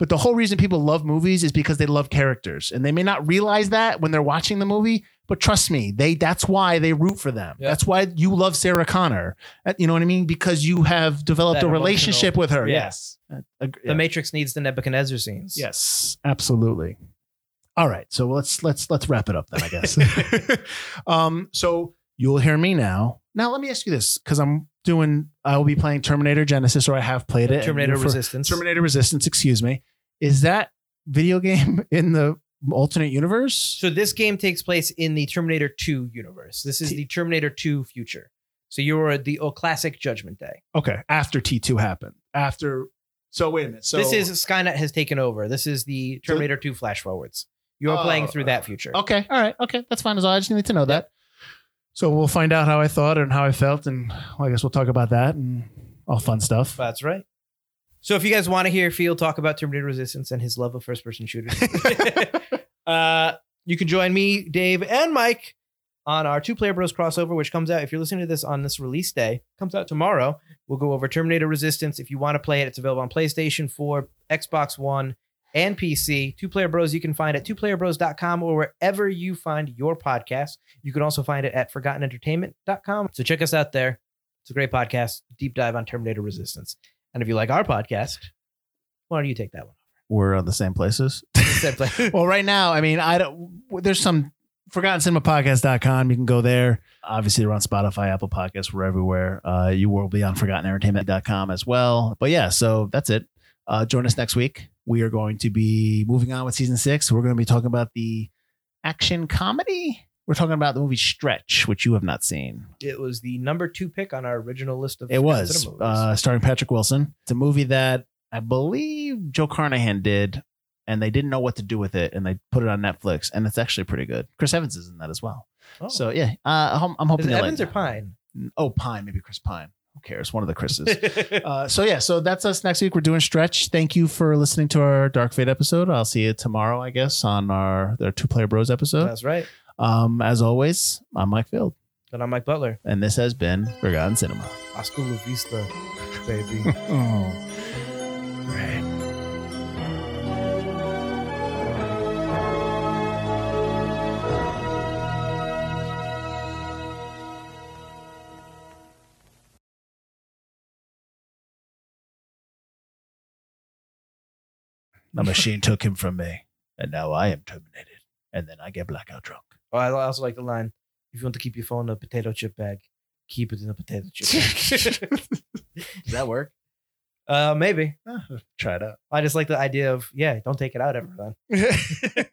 [SPEAKER 4] but the whole reason people love movies is because they love characters, and they may not realize that when they're watching the movie. But trust me, they that's why they root for them.
[SPEAKER 3] Yeah.
[SPEAKER 4] That's why you love Sarah Connor. Uh, You know what I mean? Because you have developed
[SPEAKER 3] That
[SPEAKER 4] a relationship
[SPEAKER 3] emotional-
[SPEAKER 4] with her.
[SPEAKER 3] Yeah.
[SPEAKER 4] Yes. Uh, ag-
[SPEAKER 3] The Matrix needs the Nebuchadnezzar scenes.
[SPEAKER 4] Yes, absolutely. All right, so let's let's let's wrap it up then, I guess.
[SPEAKER 3] [laughs]
[SPEAKER 4] um, so you'll hear me now. Now let me ask you this, because I'm doing, I will be playing Terminator Genesis, or I have played it. and
[SPEAKER 3] Terminator
[SPEAKER 4] you're for-
[SPEAKER 3] Resistance.
[SPEAKER 4] Terminator Resistance, excuse me. Is that video game [laughs] in the alternate universe?
[SPEAKER 3] So this game takes place in the Terminator 2 universe. This is the Terminator 2 future. So you are the oh, classic Judgment Day.
[SPEAKER 4] Okay, after T two happened, after. So wait a minute. So
[SPEAKER 3] this is Skynet has taken over. This is the Terminator 2 flash forwards. You are playing
[SPEAKER 4] Oh,
[SPEAKER 3] through that future.
[SPEAKER 4] Okay. All right. Okay. That's fine as all. I just need to know that. So we'll find out how I thought and how I felt, and I guess we'll talk about that and all fun stuff.
[SPEAKER 3] That's right. So if you guys want to hear Field talk about Terminator Resistance and his love of first person shooters, [laughs] uh, you can join me, Dave, and Mike on our two player bros crossover, which comes out if you're listening to this on this release day, comes out tomorrow. We'll go over Terminator Resistance. If you want to play it, it's available on PlayStation 4, Xbox One, and PC. Two Player Bros you can find at twoplayerbros.com or wherever you find your podcast. You can also find it at forgottenentertainment.com. So check us out there. It's a great podcast, deep dive on Terminator Resistance. And if you like our podcast, why don't you
[SPEAKER 4] [laughs]
[SPEAKER 3] take that one?
[SPEAKER 4] We're on the same places.
[SPEAKER 3] Instead, play-
[SPEAKER 4] well, right now, I mean, I don't. There's some ForgottenCinemaPodcast.com. You can go there. Obviously, we're on Spotify, Apple Podcasts. We're everywhere. Uh, you will be on ForgottenEntertainment.com as well. But yeah, so that's it. Uh, join us next week. We are going to be moving on with season six. We're going to be talking about the action comedy. We're talking about the movie Stretch, which you have not seen.
[SPEAKER 3] it was the number two pick on our original list of
[SPEAKER 4] It was
[SPEAKER 3] cinema movies.
[SPEAKER 4] uh, starring Patrick Wilson. It's a movie that I believe Joe Carnahan did, and they didn't know what to do with it, and they put it on Netflix, and it's actually pretty good. Chris Evans is in that as well.
[SPEAKER 3] Oh.
[SPEAKER 4] So yeah, uh, I'm, I'm hoping
[SPEAKER 3] Is it
[SPEAKER 4] they
[SPEAKER 3] Evans or
[SPEAKER 4] like, [laughs]
[SPEAKER 3] Pine?
[SPEAKER 4] oh Pine, maybe Chris Pine. Who cares? One of the
[SPEAKER 3] [laughs]
[SPEAKER 4] Chris's. uh, so yeah, so that's us next week. We're doing stretch. Thank you for listening to our Dark Fate episode. I'll see you tomorrow, I guess, on our their Two Player Bros episode.
[SPEAKER 3] That's right.
[SPEAKER 4] Um, as always, I'm Mike Field,
[SPEAKER 3] But I'm Mike Butler.
[SPEAKER 4] and this has been Forgotten Cinema.
[SPEAKER 3] Oscar La Vista,
[SPEAKER 4] [laughs]
[SPEAKER 3] baby.
[SPEAKER 4] Oh. The machine took him from me, and now I am terminated. And then I get blackout drunk.
[SPEAKER 3] Oh, I also like the line if you want to keep your phone in a potato chip bag, keep it in a potato chip
[SPEAKER 4] [laughs]
[SPEAKER 3] bag. Does that work? Uh, maybe.
[SPEAKER 4] Try it out.
[SPEAKER 3] I just like the idea of, yeah, don't take it out ever then.